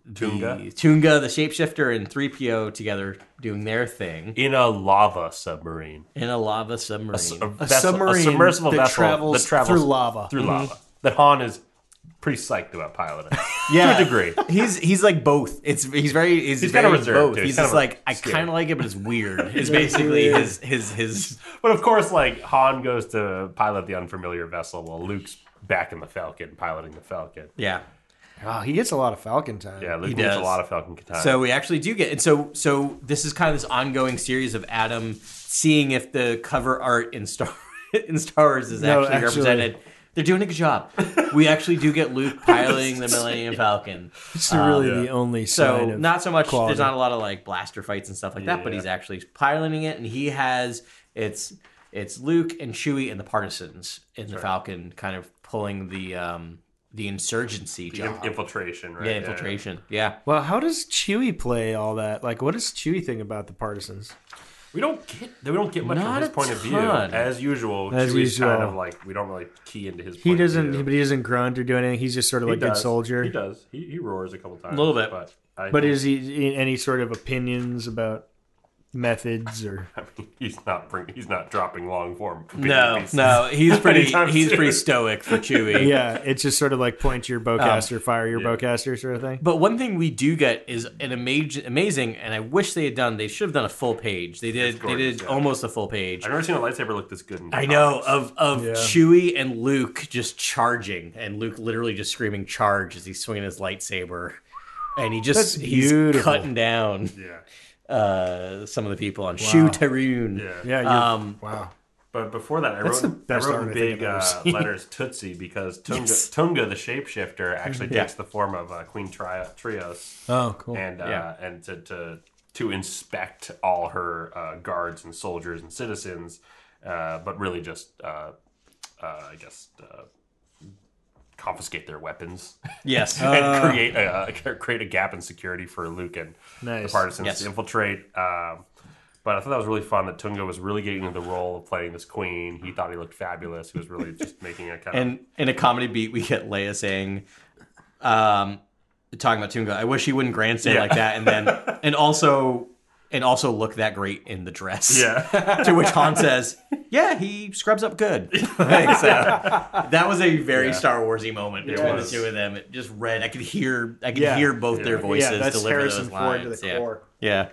Speaker 6: the
Speaker 4: Tunga.
Speaker 6: Tunga, the shapeshifter, and three PO together doing their thing
Speaker 4: In a lava submarine.
Speaker 6: in a lava submarine.
Speaker 4: A vessel-
Speaker 5: submarine
Speaker 4: a submersible
Speaker 5: that
Speaker 4: vessel
Speaker 5: travels
Speaker 4: that travels
Speaker 5: through lava.
Speaker 4: Through lava. That Han is pretty psyched about piloting.
Speaker 6: yeah,
Speaker 4: To a degree.
Speaker 6: He's he's like both. It's he's very he's,
Speaker 4: He's
Speaker 6: very
Speaker 4: kinda reserved,
Speaker 6: both.
Speaker 4: too.
Speaker 6: He's,
Speaker 4: He's
Speaker 6: just
Speaker 4: kinda
Speaker 6: like I
Speaker 4: scared.
Speaker 6: kind of like it, but it's weird. Is basically his his his
Speaker 4: But of course, like Han goes to pilot the unfamiliar vessel while Luke's back in the Falcon piloting the Falcon.
Speaker 6: yeah.
Speaker 5: Wow, Ah, he gets a lot of Falcon time.
Speaker 4: Yeah, Luke
Speaker 6: He
Speaker 4: gets a
Speaker 6: does.
Speaker 4: lot of Falcon time.
Speaker 6: So we actually do get, and so so this is kind of this ongoing series of Adam seeing if the cover art in Star in Star Wars is
Speaker 5: No,
Speaker 6: actually,
Speaker 5: actually-
Speaker 6: represented They're doing a good job. We actually do get Luke piloting the Millennium Falcon.
Speaker 1: It's really the only
Speaker 6: So
Speaker 1: sign of
Speaker 6: not so much.
Speaker 1: quality.
Speaker 6: There's not a lot of like blaster fights and stuff like that, but he's actually piloting it, and he has it's it's Luke and Chewie and the Partisans in the Falcon, kind of pulling the um the insurgency
Speaker 4: The in-
Speaker 6: job,
Speaker 4: infiltration, right?
Speaker 6: yeah, infiltration, yeah.
Speaker 1: Well, how does Chewie play all that? Like, what does Chewie think about the partisans?
Speaker 4: We don't get we don't get much
Speaker 6: Not
Speaker 4: from his
Speaker 6: a
Speaker 4: point of view.
Speaker 6: ton.
Speaker 4: As usual,
Speaker 1: As
Speaker 4: Chewie's kind
Speaker 1: usual.
Speaker 4: of like we don't really key into his.
Speaker 1: He
Speaker 4: point
Speaker 1: doesn't.
Speaker 4: Of view.
Speaker 1: But he doesn't grunt or do anything. He's just sort of
Speaker 4: He
Speaker 1: like good
Speaker 4: does.
Speaker 1: soldier.
Speaker 4: He does. He, he roars a couple times,
Speaker 6: Little bit.
Speaker 4: But I
Speaker 1: But
Speaker 4: think-
Speaker 1: is he in any sort of opinions about methods or?
Speaker 4: I mean, he's not bring, he's not dropping long form. opinion
Speaker 6: No,
Speaker 4: pieces.
Speaker 6: no, he's pretty
Speaker 4: Anytime
Speaker 6: he's
Speaker 4: soon.
Speaker 6: pretty stoic for Chewie.
Speaker 1: Yeah, it's just sort of like point your bowcaster, fire your bowcaster sort of thing.
Speaker 6: But one thing we do get is an amazing, amazing, and I wish they had done. They should have done a full page. They did. they
Speaker 4: gorgeous,
Speaker 6: did
Speaker 4: yeah.
Speaker 6: almost a full page.
Speaker 4: I've never seen a lightsaber look this good. In
Speaker 6: I know
Speaker 4: comics.
Speaker 6: of of
Speaker 1: Yeah.
Speaker 6: Chewie and Luke just charging, and Luke literally just screaming "charge" as he's swinging his lightsaber, and he just
Speaker 1: That's
Speaker 6: he's
Speaker 1: beautiful.
Speaker 6: cutting down
Speaker 4: Yeah,
Speaker 6: uh, some of the people on Shu Tarun.
Speaker 4: yeah,
Speaker 1: Yeah. You're,
Speaker 6: Um,
Speaker 1: wow.
Speaker 4: But before that, I
Speaker 1: That's the
Speaker 4: wrote, I
Speaker 1: best
Speaker 4: wrote
Speaker 1: art
Speaker 4: in
Speaker 1: I think
Speaker 4: big
Speaker 1: I've ever
Speaker 4: uh,
Speaker 1: seen.
Speaker 4: letters Tootsie because Tunga,
Speaker 6: Yes.
Speaker 4: Tunga the shapeshifter actually takes the form of uh, Queen Tri- Trios
Speaker 1: Oh, cool.
Speaker 4: and uh,
Speaker 6: Yeah.
Speaker 4: and to, to to inspect all her uh, guards and soldiers and citizens, uh, but really just uh, uh, I guess uh, confiscate their weapons
Speaker 6: yes,
Speaker 1: Uh,
Speaker 4: and create a, a- create a gap in security for Luke and
Speaker 1: Nice.
Speaker 4: the partisans
Speaker 6: Yes.
Speaker 4: to infiltrate. Um, but I thought that was really fun that Tunga was really getting into the role of playing this queen. He thought he looked fabulous. He was really just making a kind of
Speaker 6: and in a comedy beat, we get Leia saying, um, talking about Tunga. I wish he wouldn't grandstand like that, and then and also and also look that great in the dress.
Speaker 4: yeah.
Speaker 6: to which Han says, "Yeah, he scrubs up good." Like, so, that was a very Star Warsy moment between the
Speaker 4: was.
Speaker 6: two of them. It just read. I could hear. I could
Speaker 1: Yeah.
Speaker 6: hear both their
Speaker 4: Yeah.
Speaker 6: voices
Speaker 1: yeah, that's
Speaker 6: deliver
Speaker 1: Harrison
Speaker 6: those
Speaker 1: Ford
Speaker 6: lines.
Speaker 1: to the
Speaker 6: yeah.
Speaker 1: core.
Speaker 6: yeah.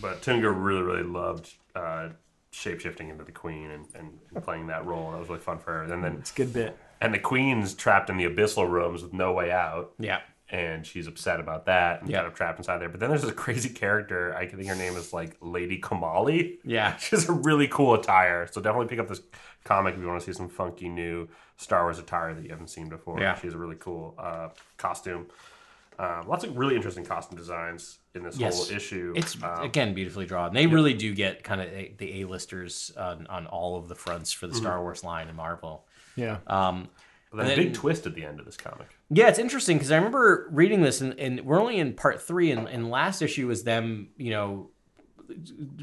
Speaker 4: but Tunga really really loved uh, shapeshifting into the queen and, and, and playing that role. That was really fun for her. And then
Speaker 1: It's a good bit.
Speaker 4: and the queen's trapped in the abyssal rooms with no way out.
Speaker 6: Yeah.
Speaker 4: and she's upset about that and
Speaker 6: Yeah.
Speaker 4: kind of trapped inside there. But then there's this crazy character. I think her name is like Lady Kamali.
Speaker 6: Yeah.
Speaker 4: she has a really cool attire. So definitely pick up this comic if you want to see some funky new Star Wars attire that you haven't seen before.
Speaker 6: Yeah.
Speaker 4: she has a really cool uh, costume. Uh, lots of really interesting costume designs in this
Speaker 6: Yes.
Speaker 4: whole issue.
Speaker 6: It's
Speaker 4: Um,
Speaker 6: again beautifully drawn. They really do get kind of a- the A-listers on, on all of the fronts for the
Speaker 1: Mm-hmm.
Speaker 6: Star Wars line and Marvel.
Speaker 1: Yeah.
Speaker 6: Um,
Speaker 4: but then a
Speaker 6: and
Speaker 4: big
Speaker 6: then-
Speaker 4: twist at the end of this comic.
Speaker 6: Yeah, it's interesting because I remember reading this, and, and we're only in part three, and, and last issue was them, you know,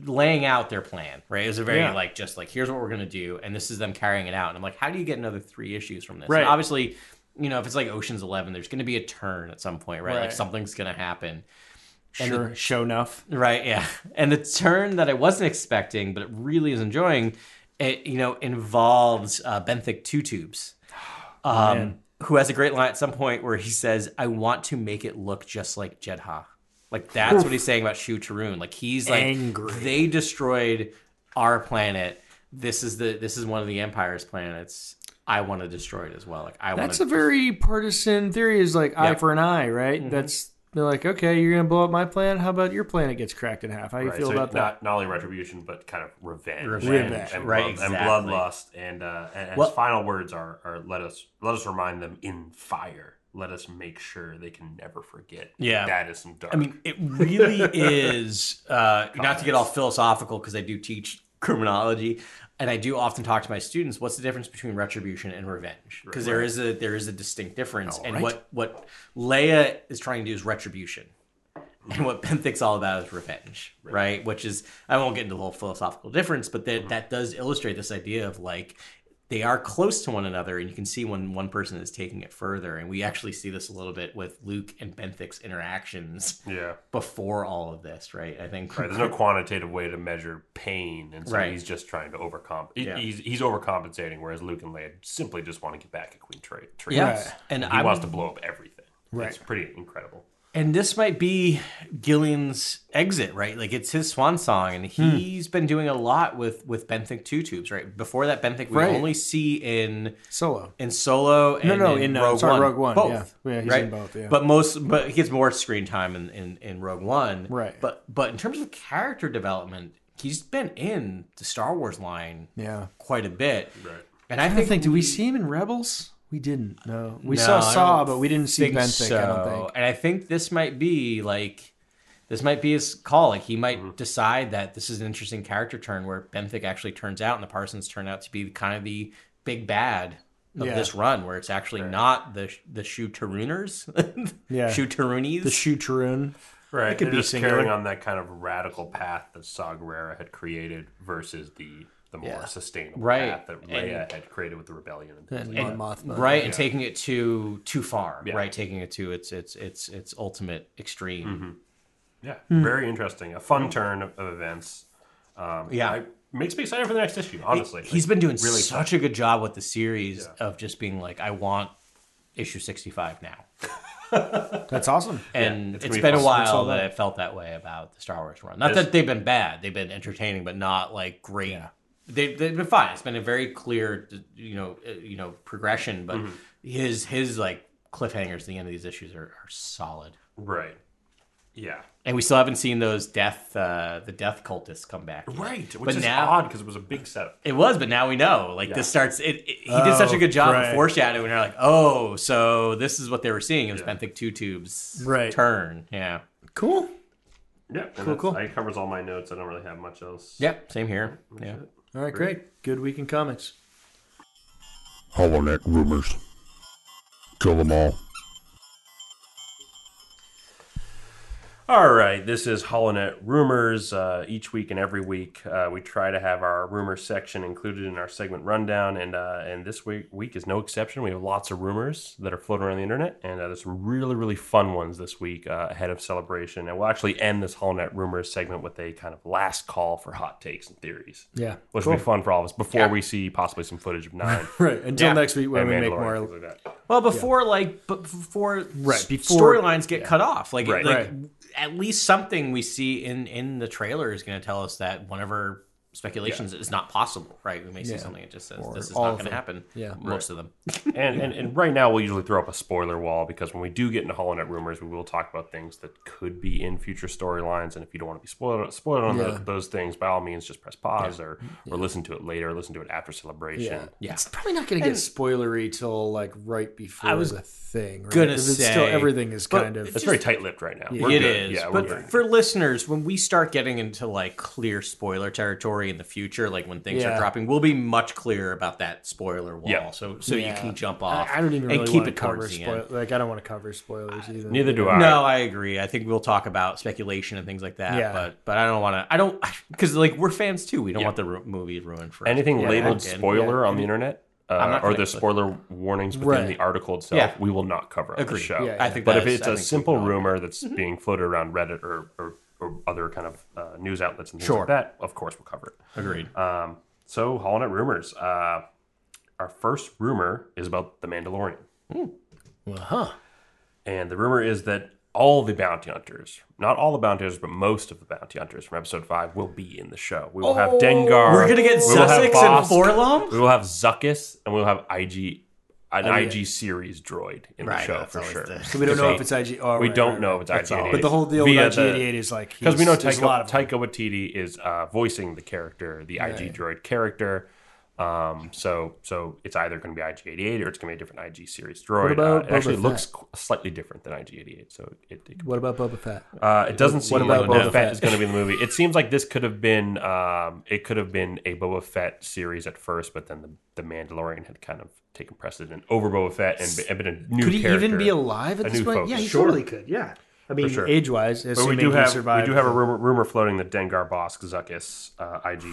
Speaker 6: laying out their plan, right? It was a very,
Speaker 1: Yeah.
Speaker 6: like, just like, here's what we're going to do, and this is them carrying it out. And I'm like, how do you get another three issues from this?
Speaker 1: Right.
Speaker 6: And obviously, you know, if it's like Ocean's Eleven, there's going to be a turn at some point, right? Like,
Speaker 1: Right.
Speaker 6: something's going to happen.
Speaker 1: Sure. show enough.
Speaker 6: Right, yeah. And the turn that I wasn't expecting, but really is enjoying, it you know involves uh, benthic two tubes,
Speaker 1: Oh,
Speaker 6: um, who has a great line at some point where he says, "I want to make it look just like Jedha." Like that's what he's saying about Shu Tarun. Like he's like
Speaker 1: Angry.
Speaker 6: they destroyed our planet. This is the this is one of the Empire's planets. I want to destroy it as well. Like I want
Speaker 1: That's
Speaker 6: to.
Speaker 1: a very partisan theory. Is like eye
Speaker 6: Yep.
Speaker 1: for an eye, right? That's they're like, okay, you're gonna blow up my planet. How about your planet gets cracked in half? How you
Speaker 4: Right,
Speaker 1: feel
Speaker 4: so
Speaker 1: about that?
Speaker 4: not, not only retribution, but kind of revenge,
Speaker 6: Revenge,
Speaker 4: and,
Speaker 6: right,
Speaker 4: blood, and
Speaker 6: exactly.
Speaker 4: bloodlust, and uh, and, and
Speaker 6: Well-
Speaker 4: his final words are, are let us let us remind them in fire. Let us make sure they can never forget.
Speaker 6: Yeah.
Speaker 4: that is some dark.
Speaker 6: I mean, it really is. Uh, not to get all philosophical because I do teach criminology, and I do often talk to my students. What's the difference between retribution and revenge? Because there is a there is a distinct difference. and what what Leia is trying to do is retribution, and what Benthic's all about is revenge, right? Which is I won't get into the whole philosophical difference, but that that does illustrate this idea of like they are close to one another, and you can see when one person is taking it further. And we actually see this a little bit with Luke and Benthic's interactions
Speaker 4: yeah,
Speaker 6: before all of this, right? I think
Speaker 4: right. There's no quantitative way to measure pain, and so
Speaker 6: Right.
Speaker 4: he's just trying to overcome.
Speaker 6: Yeah.
Speaker 4: He's he's overcompensating, whereas Luke and Leia simply just want to get back at Queen Trade.
Speaker 6: yeah, and
Speaker 4: he
Speaker 6: I
Speaker 4: wants to blow up everything.
Speaker 1: Right.
Speaker 4: It's pretty incredible.
Speaker 6: and this might be Gillian's exit, right? Like it's his swan song, and
Speaker 1: Hmm.
Speaker 6: he's been doing a lot with with Benthic two tubes, right? Before that, Benthic we
Speaker 1: Right.
Speaker 6: only see in
Speaker 1: Solo.
Speaker 6: in Solo and
Speaker 1: No, no,
Speaker 6: in,
Speaker 1: in, uh,
Speaker 6: Rogue,
Speaker 1: sorry,
Speaker 6: One.
Speaker 1: Rogue One,
Speaker 6: both,
Speaker 1: yeah. Yeah, he's
Speaker 6: right?
Speaker 1: in both, yeah.
Speaker 6: But most, but he gets more screen time in, in in Rogue One,
Speaker 1: Right.
Speaker 6: But but in terms of character development, he's been in the Star Wars line
Speaker 1: Yeah.
Speaker 6: quite a bit,
Speaker 4: Right.
Speaker 6: And I
Speaker 5: I
Speaker 6: think,
Speaker 5: think, did we see him in Rebels? We didn't. No, we
Speaker 6: No,
Speaker 5: saw
Speaker 6: I don't
Speaker 5: Saw, but we didn't see
Speaker 6: think
Speaker 5: Benthic. I don't
Speaker 6: so.
Speaker 5: think.
Speaker 6: And I think this might be like this might be his call. Like he
Speaker 4: Mm-hmm.
Speaker 6: might decide that this is an interesting character turn where Benthic actually turns out and the Parsons turn out to be kind of the big bad of
Speaker 5: Yeah.
Speaker 6: this run, where it's actually not the the shoe Taruners,
Speaker 5: Yeah.
Speaker 6: shoe Tarunies.
Speaker 5: The Shoe Tarun.
Speaker 4: Right.
Speaker 5: could
Speaker 4: They're
Speaker 5: be
Speaker 4: just
Speaker 5: singular.
Speaker 4: carrying on that kind of radical path that Saw Gerrera had created versus the the more
Speaker 6: Yeah.
Speaker 4: sustainable
Speaker 6: Right.
Speaker 4: path that Leia had created with the rebellion and things
Speaker 5: And
Speaker 4: like
Speaker 5: Mon Mothma.
Speaker 6: right and taking it to too far
Speaker 4: Yeah.
Speaker 6: right taking it to its its its its ultimate extreme
Speaker 4: that. Yeah. Very interesting. A fun turn of, of events. Um,
Speaker 6: Yeah.
Speaker 4: I, makes me excited for the next issue, honestly.
Speaker 6: he's
Speaker 4: Like,
Speaker 6: been doing
Speaker 4: really
Speaker 6: such a good job with the series of just being like i want issue 65 now
Speaker 5: That's awesome.
Speaker 6: and
Speaker 4: it's
Speaker 6: it's
Speaker 4: gonna be fun.
Speaker 6: been a
Speaker 4: It's
Speaker 6: while
Speaker 4: all
Speaker 6: that
Speaker 4: that.
Speaker 6: i felt that way about the star wars run not
Speaker 4: Yes.
Speaker 6: that they've been bad they've been entertaining but not like great They, they've been fine. It's been a very clear, you know, uh, you know, progression. But
Speaker 4: Mm-hmm.
Speaker 6: his his like cliffhangers at the end of these issues are, are solid.
Speaker 4: right. Yeah.
Speaker 6: and we still haven't seen those death uh, the death cultists come back yet.
Speaker 4: Right. Which
Speaker 6: but
Speaker 4: is
Speaker 6: now
Speaker 4: odd because it was a big setup.
Speaker 6: it was but now we know like
Speaker 4: Yeah. Oh,
Speaker 6: this starts it, it- he did such a good job of foreshadowing you're like oh so this is what they were seeing it was benthic two tubes
Speaker 5: Right.
Speaker 6: turn yeah
Speaker 5: Cool.
Speaker 4: Yeah. Cool, cool. I covers all my notes. I don't really have much else.
Speaker 6: yep same here yeah
Speaker 5: All right, great. Good week in comics.
Speaker 7: Holoneck rumors. Kill them all.
Speaker 4: All right, this is Holonet Rumors. Uh, each week and every week, uh, we try to have our rumor section included in our segment rundown, and uh, and this week week is no exception. We have lots of rumors that are floating around the internet, and uh, there's some really really fun ones this week uh, ahead of celebration. And we'll actually end this Holonet Rumors segment with a kind of last call for hot takes and theories.
Speaker 5: Yeah.
Speaker 4: which will be fun for all of us before we see possibly some footage of Nine
Speaker 5: Right. Until
Speaker 6: Yeah.
Speaker 5: next week when
Speaker 4: and
Speaker 5: we
Speaker 4: Mandalorian,
Speaker 5: make
Speaker 4: things
Speaker 5: more.
Speaker 4: like that.
Speaker 6: well before like but before,
Speaker 5: Right,
Speaker 6: s-
Speaker 5: before-
Speaker 6: storylines get cut off like,
Speaker 4: Right.
Speaker 6: like
Speaker 5: Right.
Speaker 6: at least something we see in in the trailer is going to tell us that one of our speculations is not possible right we may see
Speaker 5: Yeah.
Speaker 6: something that just says
Speaker 5: Or
Speaker 6: this is
Speaker 5: all
Speaker 6: not
Speaker 5: of
Speaker 6: going to
Speaker 5: them.
Speaker 6: happen
Speaker 5: Yeah.
Speaker 6: most of them
Speaker 4: and, and and right now we'll usually throw up a spoiler wall because when we do get into Hollow Knight rumors, we will talk about things that could be in future storylines. And if you don't want to be spoiled spoiled on tho-
Speaker 5: Yeah.
Speaker 4: those things, by all means, just press pause or or listen to it later. Listen to it after celebration.
Speaker 5: Yeah. It's probably not going to get spoilery till like right before
Speaker 6: was
Speaker 5: the thing. Right?
Speaker 6: gonna
Speaker 5: 'Cause it's
Speaker 6: say-
Speaker 5: still everything is
Speaker 6: but
Speaker 5: kind of
Speaker 4: It's very tight lipped right now. It is,
Speaker 6: It is,
Speaker 4: Yeah, we're
Speaker 6: but
Speaker 4: good.
Speaker 6: for listeners, when we start getting into like clear spoiler territory in the future, like when things
Speaker 5: Yeah.
Speaker 6: are dropping, we'll be much clearer about that spoiler wall.
Speaker 4: Yeah.
Speaker 6: So so you
Speaker 5: Yeah.
Speaker 6: can jump off.
Speaker 5: I, I don't even
Speaker 6: and
Speaker 5: really
Speaker 6: keep
Speaker 5: want
Speaker 6: it
Speaker 5: to cover
Speaker 6: towards the
Speaker 5: spoil-
Speaker 6: end.
Speaker 5: like I don't want to cover spoilers either.
Speaker 4: Neither do I.
Speaker 6: No, I agree. I think we'll talk about speculation and things like that.
Speaker 5: Yeah.
Speaker 6: But but I don't want to. I don't because like we're fans too. We don't
Speaker 4: Yeah.
Speaker 6: want the ru- movie ruined for us.
Speaker 4: Anything
Speaker 6: Yeah,
Speaker 4: labeled
Speaker 6: again.
Speaker 4: spoiler on the internet uh,
Speaker 6: not
Speaker 4: or
Speaker 6: gonna
Speaker 4: the
Speaker 6: click.
Speaker 4: spoiler warnings within
Speaker 5: Right.
Speaker 4: the article itself,
Speaker 6: Yeah.
Speaker 4: we will not cover on the
Speaker 6: Agree.
Speaker 4: show.
Speaker 5: Yeah,
Speaker 6: I think,
Speaker 4: But if
Speaker 6: that's-
Speaker 4: it's
Speaker 6: I
Speaker 4: a
Speaker 6: think we
Speaker 4: simple
Speaker 6: can all-
Speaker 4: rumor that's being floated around Reddit or, or, or other kind of uh, news outlets and things
Speaker 6: Sure.
Speaker 4: like that, of course we'll cover it.
Speaker 6: agreed.
Speaker 4: Um, so, Hall Net rumors. Uh, our first rumor is about the Mandalorian,
Speaker 5: Well, huh?
Speaker 4: and the rumor is that all the bounty hunters, not all the bounty hunters, but most of the bounty hunters from Episode Five, will be in the show. We will have Dengar.
Speaker 6: We're gonna get
Speaker 4: we will have
Speaker 6: Sussex and
Speaker 4: Bosk,
Speaker 6: Forlom.
Speaker 4: We will have Zuckus, and we will have IG, an IG series droid in the show for sure.
Speaker 5: So we don't know if it's IG. oh,
Speaker 4: we
Speaker 5: right,
Speaker 4: don't
Speaker 5: right,
Speaker 4: know
Speaker 5: right.
Speaker 4: if it's
Speaker 5: That's
Speaker 4: IG-88.
Speaker 5: all. But the whole deal with
Speaker 4: Via the-
Speaker 5: IG88 is like
Speaker 4: because we know
Speaker 5: he's- there's a lot
Speaker 4: Taika,
Speaker 5: of them.
Speaker 4: Taika Waititi is uh, voicing the character, the IG droid character. Um, so so it's either going to be IG88 or it's going to be a different IG series droid.
Speaker 5: about
Speaker 4: uh, it actually
Speaker 5: Boba
Speaker 4: looks qu- slightly different than IG88. So it it,
Speaker 5: What about Boba Fett?
Speaker 4: uh, it doesn't seem like
Speaker 5: about Boba
Speaker 4: Boba Fett
Speaker 5: Fett?
Speaker 4: is going to be in the movie. It seems like this could have been um, it could have been a Boba Fett series at first, but then the, the Mandalorian had kind of taken precedent over Boba Fett and, be- and been a new
Speaker 5: Could he
Speaker 4: character.
Speaker 5: even be alive at
Speaker 4: a
Speaker 5: this
Speaker 4: new
Speaker 5: point? Yeah,
Speaker 4: focus.
Speaker 5: he
Speaker 4: Sure.
Speaker 5: totally could. Yeah. I mean,
Speaker 4: sure.
Speaker 5: age wise,
Speaker 4: But we
Speaker 5: assuming
Speaker 4: do
Speaker 5: he
Speaker 4: have
Speaker 5: survived.
Speaker 4: we do have a rumor, rumor floating that Dengar, Bosk, Zuckus, uh, IG,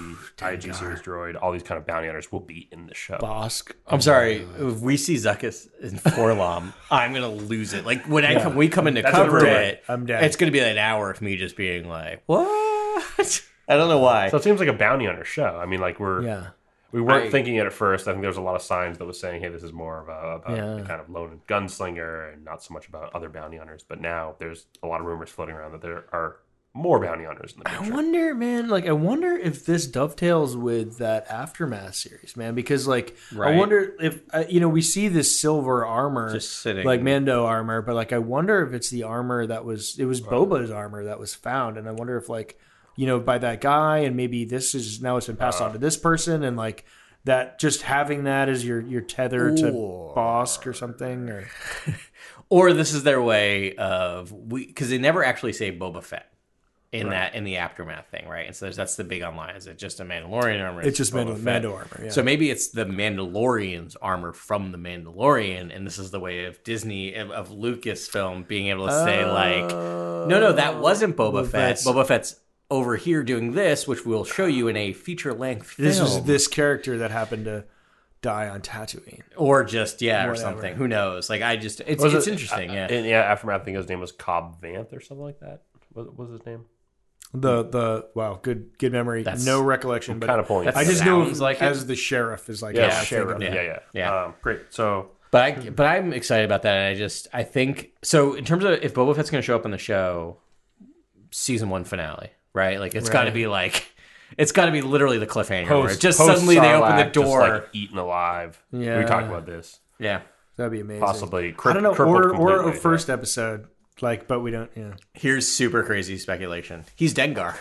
Speaker 4: IG series droid, all these kind of bounty hunters will be in the show.
Speaker 5: Bosk.
Speaker 6: I'm sorry. If we see Zuckus and Forlom, I'm gonna lose it. Like when I come, we come in to
Speaker 4: That's a
Speaker 6: cover
Speaker 4: rumor.
Speaker 6: it.
Speaker 5: I'm dead.
Speaker 6: It's gonna be an hour of me just being like, "What?" I don't know why.
Speaker 4: So it seems like a bounty hunter show. I mean, like we're
Speaker 5: Yeah.
Speaker 4: we weren't
Speaker 6: I-
Speaker 4: thinking it at first. I think there was a lot of signs that was saying, "Hey, this is more of a, about
Speaker 5: Yeah.
Speaker 4: the kind of lone gunslinger and not so much about other bounty hunters." But now there's a lot of rumors floating around that there are more bounty hunters in the
Speaker 5: I
Speaker 4: picture.
Speaker 5: wonder, man. Like, I wonder if this dovetails with that aftermath series, man. Because, like,
Speaker 6: Right.
Speaker 5: I wonder if uh, you know we see this silver armor,
Speaker 6: Just sitting.
Speaker 5: like Mando armor, but like I wonder if it's the armor that was it was Boba's armor that was found, and I
Speaker 6: Uh.
Speaker 5: wonder if like you know by that guy, and maybe this is now it's been passed on to this person, and like that just having that as your your tether to Bosk or something or
Speaker 6: Or this is their way of we because they never actually say Boba Fett in that in the aftermath thing, right? And so there's, that's the big online. Is it just a Mandalorian armor?
Speaker 5: it's just
Speaker 6: Boba
Speaker 5: Mando,
Speaker 6: Fett?
Speaker 5: Mando armor. Yeah.
Speaker 6: So maybe it's the Mandalorian's armor from the Mandalorian, and this is the way of Disney of, of Lucasfilm being able to say like, no, no, that wasn't Boba Fett.
Speaker 5: Oh, that's-
Speaker 6: Boba Fett's over here doing this, which we'll show you in a feature length film,
Speaker 5: this was this character that happened to die on Tatooine.
Speaker 6: or just yeah, or
Speaker 5: Whatever. uh,
Speaker 6: something. Who knows? Like I just it's
Speaker 4: Was
Speaker 6: it's
Speaker 4: it-
Speaker 6: interesting. yeah,
Speaker 4: And yeah, aftermath. I think his name was Cobb Vanth or something like that. What what was his name?
Speaker 5: The the wow, good good memory.
Speaker 6: That's-
Speaker 5: no recollection, but
Speaker 4: Kind of pulling.
Speaker 5: I just know
Speaker 6: Sounds like it.
Speaker 5: as the sheriff is like
Speaker 4: yeah,
Speaker 5: how I think
Speaker 4: sheriff.
Speaker 5: of it.
Speaker 4: Yeah, yeah, yeah.
Speaker 6: Yeah.
Speaker 4: Um, great. So
Speaker 6: But I, but I'm excited about that. And I just I think so in terms of if Boba Fett's going to show up on the show, season one finale, right? Like it's got to be like it's got to be literally the cliffhanger. where
Speaker 4: post-
Speaker 6: just
Speaker 4: post
Speaker 6: suddenly they open the
Speaker 4: Sarlacc, just,
Speaker 6: door.
Speaker 4: like eaten alive.
Speaker 5: Yeah.
Speaker 4: we talked about this.
Speaker 6: yeah,
Speaker 5: That'd be amazing.
Speaker 4: Possibly, cri-
Speaker 5: I don't know,
Speaker 4: crippled
Speaker 5: or or a
Speaker 4: completely.
Speaker 5: first episode, like, but we don't. Yeah,
Speaker 6: here's super crazy speculation. He's Dengar.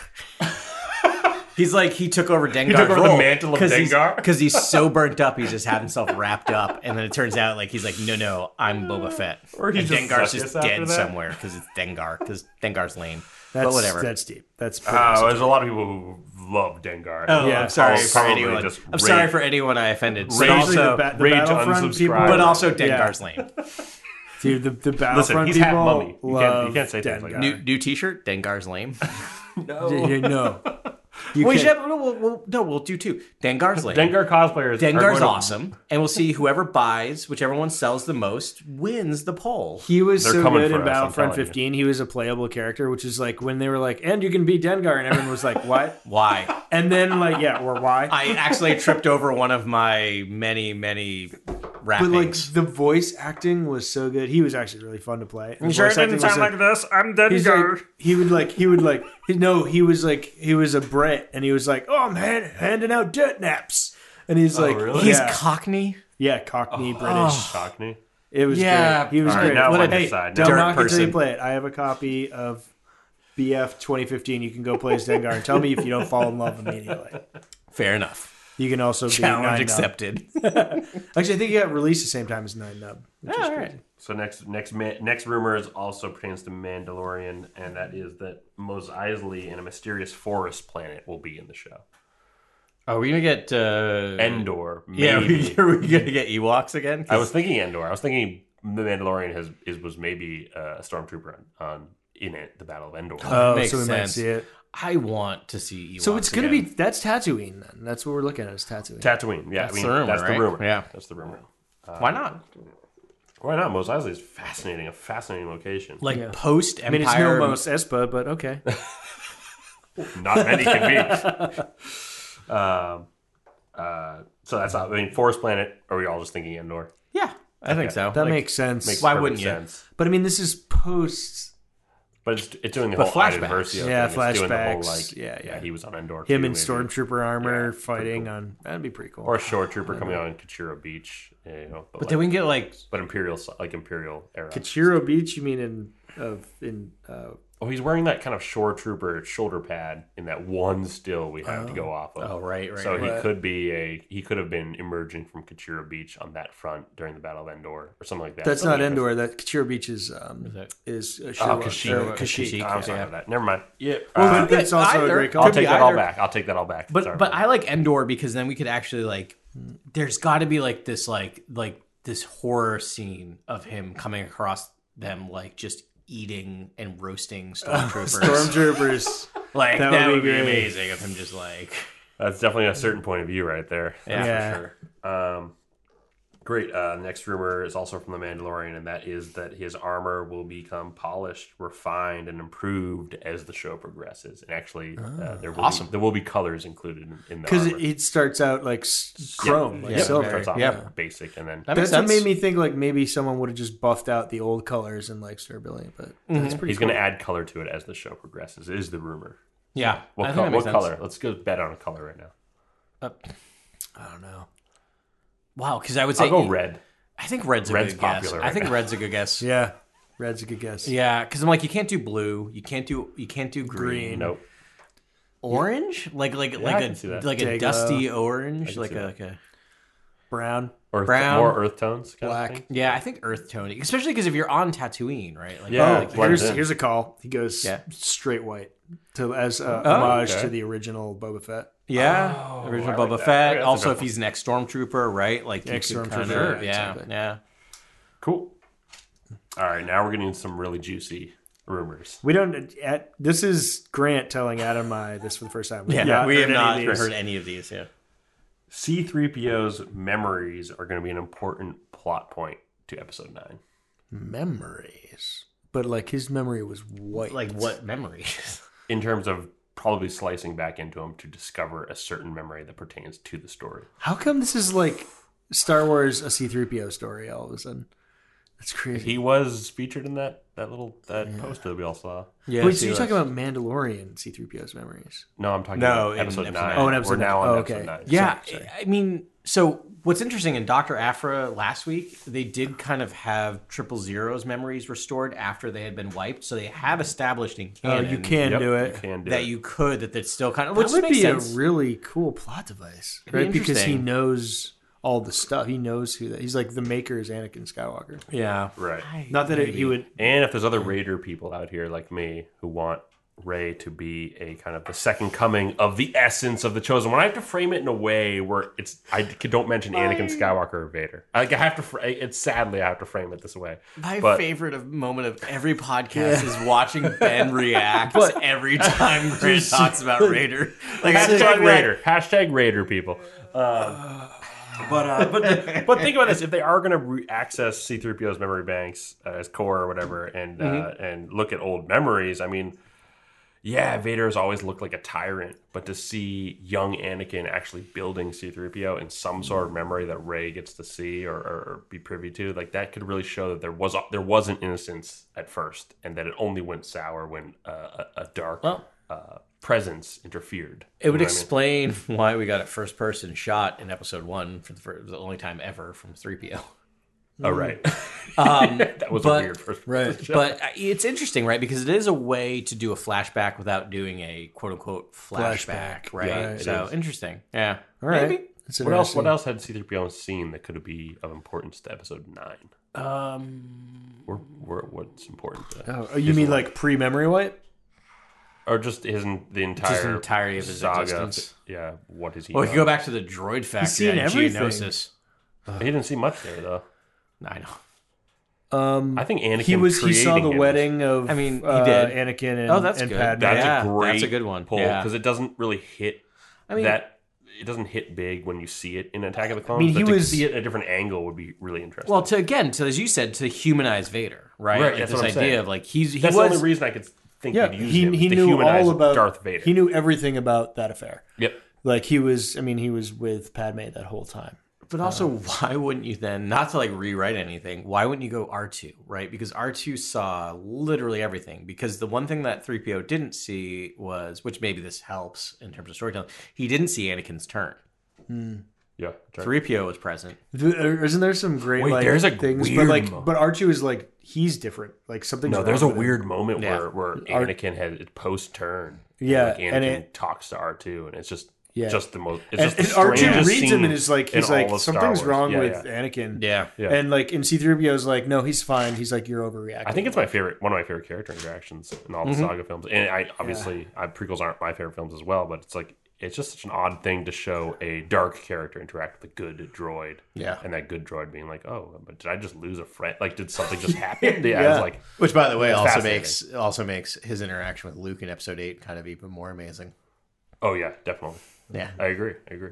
Speaker 6: he's like he took over Dengar's
Speaker 4: took over the mantle of Dengar?
Speaker 6: because he's so burnt up. He's just had himself wrapped up, and then it turns out like he's like, no, no, I'm Boba Fett,
Speaker 4: Or he
Speaker 6: and
Speaker 4: just
Speaker 6: Dengar's
Speaker 4: sucked
Speaker 6: just
Speaker 4: us after
Speaker 6: dead
Speaker 4: that.
Speaker 6: somewhere because it's Dengar because Dengar's lame.
Speaker 5: that's
Speaker 6: but whatever.
Speaker 5: That's deep. That's pretty
Speaker 4: Uh,
Speaker 5: awesome.
Speaker 4: there's a lot of people who love Dengar.
Speaker 6: Oh,
Speaker 5: Yeah,
Speaker 6: I'm sorry
Speaker 4: I'll
Speaker 6: for
Speaker 4: probably
Speaker 6: anyone.
Speaker 4: just
Speaker 6: I'm sorry
Speaker 4: rage-
Speaker 6: for anyone I offended. But
Speaker 4: rage-
Speaker 6: also,
Speaker 5: ba-
Speaker 4: rage
Speaker 5: Battlefront
Speaker 4: unsubscribe. uh,
Speaker 5: people,
Speaker 6: but also
Speaker 5: Yeah.
Speaker 6: Dengar's lame.
Speaker 5: dude, the, the
Speaker 4: Listen,
Speaker 5: Battlefront
Speaker 4: he's half
Speaker 5: people
Speaker 4: mummy. You
Speaker 5: love
Speaker 4: can't, you can't say things like
Speaker 5: Dengar.
Speaker 4: that.
Speaker 6: New, new T-shirt, Dengar's lame.
Speaker 5: Yeah, yeah, no. You
Speaker 6: we
Speaker 5: can't-
Speaker 6: should have, no, we'll, we'll, no, we'll do two. Dengar's lame.
Speaker 4: Dengar cosplayers. are going
Speaker 6: Dengar's
Speaker 4: to-
Speaker 6: awesome, and we'll see whoever buys, whichever one sells the most, wins the poll.
Speaker 5: He was
Speaker 4: They're
Speaker 5: so
Speaker 4: coming
Speaker 5: good
Speaker 4: for
Speaker 5: in
Speaker 4: us, I'm
Speaker 5: Battlefront
Speaker 4: telling you.
Speaker 5: 15. He was a playable character, which is like when they were like, "And you can be Dengar," and everyone was like, "What?"
Speaker 6: Why?
Speaker 5: And then like, yeah, or why?
Speaker 6: I actually tripped over one of my many, many
Speaker 5: but
Speaker 6: rappings.
Speaker 5: like the voice acting was so good. He was actually really fun to play. And the voice acting was,
Speaker 8: this. I'm dead.
Speaker 5: He's like, he would like, he would like, he, no, he was like, he was a Brit, and he was like, oh, I'm hand, handing out dirt naps, and he's like,
Speaker 4: Oh, really?
Speaker 6: He's
Speaker 5: yeah,
Speaker 6: Cockney.
Speaker 5: yeah, Cockney British.
Speaker 4: Cockney.
Speaker 5: It was
Speaker 6: Yeah.
Speaker 5: great. He was
Speaker 4: All right,
Speaker 5: great.
Speaker 4: now I
Speaker 5: What
Speaker 4: wanna
Speaker 5: a-
Speaker 4: decide.
Speaker 5: don't
Speaker 4: Dirt
Speaker 5: knock until
Speaker 6: person.
Speaker 5: you play it. I have a copy of BF 2015. You can go play as Dengar and tell me if you don't fall in love immediately.
Speaker 6: Fair enough.
Speaker 5: You can also be
Speaker 6: Challenge
Speaker 5: nine
Speaker 6: accepted.
Speaker 5: Nub. Actually, I think it got released the same time as Nine Nub. Which is crazy.
Speaker 4: So next, next, ma- next rumor is also pertains to Mandalorian, and that is that Mos Eisley and a mysterious forest planet will be in the show.
Speaker 6: Are we gonna get uh,
Speaker 4: Endor, maybe.
Speaker 6: Yeah, we, are we gonna get Ewoks again? 'Cause
Speaker 4: I was thinking Endor. I was thinking the Mandalorian has is was maybe uh, a stormtrooper on, on in it, the Battle of Endor.
Speaker 5: Oh,
Speaker 6: makes
Speaker 5: so we might
Speaker 6: sense.
Speaker 5: see it.
Speaker 6: I want to see Ewoks.
Speaker 5: So it's going to
Speaker 6: again.
Speaker 5: be that's Tatooine then. That's what we're looking at is Tatooine.
Speaker 4: Tatooine. Yeah,
Speaker 6: That's
Speaker 4: I mean
Speaker 6: the rumor,
Speaker 4: that's
Speaker 6: right?
Speaker 4: the rumor.
Speaker 6: Yeah.
Speaker 4: that's the rumor.
Speaker 6: Why not?
Speaker 4: Why not? Mos Eisley is fascinating. A fascinating location.
Speaker 6: Like post
Speaker 5: I mean, it's no
Speaker 6: Empire.
Speaker 5: Mos Espa, but okay.
Speaker 4: Not many can be. um, uh, so that's not. I mean, forest planet. Are we all just thinking Endor?
Speaker 6: yeah, I think so.
Speaker 5: That
Speaker 6: Like,
Speaker 5: makes sense.
Speaker 4: Makes
Speaker 6: Why
Speaker 4: perfect
Speaker 6: wouldn't you?
Speaker 4: sense.
Speaker 5: but I mean, this is post
Speaker 4: But it's, it's doing the
Speaker 6: But
Speaker 4: whole
Speaker 6: flashbacks.
Speaker 4: Idiversio
Speaker 5: Yeah,
Speaker 4: thing. It's doing the whole,
Speaker 5: flashbacks.
Speaker 4: like,
Speaker 5: Yeah, yeah.
Speaker 4: He was on Endor.
Speaker 5: him
Speaker 4: too,
Speaker 5: in
Speaker 4: maybe.
Speaker 5: stormtrooper armor
Speaker 4: pretty
Speaker 5: fighting
Speaker 4: cool.
Speaker 5: on. That'd be pretty cool.
Speaker 4: or a short trooper coming out on Kachira Beach. You know, but,
Speaker 6: But
Speaker 4: like,
Speaker 6: then we can get like
Speaker 4: but imperial like imperial era.
Speaker 5: Kachiro Beach, you mean in of in uh,
Speaker 4: oh, he's wearing that kind of shore trooper shoulder pad in that one still we have to go off of.
Speaker 6: oh right right.
Speaker 4: So
Speaker 6: right.
Speaker 4: he could be a he could have been emerging from Kachira Beach on that front during the Battle of Endor or something like that.
Speaker 5: oh, that's not
Speaker 4: Something
Speaker 5: Endor. That Kachiro Beach is um
Speaker 6: it?
Speaker 5: is uh,
Speaker 4: Oh,
Speaker 5: Shiro-
Speaker 4: Kashyyyk. Kashyyyk.
Speaker 5: uh,
Speaker 6: Kashyyyk,
Speaker 4: I'm sorry
Speaker 6: yeah.
Speaker 4: about that. Never mind. Yeah,
Speaker 5: Well, but that's also
Speaker 6: either.
Speaker 5: a great call.
Speaker 4: I'll
Speaker 6: could be
Speaker 4: take that all
Speaker 6: either.
Speaker 4: back. I'll take that all back.
Speaker 6: But
Speaker 4: Sorry.
Speaker 6: but I like Endor because then we could actually like there's got to be like this like like this horror scene of him coming across them like just eating and roasting stormtroopers.
Speaker 5: Stormtroopers.
Speaker 6: like that,
Speaker 5: that would be
Speaker 6: would be,
Speaker 5: great.
Speaker 6: amazing of him just like
Speaker 4: That's definitely a certain point of view right there. That's
Speaker 5: Yeah.
Speaker 4: for sure. Um, great. Uh, next rumor is also from The Mandalorian, and that is that his armor will become polished, refined, and improved as the show progresses. And actually, uh, there will
Speaker 6: Ah, Awesome.
Speaker 4: be, there will be colors included in, in the
Speaker 5: because
Speaker 4: armor.
Speaker 5: it, it starts out like s- chrome, like
Speaker 4: Yep,
Speaker 5: silver.
Speaker 4: starts off
Speaker 6: yeah.
Speaker 4: basic, and then
Speaker 6: that
Speaker 5: That's
Speaker 6: makes
Speaker 5: what made
Speaker 6: sense.
Speaker 5: me think like maybe someone would have just buffed out the old colors and like Starbillion, but
Speaker 6: Mm-hmm.
Speaker 5: that's pretty.
Speaker 4: he's going to add color to it as the show progresses. Is the rumor?
Speaker 6: yeah. I
Speaker 4: What,
Speaker 6: think
Speaker 4: col- what
Speaker 6: that makes sense.
Speaker 4: color? Let's go bet on a color right now.
Speaker 5: I don't know.
Speaker 6: Wow, because I would say E-
Speaker 4: I'll go red.
Speaker 6: I think red's a
Speaker 4: Red's
Speaker 6: good guess.
Speaker 4: popular
Speaker 6: I
Speaker 4: right
Speaker 6: think red's a good guess.
Speaker 5: Yeah, red's a good guess.
Speaker 6: Yeah, because I'm like, you can't do blue, you can't do you can't do green,
Speaker 4: Nope.
Speaker 6: orange, like like
Speaker 4: I
Speaker 6: like
Speaker 4: can see
Speaker 6: a
Speaker 4: that.
Speaker 6: like a
Speaker 5: Dago.
Speaker 6: dusty orange, like
Speaker 4: see
Speaker 6: a,
Speaker 4: that.
Speaker 6: like a
Speaker 5: Brown.
Speaker 4: Or
Speaker 6: Brown,
Speaker 4: more earth tones, kind
Speaker 5: black.
Speaker 4: Of thing?
Speaker 6: Yeah, I think earth toning, especially because if you're on Tatooine, right? Like,
Speaker 4: Yeah,
Speaker 5: Oh,
Speaker 4: like blends
Speaker 5: here's,
Speaker 4: in.
Speaker 5: here's a call. He goes
Speaker 6: Yeah. Oh,
Speaker 5: straight white to as a homage
Speaker 4: okay.
Speaker 5: to the original Boba Fett.
Speaker 6: yeah. original Boba
Speaker 4: Oh, that.
Speaker 6: Fett.
Speaker 4: Okay, that's a
Speaker 6: also,
Speaker 4: good
Speaker 6: if he's an ex stormtrooper, right? Like, you
Speaker 5: Ex-
Speaker 6: could
Speaker 5: stormtrooper,
Speaker 6: kinda-
Speaker 5: yeah,
Speaker 6: yeah,
Speaker 5: exactly.
Speaker 6: yeah.
Speaker 4: Cool. All right, now we're getting some really juicy rumors.
Speaker 5: We don't. At, this is Grant telling Adam and I this for the first time. We've not
Speaker 6: we
Speaker 5: heard
Speaker 6: have
Speaker 5: any
Speaker 6: not
Speaker 5: of these.
Speaker 6: heard any of these. Yeah,
Speaker 4: C3PO's memories are going to be an important plot point to episode 9.
Speaker 5: memories, but like his memory was white.
Speaker 6: like what memories?
Speaker 4: in terms of probably slicing back into him to discover a certain memory that pertains to the story.
Speaker 5: how come this is like Star Wars a C three PO story all of a sudden? That's crazy.
Speaker 4: He was featured in that that little that poster that we all saw.
Speaker 6: yeah,
Speaker 5: Wait, so you're talking about Mandalorian C three PO's memories?
Speaker 4: No, I'm talking
Speaker 6: No,
Speaker 4: about
Speaker 6: in
Speaker 4: episode
Speaker 6: episode
Speaker 4: nine.
Speaker 6: nine. Oh,
Speaker 5: in episode
Speaker 4: We're now
Speaker 5: nine.
Speaker 4: on
Speaker 5: Oh,
Speaker 4: episode
Speaker 5: okay.
Speaker 4: nine.
Speaker 6: Yeah, I I mean, so what's interesting in Doctor Afra last week, they did kind of have Triple Zero's memories restored after they had been wiped, so they have established in
Speaker 5: Oh,
Speaker 6: canon
Speaker 5: you can
Speaker 4: Yep,
Speaker 5: do it.
Speaker 4: You can do
Speaker 6: that
Speaker 4: it.
Speaker 6: you could that that's still kind of
Speaker 5: That
Speaker 6: which
Speaker 5: would
Speaker 6: makes
Speaker 5: be
Speaker 6: sense.
Speaker 5: a really cool plot device,
Speaker 6: be
Speaker 5: right? Because he
Speaker 6: interesting.
Speaker 5: knows all the stuff. He knows who that. He's like the maker is Anakin Skywalker.
Speaker 6: yeah,
Speaker 4: right.
Speaker 5: Not that it, he would.
Speaker 4: And if there's other Raider people out here like me who want Ray to be a kind of the second coming of the essence of the chosen one, I have to frame it in a way where it's I don't mention Anakin Skywalker or Vader. Like I have to. Fr- it's sadly I have to frame it this way.
Speaker 6: My
Speaker 4: But-
Speaker 6: favorite of moment of every podcast is watching Ben react every time Grant talks about Raider. Like I just
Speaker 4: Hashtag
Speaker 6: like
Speaker 4: Raider. Hashtag Raider people. Um, but uh, but but think about this: if they are going to re- access C-3PO's memory banks uh, as core or whatever, and uh, and look at old memories, I mean, yeah, Vader's always looked like a tyrant, but to see young Anakin actually building C-3PO in some sort of memory that Ray gets to see or, or, or be privy to, like that could really show that there was there was an innocence at first, and that it only went sour when uh, a, a dark. uh, presence interfered
Speaker 6: It would explain why we got a first person shot in episode one for the, fir- the only time ever from 3PO.
Speaker 4: Oh, right. that was
Speaker 6: but-
Speaker 4: a weird first
Speaker 6: But uh, it's interesting, right? Because it is a way to do a flashback without doing a quote unquote flashback,
Speaker 5: Flashback.
Speaker 6: right?
Speaker 4: Yeah, it
Speaker 6: so
Speaker 4: is.
Speaker 6: interesting. Yeah.
Speaker 5: All right.
Speaker 6: Maybe.
Speaker 5: That's
Speaker 4: What else? What
Speaker 5: interesting.
Speaker 4: else had C-3PO seen that could be of importance to Episode Nine? Um, or, or what's important, to,
Speaker 5: Oh, you mean like pre memory wipe?
Speaker 4: or just his en- the entire
Speaker 6: Just the entirety of his
Speaker 4: saga?
Speaker 6: existence.
Speaker 4: Yeah, what is he?
Speaker 6: Or we could
Speaker 4: done?
Speaker 6: go back to the droid factory
Speaker 5: seen
Speaker 6: and
Speaker 5: everything.
Speaker 6: Geonosis.
Speaker 4: He didn't see much there though.
Speaker 6: I know.
Speaker 4: I think Anakin.
Speaker 5: Um, He was. He saw
Speaker 4: creating
Speaker 5: the
Speaker 4: him.
Speaker 5: wedding of.
Speaker 6: I mean, he
Speaker 5: uh,
Speaker 6: did.
Speaker 5: Anakin and,
Speaker 6: Oh, that's
Speaker 5: and
Speaker 6: good.
Speaker 5: Padme.
Speaker 4: That's
Speaker 6: Yeah,
Speaker 4: a great.
Speaker 6: that's a good one.
Speaker 4: pull
Speaker 6: Yeah.
Speaker 4: because it doesn't really hit. I
Speaker 6: mean-
Speaker 4: that. It doesn't hit big when you see it in Attack of the Clones.
Speaker 5: mean,
Speaker 4: but
Speaker 5: he
Speaker 4: to
Speaker 5: was-
Speaker 4: see it at a different angle would be really interesting.
Speaker 6: Well, to again, to as you said, to humanize Vader, right?
Speaker 4: Right,
Speaker 6: Like,
Speaker 4: that's
Speaker 6: this
Speaker 4: what I'm
Speaker 6: idea
Speaker 4: saying.
Speaker 6: of like he's he
Speaker 4: that's
Speaker 6: was
Speaker 4: the only reason I could think
Speaker 5: Yeah,
Speaker 4: you'd use
Speaker 5: he
Speaker 4: him,
Speaker 5: he
Speaker 4: to
Speaker 5: knew
Speaker 4: humanize
Speaker 5: all about
Speaker 4: Darth Vader.
Speaker 5: He knew everything about that affair.
Speaker 4: Yep.
Speaker 5: Like he was. I mean, he was with Padme that whole time.
Speaker 6: But also,
Speaker 4: uh,
Speaker 6: why wouldn't you then, not to like rewrite anything, why wouldn't you go R2, right? Because R2 saw literally everything. Because the one thing that 3PO didn't see was, which maybe this helps in terms of storytelling, he didn't see Anakin's turn.
Speaker 4: Yeah.
Speaker 6: 3PO was present.
Speaker 5: Th- there- Isn't there some great
Speaker 4: Wait,
Speaker 5: like
Speaker 4: there's a
Speaker 5: things?
Speaker 4: weird
Speaker 5: but like,
Speaker 4: mo-
Speaker 5: but R two is like he's different. Like something.
Speaker 4: No, there's a weird moment
Speaker 6: Yeah.
Speaker 4: where where
Speaker 5: Ar-
Speaker 4: Anakin has post turn.
Speaker 5: Yeah,
Speaker 4: like Anakin
Speaker 5: and it-
Speaker 4: talks to R two, and it's just
Speaker 5: Yeah.
Speaker 4: just the most. It's
Speaker 5: And,
Speaker 4: just
Speaker 5: and
Speaker 4: the
Speaker 5: R two
Speaker 4: strangest
Speaker 5: reads him
Speaker 4: scene
Speaker 5: and is like,
Speaker 4: in
Speaker 5: he's
Speaker 4: all
Speaker 5: like,
Speaker 4: of Star
Speaker 5: something's
Speaker 4: Wars."
Speaker 5: wrong
Speaker 4: Yeah,
Speaker 5: with
Speaker 4: yeah.
Speaker 5: Anakin.
Speaker 6: Yeah.
Speaker 4: Yeah.
Speaker 5: And like, and C three PO is like, no, he's fine. He's like, you're overreacting.
Speaker 4: I think it's my favorite, one of my favorite character interactions in all the saga films. And I obviously, I, prequels aren't my favorite films as well, but it's like it's just such an odd thing to show a dark character interact with a good droid.
Speaker 6: Yeah.
Speaker 4: and that good droid being like, oh, but did I just lose a friend? Like, did something just happen? Yeah, I was like,
Speaker 6: Which, by the way, also
Speaker 4: fascinating.
Speaker 6: makes also makes his interaction with Luke in Episode Eight kind of even more amazing.
Speaker 4: oh yeah, definitely.
Speaker 6: Yeah,
Speaker 4: I agree. I agree.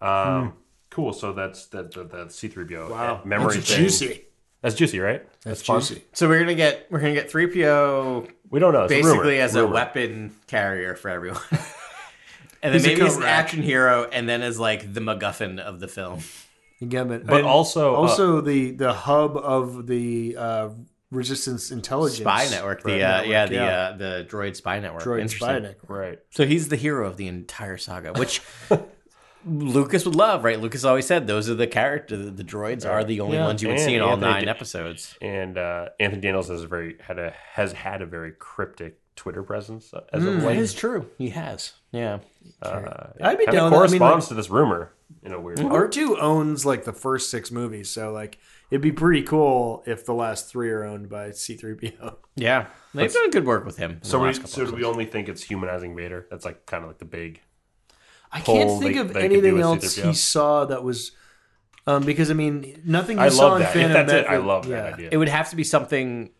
Speaker 4: Um, Cool. So that's that the, the C3PO wow. uh, memory
Speaker 5: That's
Speaker 4: thing.
Speaker 5: juicy.
Speaker 4: That's juicy, right?
Speaker 5: That's, juicy.
Speaker 6: so we're gonna get we're gonna get three PO
Speaker 4: We don't know. It's a rumor.
Speaker 6: basically as a
Speaker 4: Rumor.
Speaker 6: weapon carrier for everyone. and then
Speaker 5: a
Speaker 6: maybe as an
Speaker 5: Korak.
Speaker 6: action hero, and then as like the MacGuffin of the film.
Speaker 5: Again, but,
Speaker 4: But
Speaker 5: and
Speaker 4: also, uh,
Speaker 5: also the the hub of the uh, resistance intelligence
Speaker 6: Spy network, the
Speaker 5: Right,
Speaker 6: uh,
Speaker 5: network,
Speaker 6: yeah, the Uh, the droid spy network.
Speaker 5: droid
Speaker 6: Interesting.
Speaker 5: spy network.
Speaker 4: right.
Speaker 6: So he's the hero of the entire saga, which Lucas would love, right? Lucas always said those are the character. The, the droids are the only ones you would
Speaker 4: And
Speaker 6: see in all
Speaker 4: Anthony
Speaker 6: nine
Speaker 4: Di-
Speaker 6: episodes.
Speaker 4: And uh, Anthony Daniels has a very had a has had a very cryptic Twitter presence uh,
Speaker 5: Mm,
Speaker 4: as of late.
Speaker 6: true. He has. Yeah.
Speaker 4: Uh,
Speaker 5: I'd
Speaker 4: kinda
Speaker 5: be down with that. I mean, Mm-hmm.
Speaker 4: corresponds to this rumor. in a weird way.
Speaker 5: R2 owns like the first six movies, so like it'd be pretty cool if the last three are owned by C3PO.
Speaker 6: Yeah, they've done good work with him. in
Speaker 4: So,
Speaker 6: the
Speaker 4: we,
Speaker 6: last couple
Speaker 4: so do we
Speaker 6: episodes.
Speaker 4: only think it's humanizing Vader? That's like kind of like the big.
Speaker 5: I
Speaker 4: Pull,
Speaker 5: can't think
Speaker 4: they-
Speaker 5: of
Speaker 4: they could do
Speaker 5: anything
Speaker 4: with
Speaker 5: else
Speaker 4: C-3PO.
Speaker 5: he saw that was um, because I mean nothing he
Speaker 4: I
Speaker 5: saw
Speaker 4: love
Speaker 5: in
Speaker 4: that. If
Speaker 5: Phantom
Speaker 4: that's it, I
Speaker 5: Menace-
Speaker 4: love
Speaker 5: yeah.
Speaker 4: that idea.
Speaker 6: it would have to be something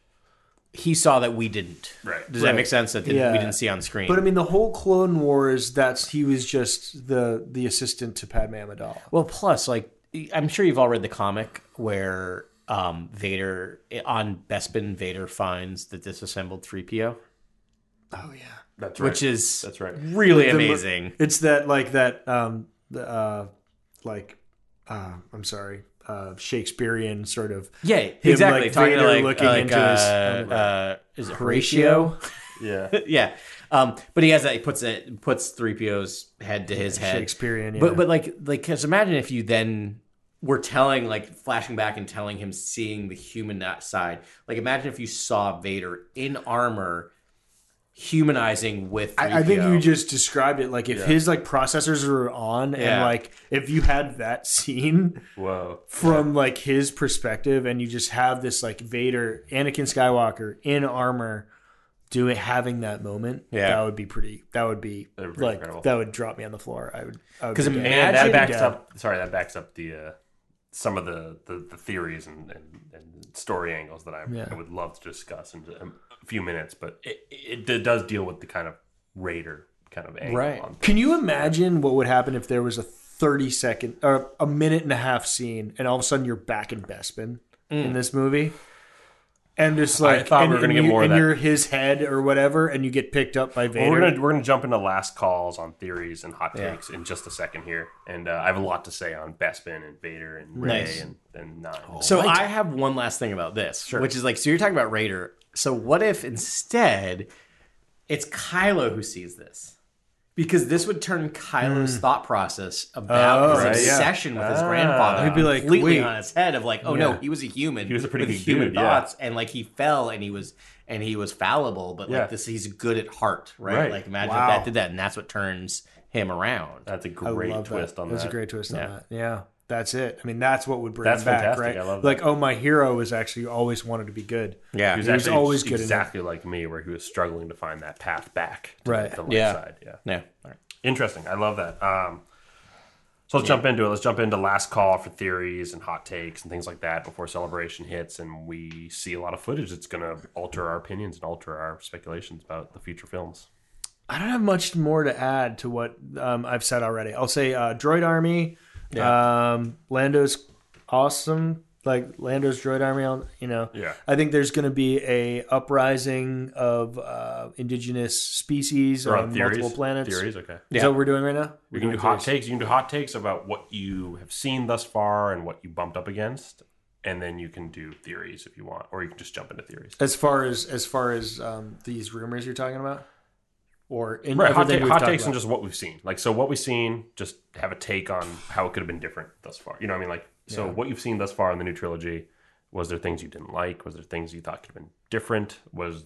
Speaker 6: he saw that we didn't.
Speaker 4: Right.
Speaker 6: Does that make sense? That didn't,
Speaker 5: Yeah.
Speaker 6: we didn't see on screen.
Speaker 5: But I mean, the whole Clone Wars. That's he was just the the assistant to Padme Amidala.
Speaker 6: Well, plus, like, I'm sure you've all read the comic where um, Vader, on Bespin, Vader finds the disassembled 3PO,
Speaker 5: Oh yeah,
Speaker 4: That's right.
Speaker 6: which is
Speaker 4: That's right.
Speaker 6: really
Speaker 5: The-
Speaker 6: amazing.
Speaker 5: It's that like that um the uh like uh I'm sorry uh Shakespearean sort of
Speaker 6: yeah,
Speaker 5: Him,
Speaker 6: exactly.
Speaker 5: like,
Speaker 6: Talking
Speaker 5: Vader
Speaker 6: to, like,
Speaker 5: looking
Speaker 6: like,
Speaker 5: into
Speaker 6: uh,
Speaker 5: his-
Speaker 6: uh, is it Horatio?
Speaker 4: Yeah.
Speaker 6: yeah. Um, but he has that. He puts it puts 3PO's head to his head.
Speaker 5: Shakespearean. Yeah.
Speaker 6: But but like like because imagine if you then were telling like flashing back and telling him seeing the human that side. Like imagine if you saw Vader in armor, humanizing with.
Speaker 5: I, I think
Speaker 6: 3PO.
Speaker 5: you just described it like if his like processors were on and
Speaker 6: Yeah.
Speaker 5: like if you had that scene
Speaker 4: Whoa.
Speaker 5: from like his perspective and you just have this like Vader Anakin Skywalker in armor do it having that moment
Speaker 6: Yeah.
Speaker 5: that would be pretty that would be,
Speaker 4: would be
Speaker 5: like
Speaker 4: incredible.
Speaker 5: that would drop me on the floor I would I would
Speaker 6: because
Speaker 5: be
Speaker 4: And
Speaker 5: dead.
Speaker 4: that
Speaker 6: imagine
Speaker 4: backs
Speaker 5: yeah.
Speaker 4: up. Sorry, that backs up the uh, some of the, the, the theories and, and, and story angles that I, I would love to discuss in a few minutes. But it, it, d does deal with the kind of Raider kind of angle.
Speaker 6: Right.
Speaker 4: On things.
Speaker 5: Can you imagine what would happen if there was a 30 second or a minute and a half scene and all of a sudden you're back in Bespin in this movie? And just
Speaker 4: Mm.
Speaker 5: like
Speaker 4: thought we
Speaker 5: and,
Speaker 4: were gonna
Speaker 5: and
Speaker 4: get
Speaker 5: you-
Speaker 4: more of
Speaker 5: and
Speaker 4: that.
Speaker 5: you're his head or whatever, and you get picked up by
Speaker 4: Well,
Speaker 5: Vader.
Speaker 4: we're gonna we're gonna jump into last calls on theories and hot takes in just a second here, and uh, I have a lot to say on Bespin and Vader and Ray
Speaker 6: Nice.
Speaker 4: and and Nine.
Speaker 5: Oh.
Speaker 6: So I have one last thing about this, which is like, so you're talking about Raider. So what if instead it's Kylo who sees this? Because this would turn Kylo's thought process about his
Speaker 4: Hmm. Oh, right, yeah. Ah.
Speaker 6: obsession with his grandfather
Speaker 4: He'd
Speaker 6: He'd
Speaker 5: be
Speaker 6: be
Speaker 5: like,
Speaker 6: completely
Speaker 5: wait.
Speaker 6: on his head of like, oh no, he was a human. He
Speaker 4: was a pretty
Speaker 6: with
Speaker 4: good
Speaker 6: human
Speaker 4: dude, yeah.
Speaker 6: thoughts, and like he fell and he was and he was fallible, but
Speaker 4: Yeah.
Speaker 6: like this, he's good at heart, right?
Speaker 4: Right.
Speaker 6: Like imagine
Speaker 5: Wow.
Speaker 6: if that did that, and that's what turns him around.
Speaker 4: That's a
Speaker 5: I
Speaker 4: great
Speaker 5: love
Speaker 4: twist
Speaker 5: that.
Speaker 4: on
Speaker 5: That's
Speaker 4: that.
Speaker 5: a great twist
Speaker 6: Yeah.
Speaker 5: on that. Yeah. That's it. I mean, that's what would bring
Speaker 4: That's
Speaker 5: him back,
Speaker 4: fantastic.
Speaker 5: right?
Speaker 4: I love that.
Speaker 5: like, oh, my hero is actually always wanted to be good.
Speaker 6: Yeah.
Speaker 4: He was,
Speaker 5: He was
Speaker 4: actually
Speaker 5: always good in it.
Speaker 4: exactly like me, where he was struggling to find that path back to
Speaker 5: Right.
Speaker 4: the left
Speaker 6: Yeah.
Speaker 4: side. Yeah.
Speaker 6: Yeah. All right.
Speaker 4: Interesting. I love that. Um, so let's jump into it. Let's jump into last call for theories and hot takes and things like that before celebration hits, and we see a lot of footage that's going to alter our opinions and alter our speculations about the future films.
Speaker 5: I don't have much more to add to what um, I've said already. I'll say uh, Droid Army, um, Lando's awesome. Like Lando's Droid Army, I'll- you know.
Speaker 4: Yeah.
Speaker 5: I think there's going to be a uprising of uh, indigenous species
Speaker 4: Or
Speaker 5: on multiple planets.
Speaker 4: Theories. Okay.
Speaker 5: Is that what we're doing right now?
Speaker 4: You can do hot takes. You can do hot takes about what you have seen thus far and what you bumped up against, and then you can do theories if you want, or you can just jump into theories.
Speaker 5: As far as as far as um, these rumors you're talking about, or in
Speaker 4: Right, hot,
Speaker 5: everything
Speaker 4: ta-
Speaker 5: we've
Speaker 4: hot
Speaker 5: talked
Speaker 4: takes and
Speaker 5: about?
Speaker 4: just what we've seen. Like, so what we've seen, just have a take on how it could have been different thus far. You know what I mean? Like, so what you've seen thus far in the new trilogy, was there things you didn't like? Was there things you thought could have been different? Was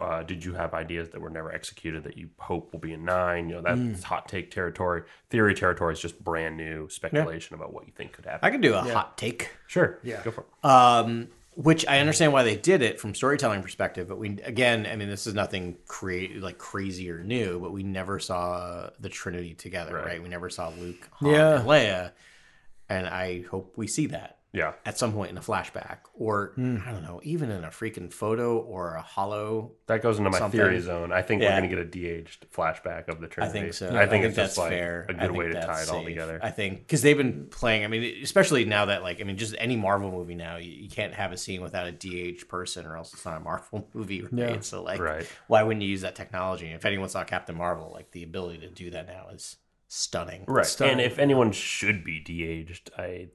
Speaker 4: uh, did you have ideas that were never executed that you hope will be in nine? You know, that's
Speaker 6: Mm.
Speaker 4: hot take territory. Theory territory is just brand new speculation about what you think could happen.
Speaker 6: I could do a hot take.
Speaker 4: sure, yeah, go for it.
Speaker 6: um, which I understand why they did it from storytelling perspective. But we again, I mean, this is nothing crea- like crazy or new. But we never saw the Trinity together, right? We never saw Luke, Han,
Speaker 5: Yeah.
Speaker 6: and Leia, and I hope we see that
Speaker 4: yeah,
Speaker 6: at some point in a flashback, or I don't know, even in a freaking photo or a hollow.
Speaker 4: that goes into my
Speaker 6: Something.
Speaker 4: theory zone. I think we're
Speaker 6: Yeah.
Speaker 4: going to get a de-aged flashback of the
Speaker 6: I
Speaker 4: Trinity.
Speaker 6: think so.
Speaker 4: I think, it's
Speaker 6: that's
Speaker 4: just like a
Speaker 6: fair. I
Speaker 4: good
Speaker 6: think
Speaker 4: way to
Speaker 6: that's
Speaker 4: tie it all
Speaker 6: safe.
Speaker 4: together.
Speaker 6: I think because they've been playing. I mean, especially now that like I mean, just any Marvel movie now, you, you can't have a scene without a DH person, or else it's not a Marvel movie, right? So like,
Speaker 4: Right.
Speaker 6: why wouldn't you use that technology? If anyone saw Captain Marvel, like the ability to do that now is stunning.
Speaker 4: Right. And if anyone should be de-aged, I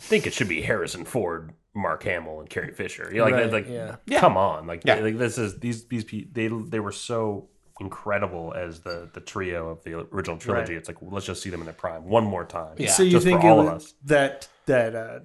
Speaker 4: think it should be Harrison Ford, Mark Hamill, and Carrie Fisher. You're like,
Speaker 5: Right,
Speaker 4: like,
Speaker 5: yeah.
Speaker 4: come on, like,
Speaker 6: Yeah.
Speaker 4: like this is these these pe- they they were so incredible as the the trio of the original trilogy. It's like let's just see them in their prime one more time.
Speaker 6: Yeah.
Speaker 5: So you
Speaker 4: just
Speaker 5: think
Speaker 4: for all
Speaker 5: it
Speaker 4: of
Speaker 5: was-
Speaker 4: us.
Speaker 5: that that uh,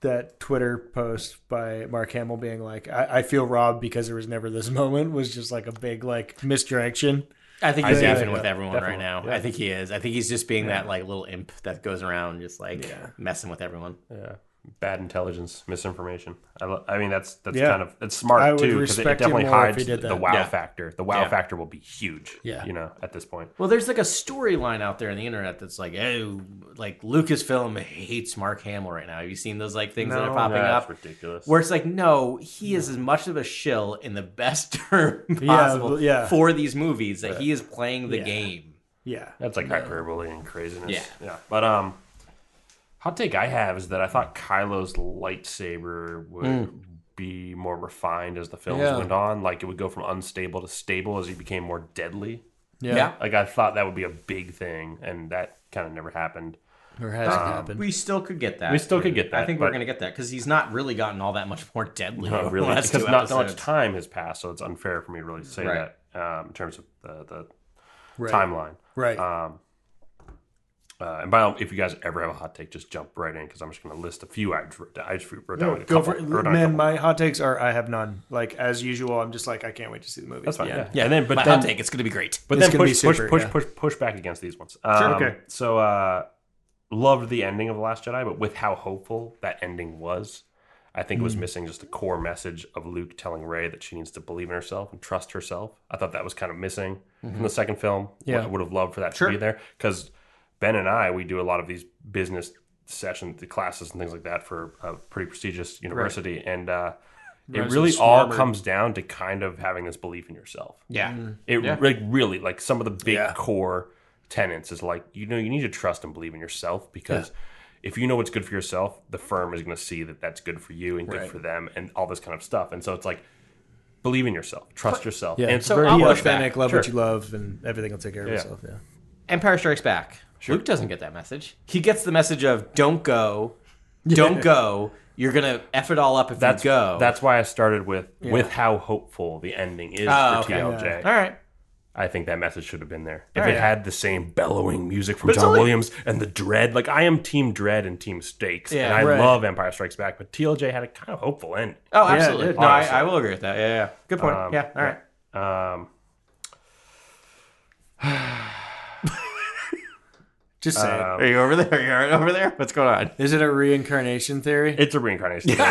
Speaker 5: that Twitter post by Mark Hamill being like, I, I feel robbed because there was never this moment was just like a big like misdirection.
Speaker 6: I think he's
Speaker 5: yeah,
Speaker 6: effing
Speaker 5: yeah,
Speaker 6: with everyone
Speaker 5: definitely.
Speaker 6: right now. I think he is. I think he's just being that like little imp that goes around just like messing with everyone.
Speaker 4: Yeah. Bad intelligence, misinformation. I, lo- I mean, that's that's
Speaker 5: Yeah.
Speaker 4: kind of it's smart
Speaker 5: I would
Speaker 4: too because it
Speaker 5: respect him
Speaker 4: definitely
Speaker 5: more if
Speaker 4: hides
Speaker 5: he did
Speaker 4: the
Speaker 5: that.
Speaker 4: wow
Speaker 6: Yeah.
Speaker 4: factor. The wow
Speaker 6: Yeah.
Speaker 4: factor will be huge.
Speaker 5: Yeah.
Speaker 4: you know, at this point.
Speaker 6: Well, there's like a storyline out there on the internet that's like, oh, like Lucasfilm hates Mark Hamill right now. Have you seen those like things that are popping
Speaker 4: That's
Speaker 6: up?
Speaker 4: ridiculous.
Speaker 6: Where it's like, no, he is as much of a shill in the best term
Speaker 5: Yeah,
Speaker 6: possible
Speaker 5: yeah.
Speaker 6: for these movies that he is playing the game.
Speaker 5: Yeah.
Speaker 4: That's like hyperbole and craziness.
Speaker 6: Yeah.
Speaker 4: yeah. But um, hot take I have is that I thought Kylo's lightsaber would
Speaker 5: Hmm.
Speaker 4: be more refined as the films
Speaker 9: Yeah.
Speaker 4: went on. Like it would go from unstable to stable as he became more deadly.
Speaker 6: Yeah.
Speaker 4: Like I thought that would be a big thing, and that kind of never happened.
Speaker 9: Or has
Speaker 4: Uh,
Speaker 9: it happened?
Speaker 6: Um, We still could get that.
Speaker 4: We still could get that,
Speaker 6: I think
Speaker 4: but-
Speaker 6: we're gonna get that because he's not really gotten all that much more deadly.
Speaker 4: Not
Speaker 6: over
Speaker 4: really,
Speaker 6: the last
Speaker 4: because
Speaker 6: two
Speaker 4: not that much
Speaker 6: episodes.
Speaker 4: time has passed, so it's unfair for me to really say
Speaker 6: Right.
Speaker 4: that um, in terms of the, the timeline.
Speaker 5: Right.
Speaker 4: Uh, and by all, if you guys ever have a hot take, just jump right in because I'm just going to list a few I just wrote down. I just wrote down a
Speaker 5: Go
Speaker 4: couple.
Speaker 5: for it.
Speaker 4: wrote down a
Speaker 5: Man,
Speaker 4: couple.
Speaker 5: my hot takes are I have none. Like as usual, I'm just like I can't wait to see the movie.
Speaker 4: That's fine. Yeah.
Speaker 6: Yeah,
Speaker 4: And then, but
Speaker 6: my
Speaker 4: then,
Speaker 6: hot take, it's gonna be great.
Speaker 4: but
Speaker 5: It's
Speaker 4: then
Speaker 5: gonna
Speaker 4: push,
Speaker 5: be
Speaker 4: push,
Speaker 5: super,
Speaker 4: push,
Speaker 5: yeah.
Speaker 4: push, push back against these ones. Um,
Speaker 5: okay.
Speaker 4: So, uh, loved the ending of The Last Jedi, but with how hopeful that ending was, I think it
Speaker 5: Hmm.
Speaker 4: was missing just the core message of Luke telling Ray that she needs to believe in herself and trust herself. I thought that was kind of missing from the second film.
Speaker 5: Mm-hmm. Yeah.
Speaker 4: I would have loved for that to be there because Ben and I, we do a lot of these business sessions, the classes and things like that for a pretty prestigious university. And, uh, it really all comes down to kind of having this belief in yourself.
Speaker 6: Yeah,
Speaker 4: It like really like some of the big core tenants is like you know you need to trust and believe in yourself because if you know what's good for yourself, the firm is going to see that that's good for you and good for them and all this kind of stuff. And so it's like believe in yourself, trust yourself. And it's
Speaker 6: So
Speaker 4: very
Speaker 6: I'll
Speaker 5: Be
Speaker 6: push
Speaker 5: authentic,
Speaker 6: back.
Speaker 5: love what you love, and everything will take care of itself. Yeah.
Speaker 6: Empire Strikes Back. Luke doesn't get that message. He gets the message of don't go, don't go. You're gonna f it all up if
Speaker 4: that's
Speaker 6: you go.
Speaker 4: that's why I started with with how hopeful the ending is
Speaker 6: Oh,
Speaker 4: for
Speaker 6: okay.
Speaker 4: TLJ.
Speaker 6: all right.
Speaker 4: I think that message should have been there. If it had the same bellowing music from John Williams and the dread, like I am Team Dread and Team Stakes,
Speaker 6: Yeah,
Speaker 4: and I
Speaker 5: right.
Speaker 4: love Empire Strikes Back, but TLJ had a kind of hopeful end.
Speaker 6: Oh, absolutely.
Speaker 4: did.
Speaker 6: no, I,
Speaker 4: Honestly.
Speaker 6: I will agree with that. Yeah, yeah, yeah. Good point.
Speaker 4: Um,
Speaker 6: yeah, all right.
Speaker 4: Um,
Speaker 5: Just say
Speaker 4: um,
Speaker 5: it.
Speaker 6: Are you over there? Are you all right over there? What's going on?
Speaker 5: Is it a reincarnation theory?
Speaker 4: it's a reincarnation. theory.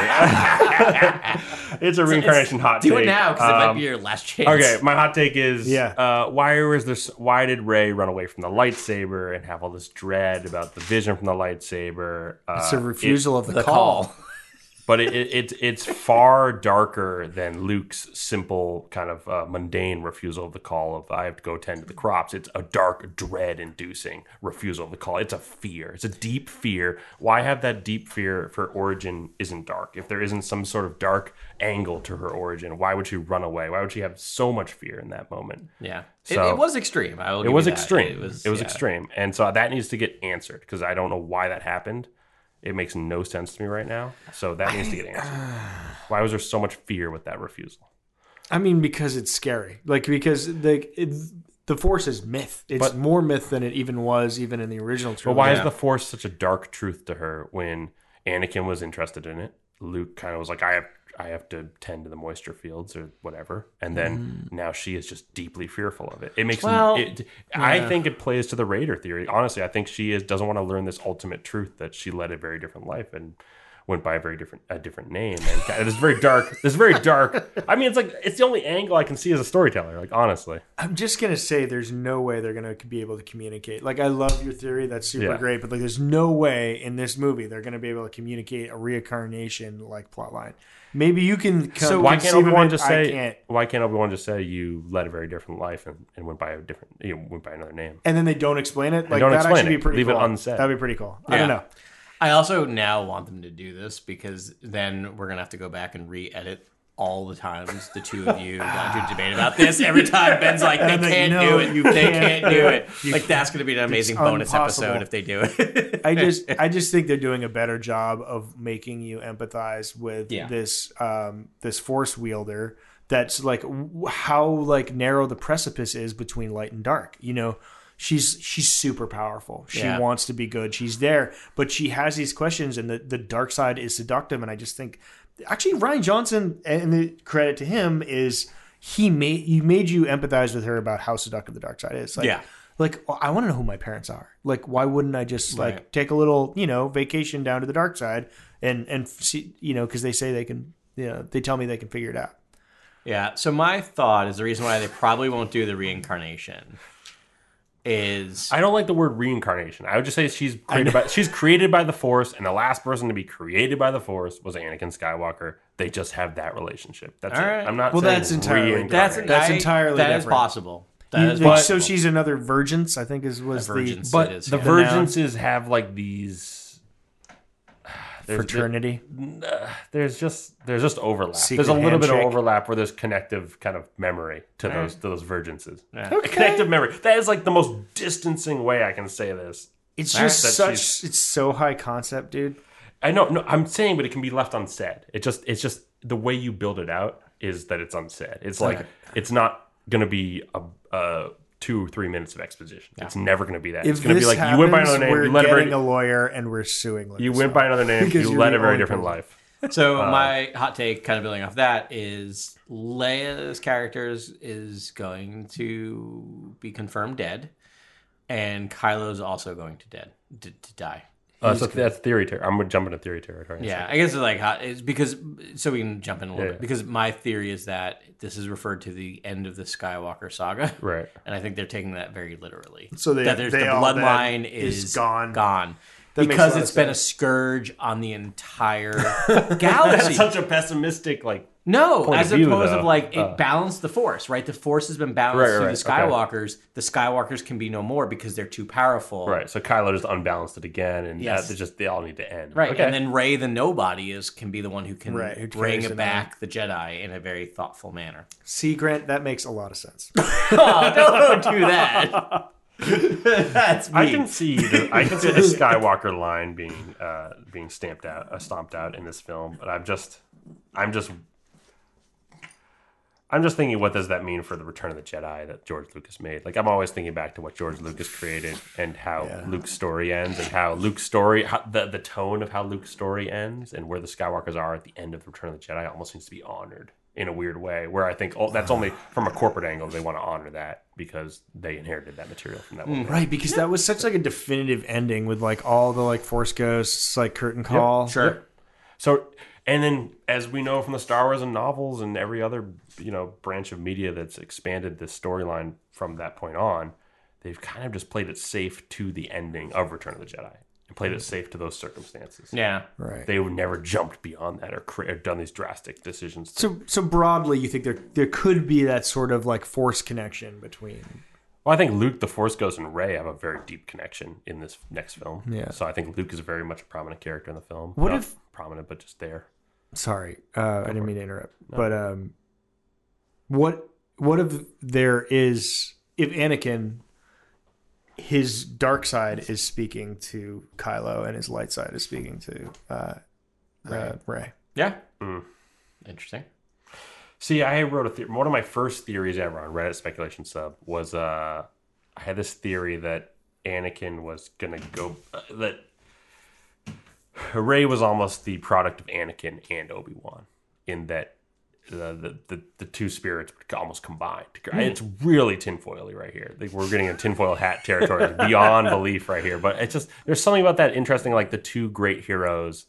Speaker 4: it's a reincarnation hot
Speaker 6: Do
Speaker 4: take.
Speaker 6: it now because it might
Speaker 4: Um,
Speaker 6: be your last chance.
Speaker 4: Okay, my hot take is
Speaker 5: Yeah.
Speaker 4: uh, why was this why did Ray run away from the lightsaber and have all this dread about the vision from the lightsaber? Uh,
Speaker 5: It's a refusal of the,
Speaker 6: the
Speaker 5: call.
Speaker 6: call.
Speaker 4: but it, it, it's it's far darker than Luke's simple kind of uh, mundane refusal of the call of I have to go tend to the crops. It's a dark, dread-inducing refusal of the call. It's a fear. It's a deep fear. Why have that deep fear if her origin isn't dark? If there isn't some sort of dark angle to her origin, why would she run away? Why would she have so much fear in that moment?
Speaker 6: Yeah,
Speaker 4: So-
Speaker 6: it, it was extreme. I will.
Speaker 4: It
Speaker 6: give
Speaker 4: was
Speaker 6: you that.
Speaker 4: extreme. It
Speaker 6: It
Speaker 4: was,
Speaker 6: was. yeah.
Speaker 4: extreme, and so that needs to get answered because I don't know why that happened. It makes no sense to me right now. So that needs to get answered.
Speaker 6: uh,
Speaker 4: Why was there so much fear with that refusal?
Speaker 5: I mean, because it's scary. Like because like it, the force is myth. It's
Speaker 4: But-
Speaker 5: more myth than it even was even in the original
Speaker 4: But
Speaker 5: trilogy.
Speaker 4: why is the Force such a dark truth to her when Anakin was interested in it? Luke kind of was like, I have. I have to tend to the moisture fields or whatever, and then now she is just deeply fearful of it. It makes
Speaker 6: Well,
Speaker 4: it, I think it plays to the Raider theory. Honestly, I think she is doesn't want to learn this ultimate truth that she led a very different life and went by a very different a different name. And God, it is very dark. It's very dark. I mean, it's like it's the only angle I can see as a storyteller. Like honestly,
Speaker 5: I'm just gonna say there's no way they're gonna be able to communicate. Like I love your theory, that's super
Speaker 4: Yeah.
Speaker 5: great, but like there's no way in this movie they're gonna be able to communicate a reincarnation like plotline. Maybe you can. Come,
Speaker 4: so why can't Obi Wan just
Speaker 5: I
Speaker 4: say?
Speaker 5: can't.
Speaker 4: Why can't Obi Wan just say you led a very different life and, and went by a different you know, went by another name?
Speaker 5: And then they don't explain it. Like
Speaker 4: don't
Speaker 5: that
Speaker 4: explain
Speaker 5: actually
Speaker 4: it.
Speaker 5: be pretty.
Speaker 4: Leave it
Speaker 5: cool.
Speaker 4: unsaid.
Speaker 5: That'd be pretty cool. I don't
Speaker 6: Yeah.
Speaker 5: know.
Speaker 6: I also now want them to do this because then we're gonna have to go back and re-edit all the times the two of you got into a debate about this. Every time Ben's like, they
Speaker 5: And I'm like,
Speaker 6: can't
Speaker 5: no,
Speaker 6: do it.
Speaker 5: you
Speaker 6: they
Speaker 5: can't
Speaker 6: can't,
Speaker 5: do
Speaker 6: do
Speaker 5: it.
Speaker 6: it. Like that's gonna be an amazing bonus
Speaker 5: impossible.
Speaker 6: episode if they do it.
Speaker 5: I just I just think they're doing a better job of making you empathize with
Speaker 6: Yeah.
Speaker 5: this um, this force wielder. That's like w- how like narrow the precipice is between light and dark. You know, she's she's super powerful. She
Speaker 6: Yeah.
Speaker 5: wants to be good. She's there, but she has these questions, and the the dark side is seductive. And I just think, actually, Ryan Johnson and the credit to him is he made he made you empathize with her about how seductive the dark side is. Like,
Speaker 6: Yeah.
Speaker 5: Like I want to know who my parents are. Like, why wouldn't I just like take a little, you know, vacation down to the dark side and and see, you know, because they say they can, you know, they tell me they can figure it out.
Speaker 6: Yeah. So my thought is the reason why they probably won't do the reincarnation is
Speaker 4: I don't like the word reincarnation. I would just say she's created by she's created by the Force, and the last person to be created by the Force was Anakin Skywalker. They just have that relationship. That's
Speaker 6: All
Speaker 4: it.
Speaker 6: right.
Speaker 4: I'm not.
Speaker 5: Well,
Speaker 4: saying
Speaker 5: that's entirely-
Speaker 6: that's
Speaker 4: reincarnation.
Speaker 5: That's
Speaker 6: I-
Speaker 5: entirely
Speaker 6: that is
Speaker 5: different.
Speaker 6: possible. That
Speaker 5: You-
Speaker 6: is
Speaker 5: like,
Speaker 6: possible.
Speaker 5: so she's another virgins, I think is was
Speaker 6: Virgins,
Speaker 5: the
Speaker 4: but
Speaker 6: it is,
Speaker 4: the
Speaker 6: yeah.
Speaker 4: Virginses have like these. There's,
Speaker 5: fraternity.
Speaker 4: there's just there's just overlap.
Speaker 5: Secret
Speaker 4: there's a little bit
Speaker 5: handshake.
Speaker 4: of overlap where there's connective kind of memory to those to those Virginses.
Speaker 5: Okay.
Speaker 4: Connective memory. That is like the most distancing way I can say this.
Speaker 5: It's
Speaker 4: Alright.
Speaker 5: just
Speaker 4: That
Speaker 5: such
Speaker 4: she's-
Speaker 5: it's so high concept, dude.
Speaker 4: I know, no, I'm saying, but it can be left unsaid. It just, it's just the way you build it out is that it's unsaid. It's like it's not going to be a, a two or three minutes of exposition. It's never going to be that.
Speaker 5: If
Speaker 4: it's going to
Speaker 5: this
Speaker 4: be like
Speaker 5: happens,
Speaker 4: you went by another name,
Speaker 5: we're
Speaker 4: you led a
Speaker 5: getting
Speaker 4: very,
Speaker 5: a lawyer and we're suing.
Speaker 4: you went by another name,
Speaker 5: Because
Speaker 4: you
Speaker 5: you're
Speaker 4: led
Speaker 5: the
Speaker 4: a very
Speaker 5: only
Speaker 4: different
Speaker 5: person.
Speaker 4: life.
Speaker 6: So
Speaker 4: Uh,
Speaker 6: my hot take, kind of building off that, is Leia's characters is going to be confirmed dead, and Kylo's also going to dead to, to die.
Speaker 4: Uh, so that's theory territory. I'm going to jump into theory territory. in a
Speaker 6: Yeah,
Speaker 4: second.
Speaker 6: I guess it's like hot. It's because so we can jump in a little
Speaker 4: Yeah.
Speaker 6: bit because my theory is that this is referred to the end of the Skywalker saga,
Speaker 4: Right.
Speaker 6: And I think they're taking that very literally.
Speaker 5: So they-
Speaker 6: that there's
Speaker 5: they
Speaker 6: the
Speaker 5: all- that
Speaker 6: bloodline
Speaker 5: is
Speaker 6: is,
Speaker 5: gone.
Speaker 6: gone.
Speaker 5: makes a
Speaker 6: because
Speaker 5: lot of
Speaker 6: it's been a scourge on the entire galaxy.
Speaker 4: Oh, That's such a pessimistic, like,
Speaker 6: No,
Speaker 4: point
Speaker 6: as
Speaker 4: of view,
Speaker 6: opposed
Speaker 4: though.
Speaker 6: to like
Speaker 4: Uh.
Speaker 6: it balanced the force, right? The force has been balanced
Speaker 4: Right, right,
Speaker 6: through
Speaker 4: right.
Speaker 6: the Skywalkers. The Skywalkers can be no more because they're too powerful.
Speaker 4: right. So Kylo just unbalanced it again, and
Speaker 6: Yes.
Speaker 4: yes. just they all need to end.
Speaker 6: Right.
Speaker 4: Okay.
Speaker 6: And then Ray the nobody is can be the one who can
Speaker 5: Right, who
Speaker 6: bring
Speaker 5: carries it
Speaker 6: back the Jedi in a very thoughtful manner. Oh,
Speaker 5: See, Grant, that makes a lot of sense.
Speaker 6: Don't do that. That's me.
Speaker 4: I can see the, I can see the Skywalker line being uh, being stamped out, uh, stomped out in this film, but I'm just I'm just I'm just thinking, what does that mean for the Return of the Jedi that George Lucas made? Like, I'm always thinking back to what George Lucas created and how Luke's story ends, and how Luke's story, how, the the tone of how Luke's story ends, and where the Skywalkers are at the end of the Return of the Jedi almost seems to be honored in a weird way. Where I think oh, that's only from a corporate angle they want to honor that because they inherited that material from that one. movie.
Speaker 5: right, because that was such like a definitive ending with like all the like force ghosts, like curtain call.
Speaker 6: sure.
Speaker 4: So, and then as we know from the Star Wars and novels and every other you know branch of media that's expanded this storyline from that point on, they've kind of just played it safe to the ending of Return of the Jedi and played it safe to those circumstances.
Speaker 6: Yeah.
Speaker 5: Right.
Speaker 4: They would never jumped beyond that or, cre- or done these drastic decisions. To-
Speaker 5: So so broadly, you think there there could be that sort of like force connection between
Speaker 4: well, I think Luke, the Force Ghost, and Ray have a very deep connection in this next film.
Speaker 5: Yeah.
Speaker 4: So I think Luke is very much a prominent character in the film.
Speaker 5: What
Speaker 4: Not
Speaker 5: if-
Speaker 4: prominent, but just there?
Speaker 5: sorry uh, i didn't mean to interrupt but um what what if there is if anakin his dark side is speaking to kylo and his light side is speaking to uh uh, Ray.
Speaker 6: Yeah.
Speaker 4: Mm.
Speaker 6: Interesting.
Speaker 4: See, I wrote a theory. One of my first theories ever on Reddit speculation sub was uh, I had this theory that Anakin was gonna go uh, that Ray was almost the product of Anakin and Obi Wan in that the, the the the two spirits were almost combined. It's really tinfoily right here. Like we're getting a tinfoil hat territory like, beyond belief right here. But it's just there's something about that interesting, like the two great heroes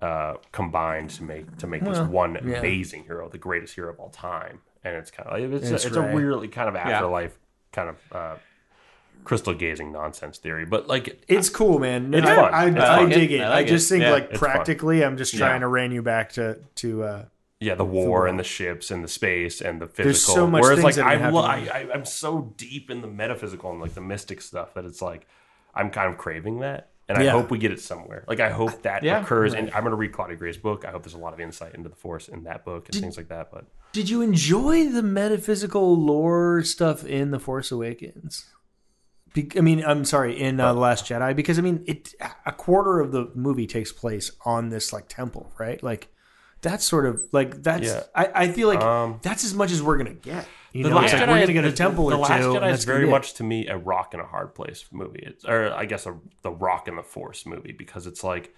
Speaker 4: uh, combined to make to make this one amazing hero, the greatest hero of all time. And it's kind of like, it's,
Speaker 5: It's
Speaker 4: a, it's a
Speaker 5: Rey.
Speaker 4: really kind of afterlife kind of uh, crystal gazing nonsense theory. But like
Speaker 5: It's cool, man. No,
Speaker 4: It's
Speaker 5: I,
Speaker 4: fun.
Speaker 5: I,
Speaker 4: It's
Speaker 5: I
Speaker 4: fun.
Speaker 5: dig it.
Speaker 6: I
Speaker 5: I,
Speaker 6: like
Speaker 5: just
Speaker 6: it.
Speaker 5: think,
Speaker 6: Yeah.
Speaker 5: like,
Speaker 4: It's fun.
Speaker 5: practically, I'm just trying to rein you back to to. Uh,
Speaker 4: Yeah, the war and the ships and the space and the physical.
Speaker 5: There's so much
Speaker 4: Whereas,
Speaker 5: things
Speaker 4: like,
Speaker 5: that are
Speaker 4: I, lo- I,
Speaker 5: happening.
Speaker 4: I, I'm so deep in the metaphysical and like the mystic stuff that it's like I'm kind of craving that, and
Speaker 5: Yeah.
Speaker 4: I hope we get it somewhere. Like, I hope that
Speaker 6: Yeah.
Speaker 4: occurs. And I'm gonna read Claudia Gray's book. I hope there's a lot of insight into the force in that book and things like that. But
Speaker 10: Did you enjoy the metaphysical lore stuff in The Force Awakens?
Speaker 5: be, I mean, I'm sorry, in uh, The Last Jedi, because I mean, it a quarter of the movie takes place on this like temple, right? Like, that's sort of like that's
Speaker 4: Yeah.
Speaker 5: I, I feel like
Speaker 4: Um,
Speaker 5: that's as much as we're gonna get. You
Speaker 4: The
Speaker 5: know,
Speaker 4: Last
Speaker 5: it's like
Speaker 4: Jedi-
Speaker 5: we're gonna get a
Speaker 4: the-
Speaker 5: temple
Speaker 4: the,
Speaker 5: or
Speaker 4: Last
Speaker 5: two. and
Speaker 4: Jedi
Speaker 5: that's
Speaker 4: is
Speaker 5: gonna
Speaker 4: very
Speaker 5: be it.
Speaker 4: much to me a rock and a hard place movie. It's or I guess a the rock and the force movie because it's like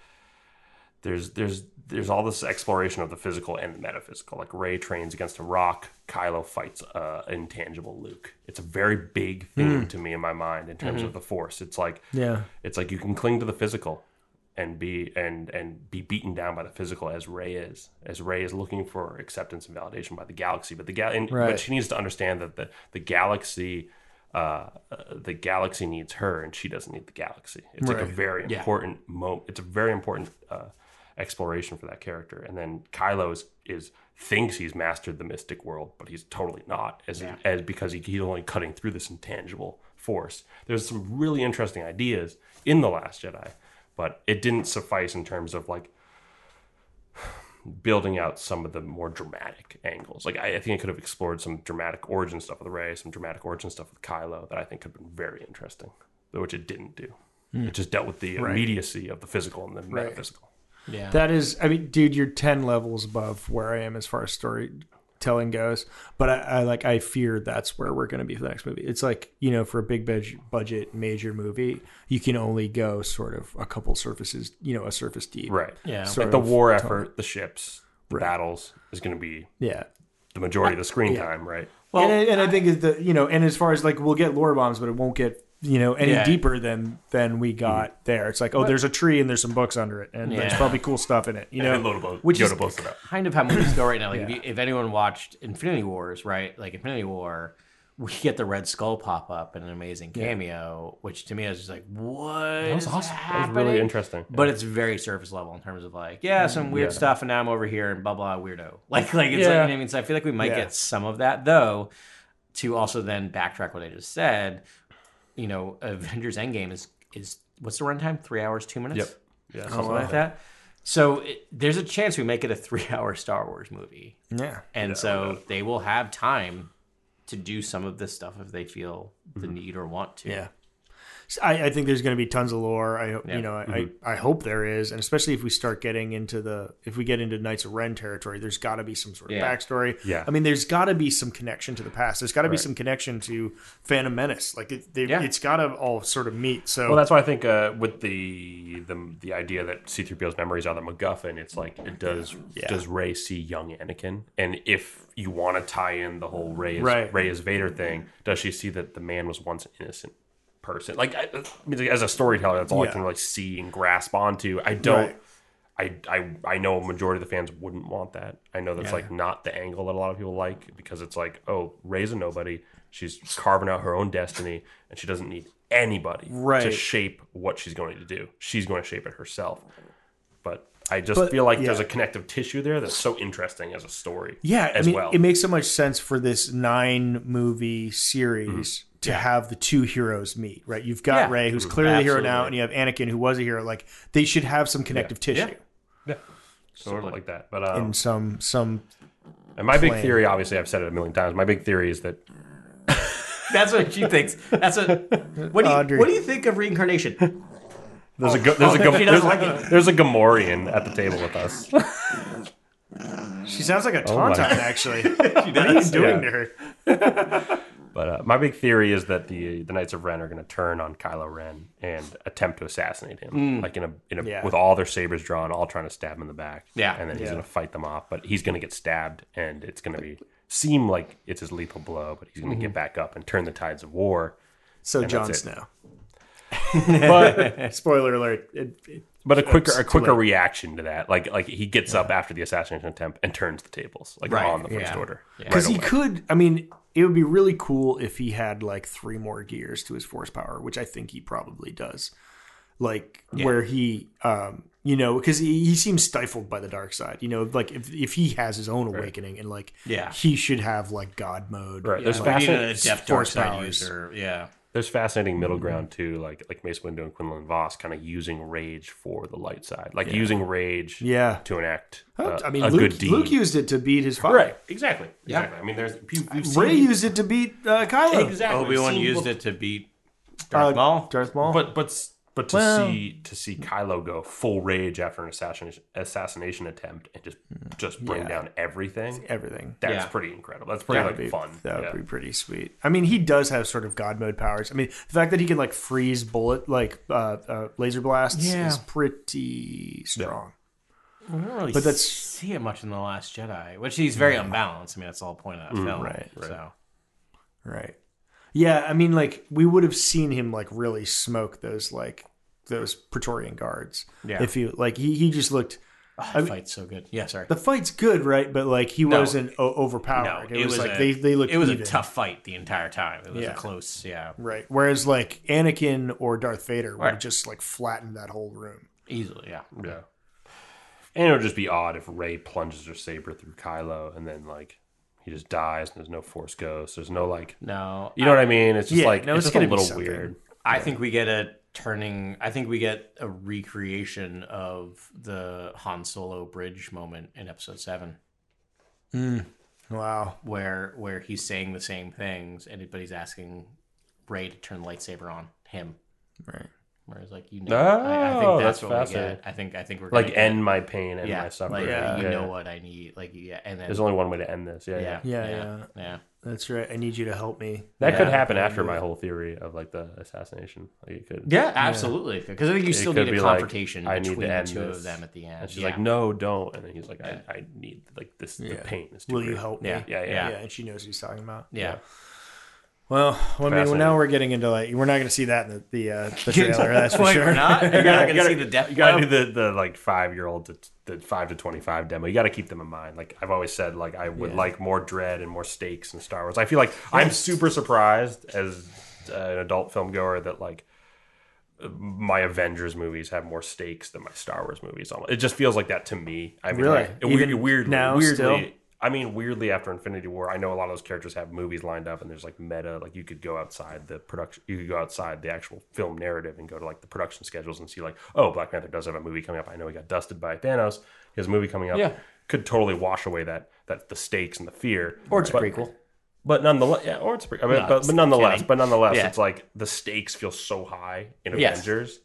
Speaker 4: there's there's there's all this exploration of the physical and the metaphysical. Like Ray trains against a rock, Kylo fights uh, intangible Luke. It's a very big theme to me in my mind in terms of the force. It's like
Speaker 5: Hmm. Mm-hmm. Yeah.
Speaker 4: it's like you can cling to the physical and be and and be beaten down by the physical as Ray is, as Ray is looking for acceptance and validation by the galaxy. But the gal, and
Speaker 5: Right.
Speaker 4: but she needs to understand that the the galaxy. Uh, uh, the galaxy needs her, and she doesn't need the galaxy. It's like a very important mo. It's a very important uh, exploration for that character. And then Kylo is, is thinks he's mastered the mystic world, but he's totally not, as as because he, he's only cutting through this intangible force. There's some really interesting ideas in the Last Jedi, but it didn't suffice in terms of like building out some of the more dramatic angles. Like I, I think I could have explored some dramatic origin stuff with Rey, some dramatic origin stuff with Kylo that I think could have been very interesting, but which it didn't do. It just dealt with the immediacy of the physical and the metaphysical.
Speaker 5: That is, I mean, dude, you're ten levels above where I am as far as storytelling goes. But I, I like, I fear that's where we're going to be for the next movie. It's like you know, for a big budget, budget major movie, you can only go sort of a couple surfaces, you know, a surface deep.
Speaker 4: Right.
Speaker 6: Yeah.
Speaker 5: Sort
Speaker 4: Like the
Speaker 5: of
Speaker 4: war
Speaker 5: tone.
Speaker 4: effort, the ships, the battles is going to be
Speaker 5: Yeah.
Speaker 4: the majority of the screen time, right?
Speaker 5: Well, and I, and I think is the you know, and as far as like we'll get lore bombs, but it won't get you know any
Speaker 6: Yeah.
Speaker 5: deeper than than we got there. It's like oh, there's a tree and there's some books under it, and there's
Speaker 6: Yeah.
Speaker 5: probably cool stuff in it. You know,
Speaker 4: And Lodo,
Speaker 5: which is
Speaker 4: Yoda blows it up.
Speaker 6: kind of how movies go right now. Like if, you, if anyone watched Infinity Wars, right? Like Infinity War, we get the Red Skull pop up in an amazing cameo, which to me I was just like, what? That was awesome.
Speaker 4: That was really interesting.
Speaker 6: But it's very surface level in terms of like, yeah, some weird stuff, and now I'm over here and blah blah weirdo. Like, like it's like you know what I mean. So I feel like we might
Speaker 5: Yeah.
Speaker 6: get some of that though. To also then backtrack what I just said, you know, Avengers Endgame is is what's the runtime? Three hours, two minutes.
Speaker 4: Yep. Yeah, something
Speaker 6: something like that. So it, there's a chance we make it a three-hour Star Wars movie,
Speaker 5: yeah,
Speaker 6: and so they will have time to do some of this stuff if they feel the need or want to.
Speaker 5: Yeah. So I, I think there's going to be tons of lore. I hope
Speaker 6: Yeah.
Speaker 5: you know. I, I, I hope there is, and especially if we start getting into the if we get into Knights of Ren territory, there's got to be some sort of
Speaker 6: Yeah.
Speaker 5: backstory.
Speaker 4: Yeah.
Speaker 5: I mean, there's got to be some connection to the past. There's got to be some connection to Phantom Menace. Like it, they,
Speaker 6: Yeah.
Speaker 5: it's got to all sort of meet. So
Speaker 4: Well, that's why I think uh, with the, the the idea that C-3PO's memories are the MacGuffin, it's like it does does Ray see young Anakin, and if you want to tie in the whole Ray is,
Speaker 5: Right.
Speaker 4: Rey is Vader thing, does she see that the man was once an innocent person? Like, I, I mean, as a storyteller, that's all
Speaker 5: Yeah.
Speaker 4: I can really see and grasp onto. I don't.
Speaker 5: Right.
Speaker 4: I, I I know a majority of the fans wouldn't want that. I know that's like not the angle that a lot of people like because it's like, oh, Ray's a nobody. She's carving out her own destiny, and she doesn't need anybody to
Speaker 5: Right.
Speaker 4: shape what she's going to do. She's going to shape it herself. But I just feel like there's a connective tissue there that's so interesting as a story.
Speaker 5: Yeah,
Speaker 4: as
Speaker 5: I mean,
Speaker 4: well.
Speaker 5: it makes so much sense for this nine movie series to have the two heroes meet, right? You've got
Speaker 6: Yeah.
Speaker 5: Ray, who's clearly the hero now,
Speaker 6: Absolutely.
Speaker 5: and you have Anakin, who was a hero. Like they should have some connective tissue
Speaker 4: sort of like that. But um,
Speaker 5: and some some
Speaker 4: and my big
Speaker 5: plan.
Speaker 4: theory, obviously, I've said it a million times. My big theory is that
Speaker 6: That's what she thinks. That's what. What do you,
Speaker 5: Audrey.
Speaker 6: what do you think of reincarnation?
Speaker 5: Oh.
Speaker 4: there's a go- there's a go-
Speaker 6: She
Speaker 4: there's,
Speaker 6: doesn't
Speaker 4: a-
Speaker 6: like it.
Speaker 4: there's a Gamorrean at the table with us.
Speaker 5: She sounds like a
Speaker 4: Oh my-
Speaker 5: tauntaun, actually. what are you doing
Speaker 4: yeah.
Speaker 5: to her?
Speaker 4: But uh, my big theory is that the the Knights of Ren are going to turn on Kylo Ren and attempt to assassinate him, like in a, in a
Speaker 5: Mm. Yeah.
Speaker 4: with all their sabers drawn, all trying to stab him in the back.
Speaker 6: Yeah.
Speaker 4: and then he's
Speaker 5: Yeah.
Speaker 4: going to fight them off, but he's going to get stabbed, and it's going to be seem like it's his lethal blow, but he's going to
Speaker 5: Mm-hmm.
Speaker 4: get back up and turn the tides of war.
Speaker 5: So
Speaker 4: And
Speaker 5: Jon
Speaker 4: that's it.
Speaker 5: Snow.
Speaker 4: But
Speaker 5: Spoiler alert. It, it-
Speaker 4: but a quicker a
Speaker 5: too
Speaker 4: quicker
Speaker 5: late.
Speaker 4: reaction to that, like like he gets up after the assassination attempt and turns the tables, like
Speaker 6: Right,
Speaker 4: on the first
Speaker 6: yeah.
Speaker 4: order.
Speaker 5: Because
Speaker 4: Right
Speaker 5: he
Speaker 4: away.
Speaker 5: could, I mean, it would be really cool if he had like three more gears to his force power, which I think he probably does. Like where he, um, you know, because he, he seems stifled by the dark side. You know, like if if he has his own awakening and like,
Speaker 6: Yeah.
Speaker 5: he should have like God mode.
Speaker 4: Right. There's
Speaker 6: We need
Speaker 4: fascinating,
Speaker 6: a depth dark
Speaker 5: force
Speaker 6: side
Speaker 5: powers.
Speaker 6: user. Yeah.
Speaker 4: there's fascinating middle
Speaker 5: Mm-hmm.
Speaker 4: ground too, like like Mace Windu and Quinlan Voss, kind of using rage for the light side, like using rage,
Speaker 5: Yeah.
Speaker 4: to enact.
Speaker 5: Huh?
Speaker 4: uh,
Speaker 5: I mean,
Speaker 4: a
Speaker 5: Luke,
Speaker 4: good deed.
Speaker 5: Luke used it to beat his father.
Speaker 4: right, exactly, exactly. I mean, there's you, you've seen
Speaker 5: Ray used it to beat uh, Kylo.
Speaker 4: exactly
Speaker 6: Obi Wan
Speaker 4: seen-
Speaker 6: used
Speaker 4: well,
Speaker 6: it to beat
Speaker 5: Uh,
Speaker 6: Oh, Darth Maul.
Speaker 5: Darth Maul.
Speaker 4: but but s- But to see to see Kylo go full rage after an assassination assassination attempt and just
Speaker 5: Mm.
Speaker 4: just bring down everything,
Speaker 5: everything.
Speaker 4: that's
Speaker 6: Yeah.
Speaker 4: pretty incredible. That's pretty like
Speaker 5: That'd be
Speaker 4: fun.
Speaker 5: That would
Speaker 4: Yeah.
Speaker 5: be pretty sweet. I mean, he does have sort of god mode powers. I mean, the fact that he can like freeze bullet like uh, uh, laser blasts
Speaker 6: Yeah.
Speaker 5: is pretty strong.
Speaker 6: We don't really
Speaker 5: But that's-
Speaker 6: see it much in the Last Jedi, which he's very unbalanced. I mean, that's the whole point of that film.
Speaker 5: right, right.
Speaker 6: So
Speaker 5: Right. Yeah, I mean, like we would have seen him like really smoke those like those Praetorian guards.
Speaker 6: Yeah.
Speaker 5: If you like, he he just looked.
Speaker 6: I fight's so good. Yeah, sorry.
Speaker 5: The fight's good, right? But like he wasn't o-
Speaker 6: no,
Speaker 5: overpowered.
Speaker 6: it, was,
Speaker 5: like
Speaker 6: a,
Speaker 5: they they looked.
Speaker 6: It was
Speaker 5: even.
Speaker 6: a tough fight the entire time. It was
Speaker 5: Yeah.
Speaker 6: a close. Yeah,
Speaker 5: Right. Whereas like Anakin or Darth Vader would
Speaker 6: Right.
Speaker 5: have just like flattened that whole room.
Speaker 6: easily. Yeah.
Speaker 4: Yeah. And it would just be odd if Ray plunges her saber through Kylo and then like he just dies and there's no force ghost. There's no like
Speaker 6: No,
Speaker 4: you know what I mean? It's just
Speaker 5: Yeah,
Speaker 4: like
Speaker 5: no,
Speaker 4: it's,
Speaker 5: it's
Speaker 4: just a
Speaker 5: gonna be
Speaker 4: little
Speaker 5: something.
Speaker 4: weird.
Speaker 6: I think we get a turning. I think we get a recreation of the Han Solo bridge moment in Episode Seven,
Speaker 5: Wow.
Speaker 6: where where he's saying the same things, and but he's asking Ray to turn the lightsaber on him.
Speaker 5: Right.
Speaker 6: Where he's like, you know, I, I
Speaker 4: Oh,
Speaker 6: think that's,
Speaker 4: that's
Speaker 6: what we
Speaker 4: fascinating.
Speaker 6: get. I think I think we're
Speaker 4: Like
Speaker 6: gonna get-
Speaker 4: end my pain and
Speaker 6: yeah,
Speaker 4: my suffering.
Speaker 6: like
Speaker 5: Yeah.
Speaker 6: you know what I need, like yeah, and then
Speaker 4: There's only one way to end this. Yeah. yeah.
Speaker 6: yeah,
Speaker 5: Yeah, yeah.
Speaker 6: yeah, yeah.
Speaker 5: That's right. I need you to help me.
Speaker 4: That could
Speaker 6: Yeah.
Speaker 4: happen after my whole theory of like the assassination. Like it could.
Speaker 6: Yeah, absolutely. Because I think you
Speaker 4: It
Speaker 6: still
Speaker 4: could
Speaker 6: need
Speaker 4: be
Speaker 6: a
Speaker 4: like,
Speaker 6: confrontation
Speaker 4: I need to
Speaker 6: between the
Speaker 4: end
Speaker 6: two
Speaker 4: this.
Speaker 6: of them at the end.
Speaker 4: And she's
Speaker 6: yeah.
Speaker 4: like, "No, don't." And then he's like, "I, I need like this. The pain is too
Speaker 5: Will you
Speaker 4: great."
Speaker 5: help
Speaker 6: Yeah.
Speaker 5: me?
Speaker 4: Yeah, yeah.
Speaker 5: yeah.
Speaker 6: Yeah.
Speaker 5: and she knows what he's talking about.
Speaker 6: yeah,
Speaker 5: Well, I mean, well,
Speaker 4: Fascinating.
Speaker 5: now we're getting into like we're not going to see that in the the, uh, the trailer. That's for
Speaker 6: Wait,
Speaker 5: sure.
Speaker 6: we're not. You're
Speaker 4: You
Speaker 6: not
Speaker 4: gotta, you
Speaker 6: going to
Speaker 4: gotta-
Speaker 6: see the death.
Speaker 4: You gotta do the, the like five year old to the five to twenty five demo. You gotta keep them in mind. Like I've always said, like I would like more dread and more stakes in Star Wars. I feel like I'm super surprised as uh, an adult film goer that like my Avengers movies have more stakes than my Star Wars movies. Almost, it just feels like that to me. I mean,
Speaker 5: Really?
Speaker 4: like, it- we-
Speaker 5: Even
Speaker 4: weirdly,
Speaker 5: now
Speaker 4: weirdly.
Speaker 5: still?
Speaker 4: I mean, weirdly, after Infinity War, I know a lot of those characters have movies lined up, and there's like meta. Like you could go outside the production, you could go outside the actual film narrative and go to like the production schedules and see like, oh, Black Panther does have a movie coming up. I know he got dusted by Thanos. He has a movie coming up.
Speaker 6: Yeah.
Speaker 4: could totally wash away that that the stakes and the fear.
Speaker 6: Or it's a
Speaker 4: But-
Speaker 6: prequel.
Speaker 4: but nonetheless, yeah, or it's pretty, I mean,
Speaker 6: No,
Speaker 4: but,
Speaker 6: it's
Speaker 4: but nonetheless,
Speaker 6: kidding.
Speaker 4: but nonetheless,
Speaker 6: Yeah.
Speaker 4: it's like the stakes feel so high in
Speaker 6: Yes.
Speaker 4: Avengers,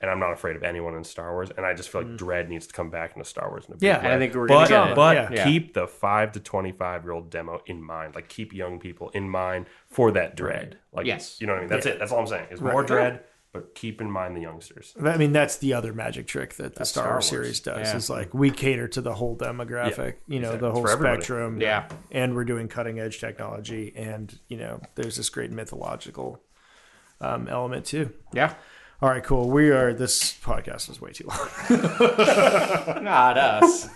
Speaker 4: and I'm not afraid of anyone in Star Wars, and I just feel like Dread needs to come back into Star Wars. In a big
Speaker 5: Yeah,
Speaker 4: way.
Speaker 5: and
Speaker 6: Mm. I think we're
Speaker 4: but,
Speaker 6: gonna get it.
Speaker 4: but
Speaker 6: Yeah.
Speaker 4: keep the five to twenty five year old demo in mind, like keep young people in mind for that Dread. Like,
Speaker 6: Yes.
Speaker 4: you know what I mean. That's it. That's all I'm saying. Is more Dread, but keep in mind the youngsters.
Speaker 5: I mean, that's the other magic trick that the Star,
Speaker 4: Star
Speaker 5: Wars
Speaker 4: Wars.
Speaker 5: series does. Is like we cater to the whole demographic, you know, the
Speaker 4: It's
Speaker 5: whole
Speaker 4: for everybody.
Speaker 5: spectrum.
Speaker 6: Yeah.
Speaker 5: and we're doing cutting edge technology, and you know, there's this great mythological um, element too.
Speaker 6: Yeah.
Speaker 5: All right, cool. We are. This podcast was way too long.
Speaker 6: Not us.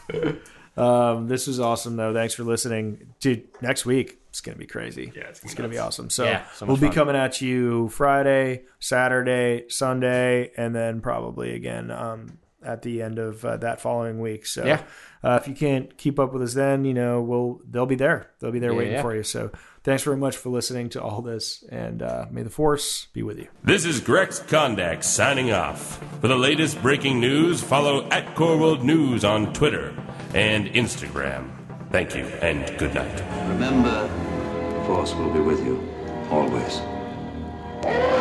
Speaker 5: Um, this was awesome though. Thanks for listening, dude. Next week it's gonna be crazy.
Speaker 4: Yeah, it's gonna be
Speaker 5: gonna be awesome. So,
Speaker 6: Yeah, so
Speaker 5: we'll
Speaker 6: much
Speaker 5: be
Speaker 6: fun.
Speaker 5: coming at you Friday, Saturday, Sunday, and then probably again um, at the end of uh, that following week. So
Speaker 6: Yeah.
Speaker 5: uh, if you can't keep up with us, then you know we'll they'll be there. They'll be there waiting
Speaker 6: yeah.
Speaker 5: for you. So thanks very much for listening to all this, and uh, may the force be with you.
Speaker 11: This is Grex Kondak signing off. For the latest breaking news, follow at Core World News on Twitter and Instagram. Thank you and good night.
Speaker 12: Remember, the Force will be with you, always.
Speaker 13: Force.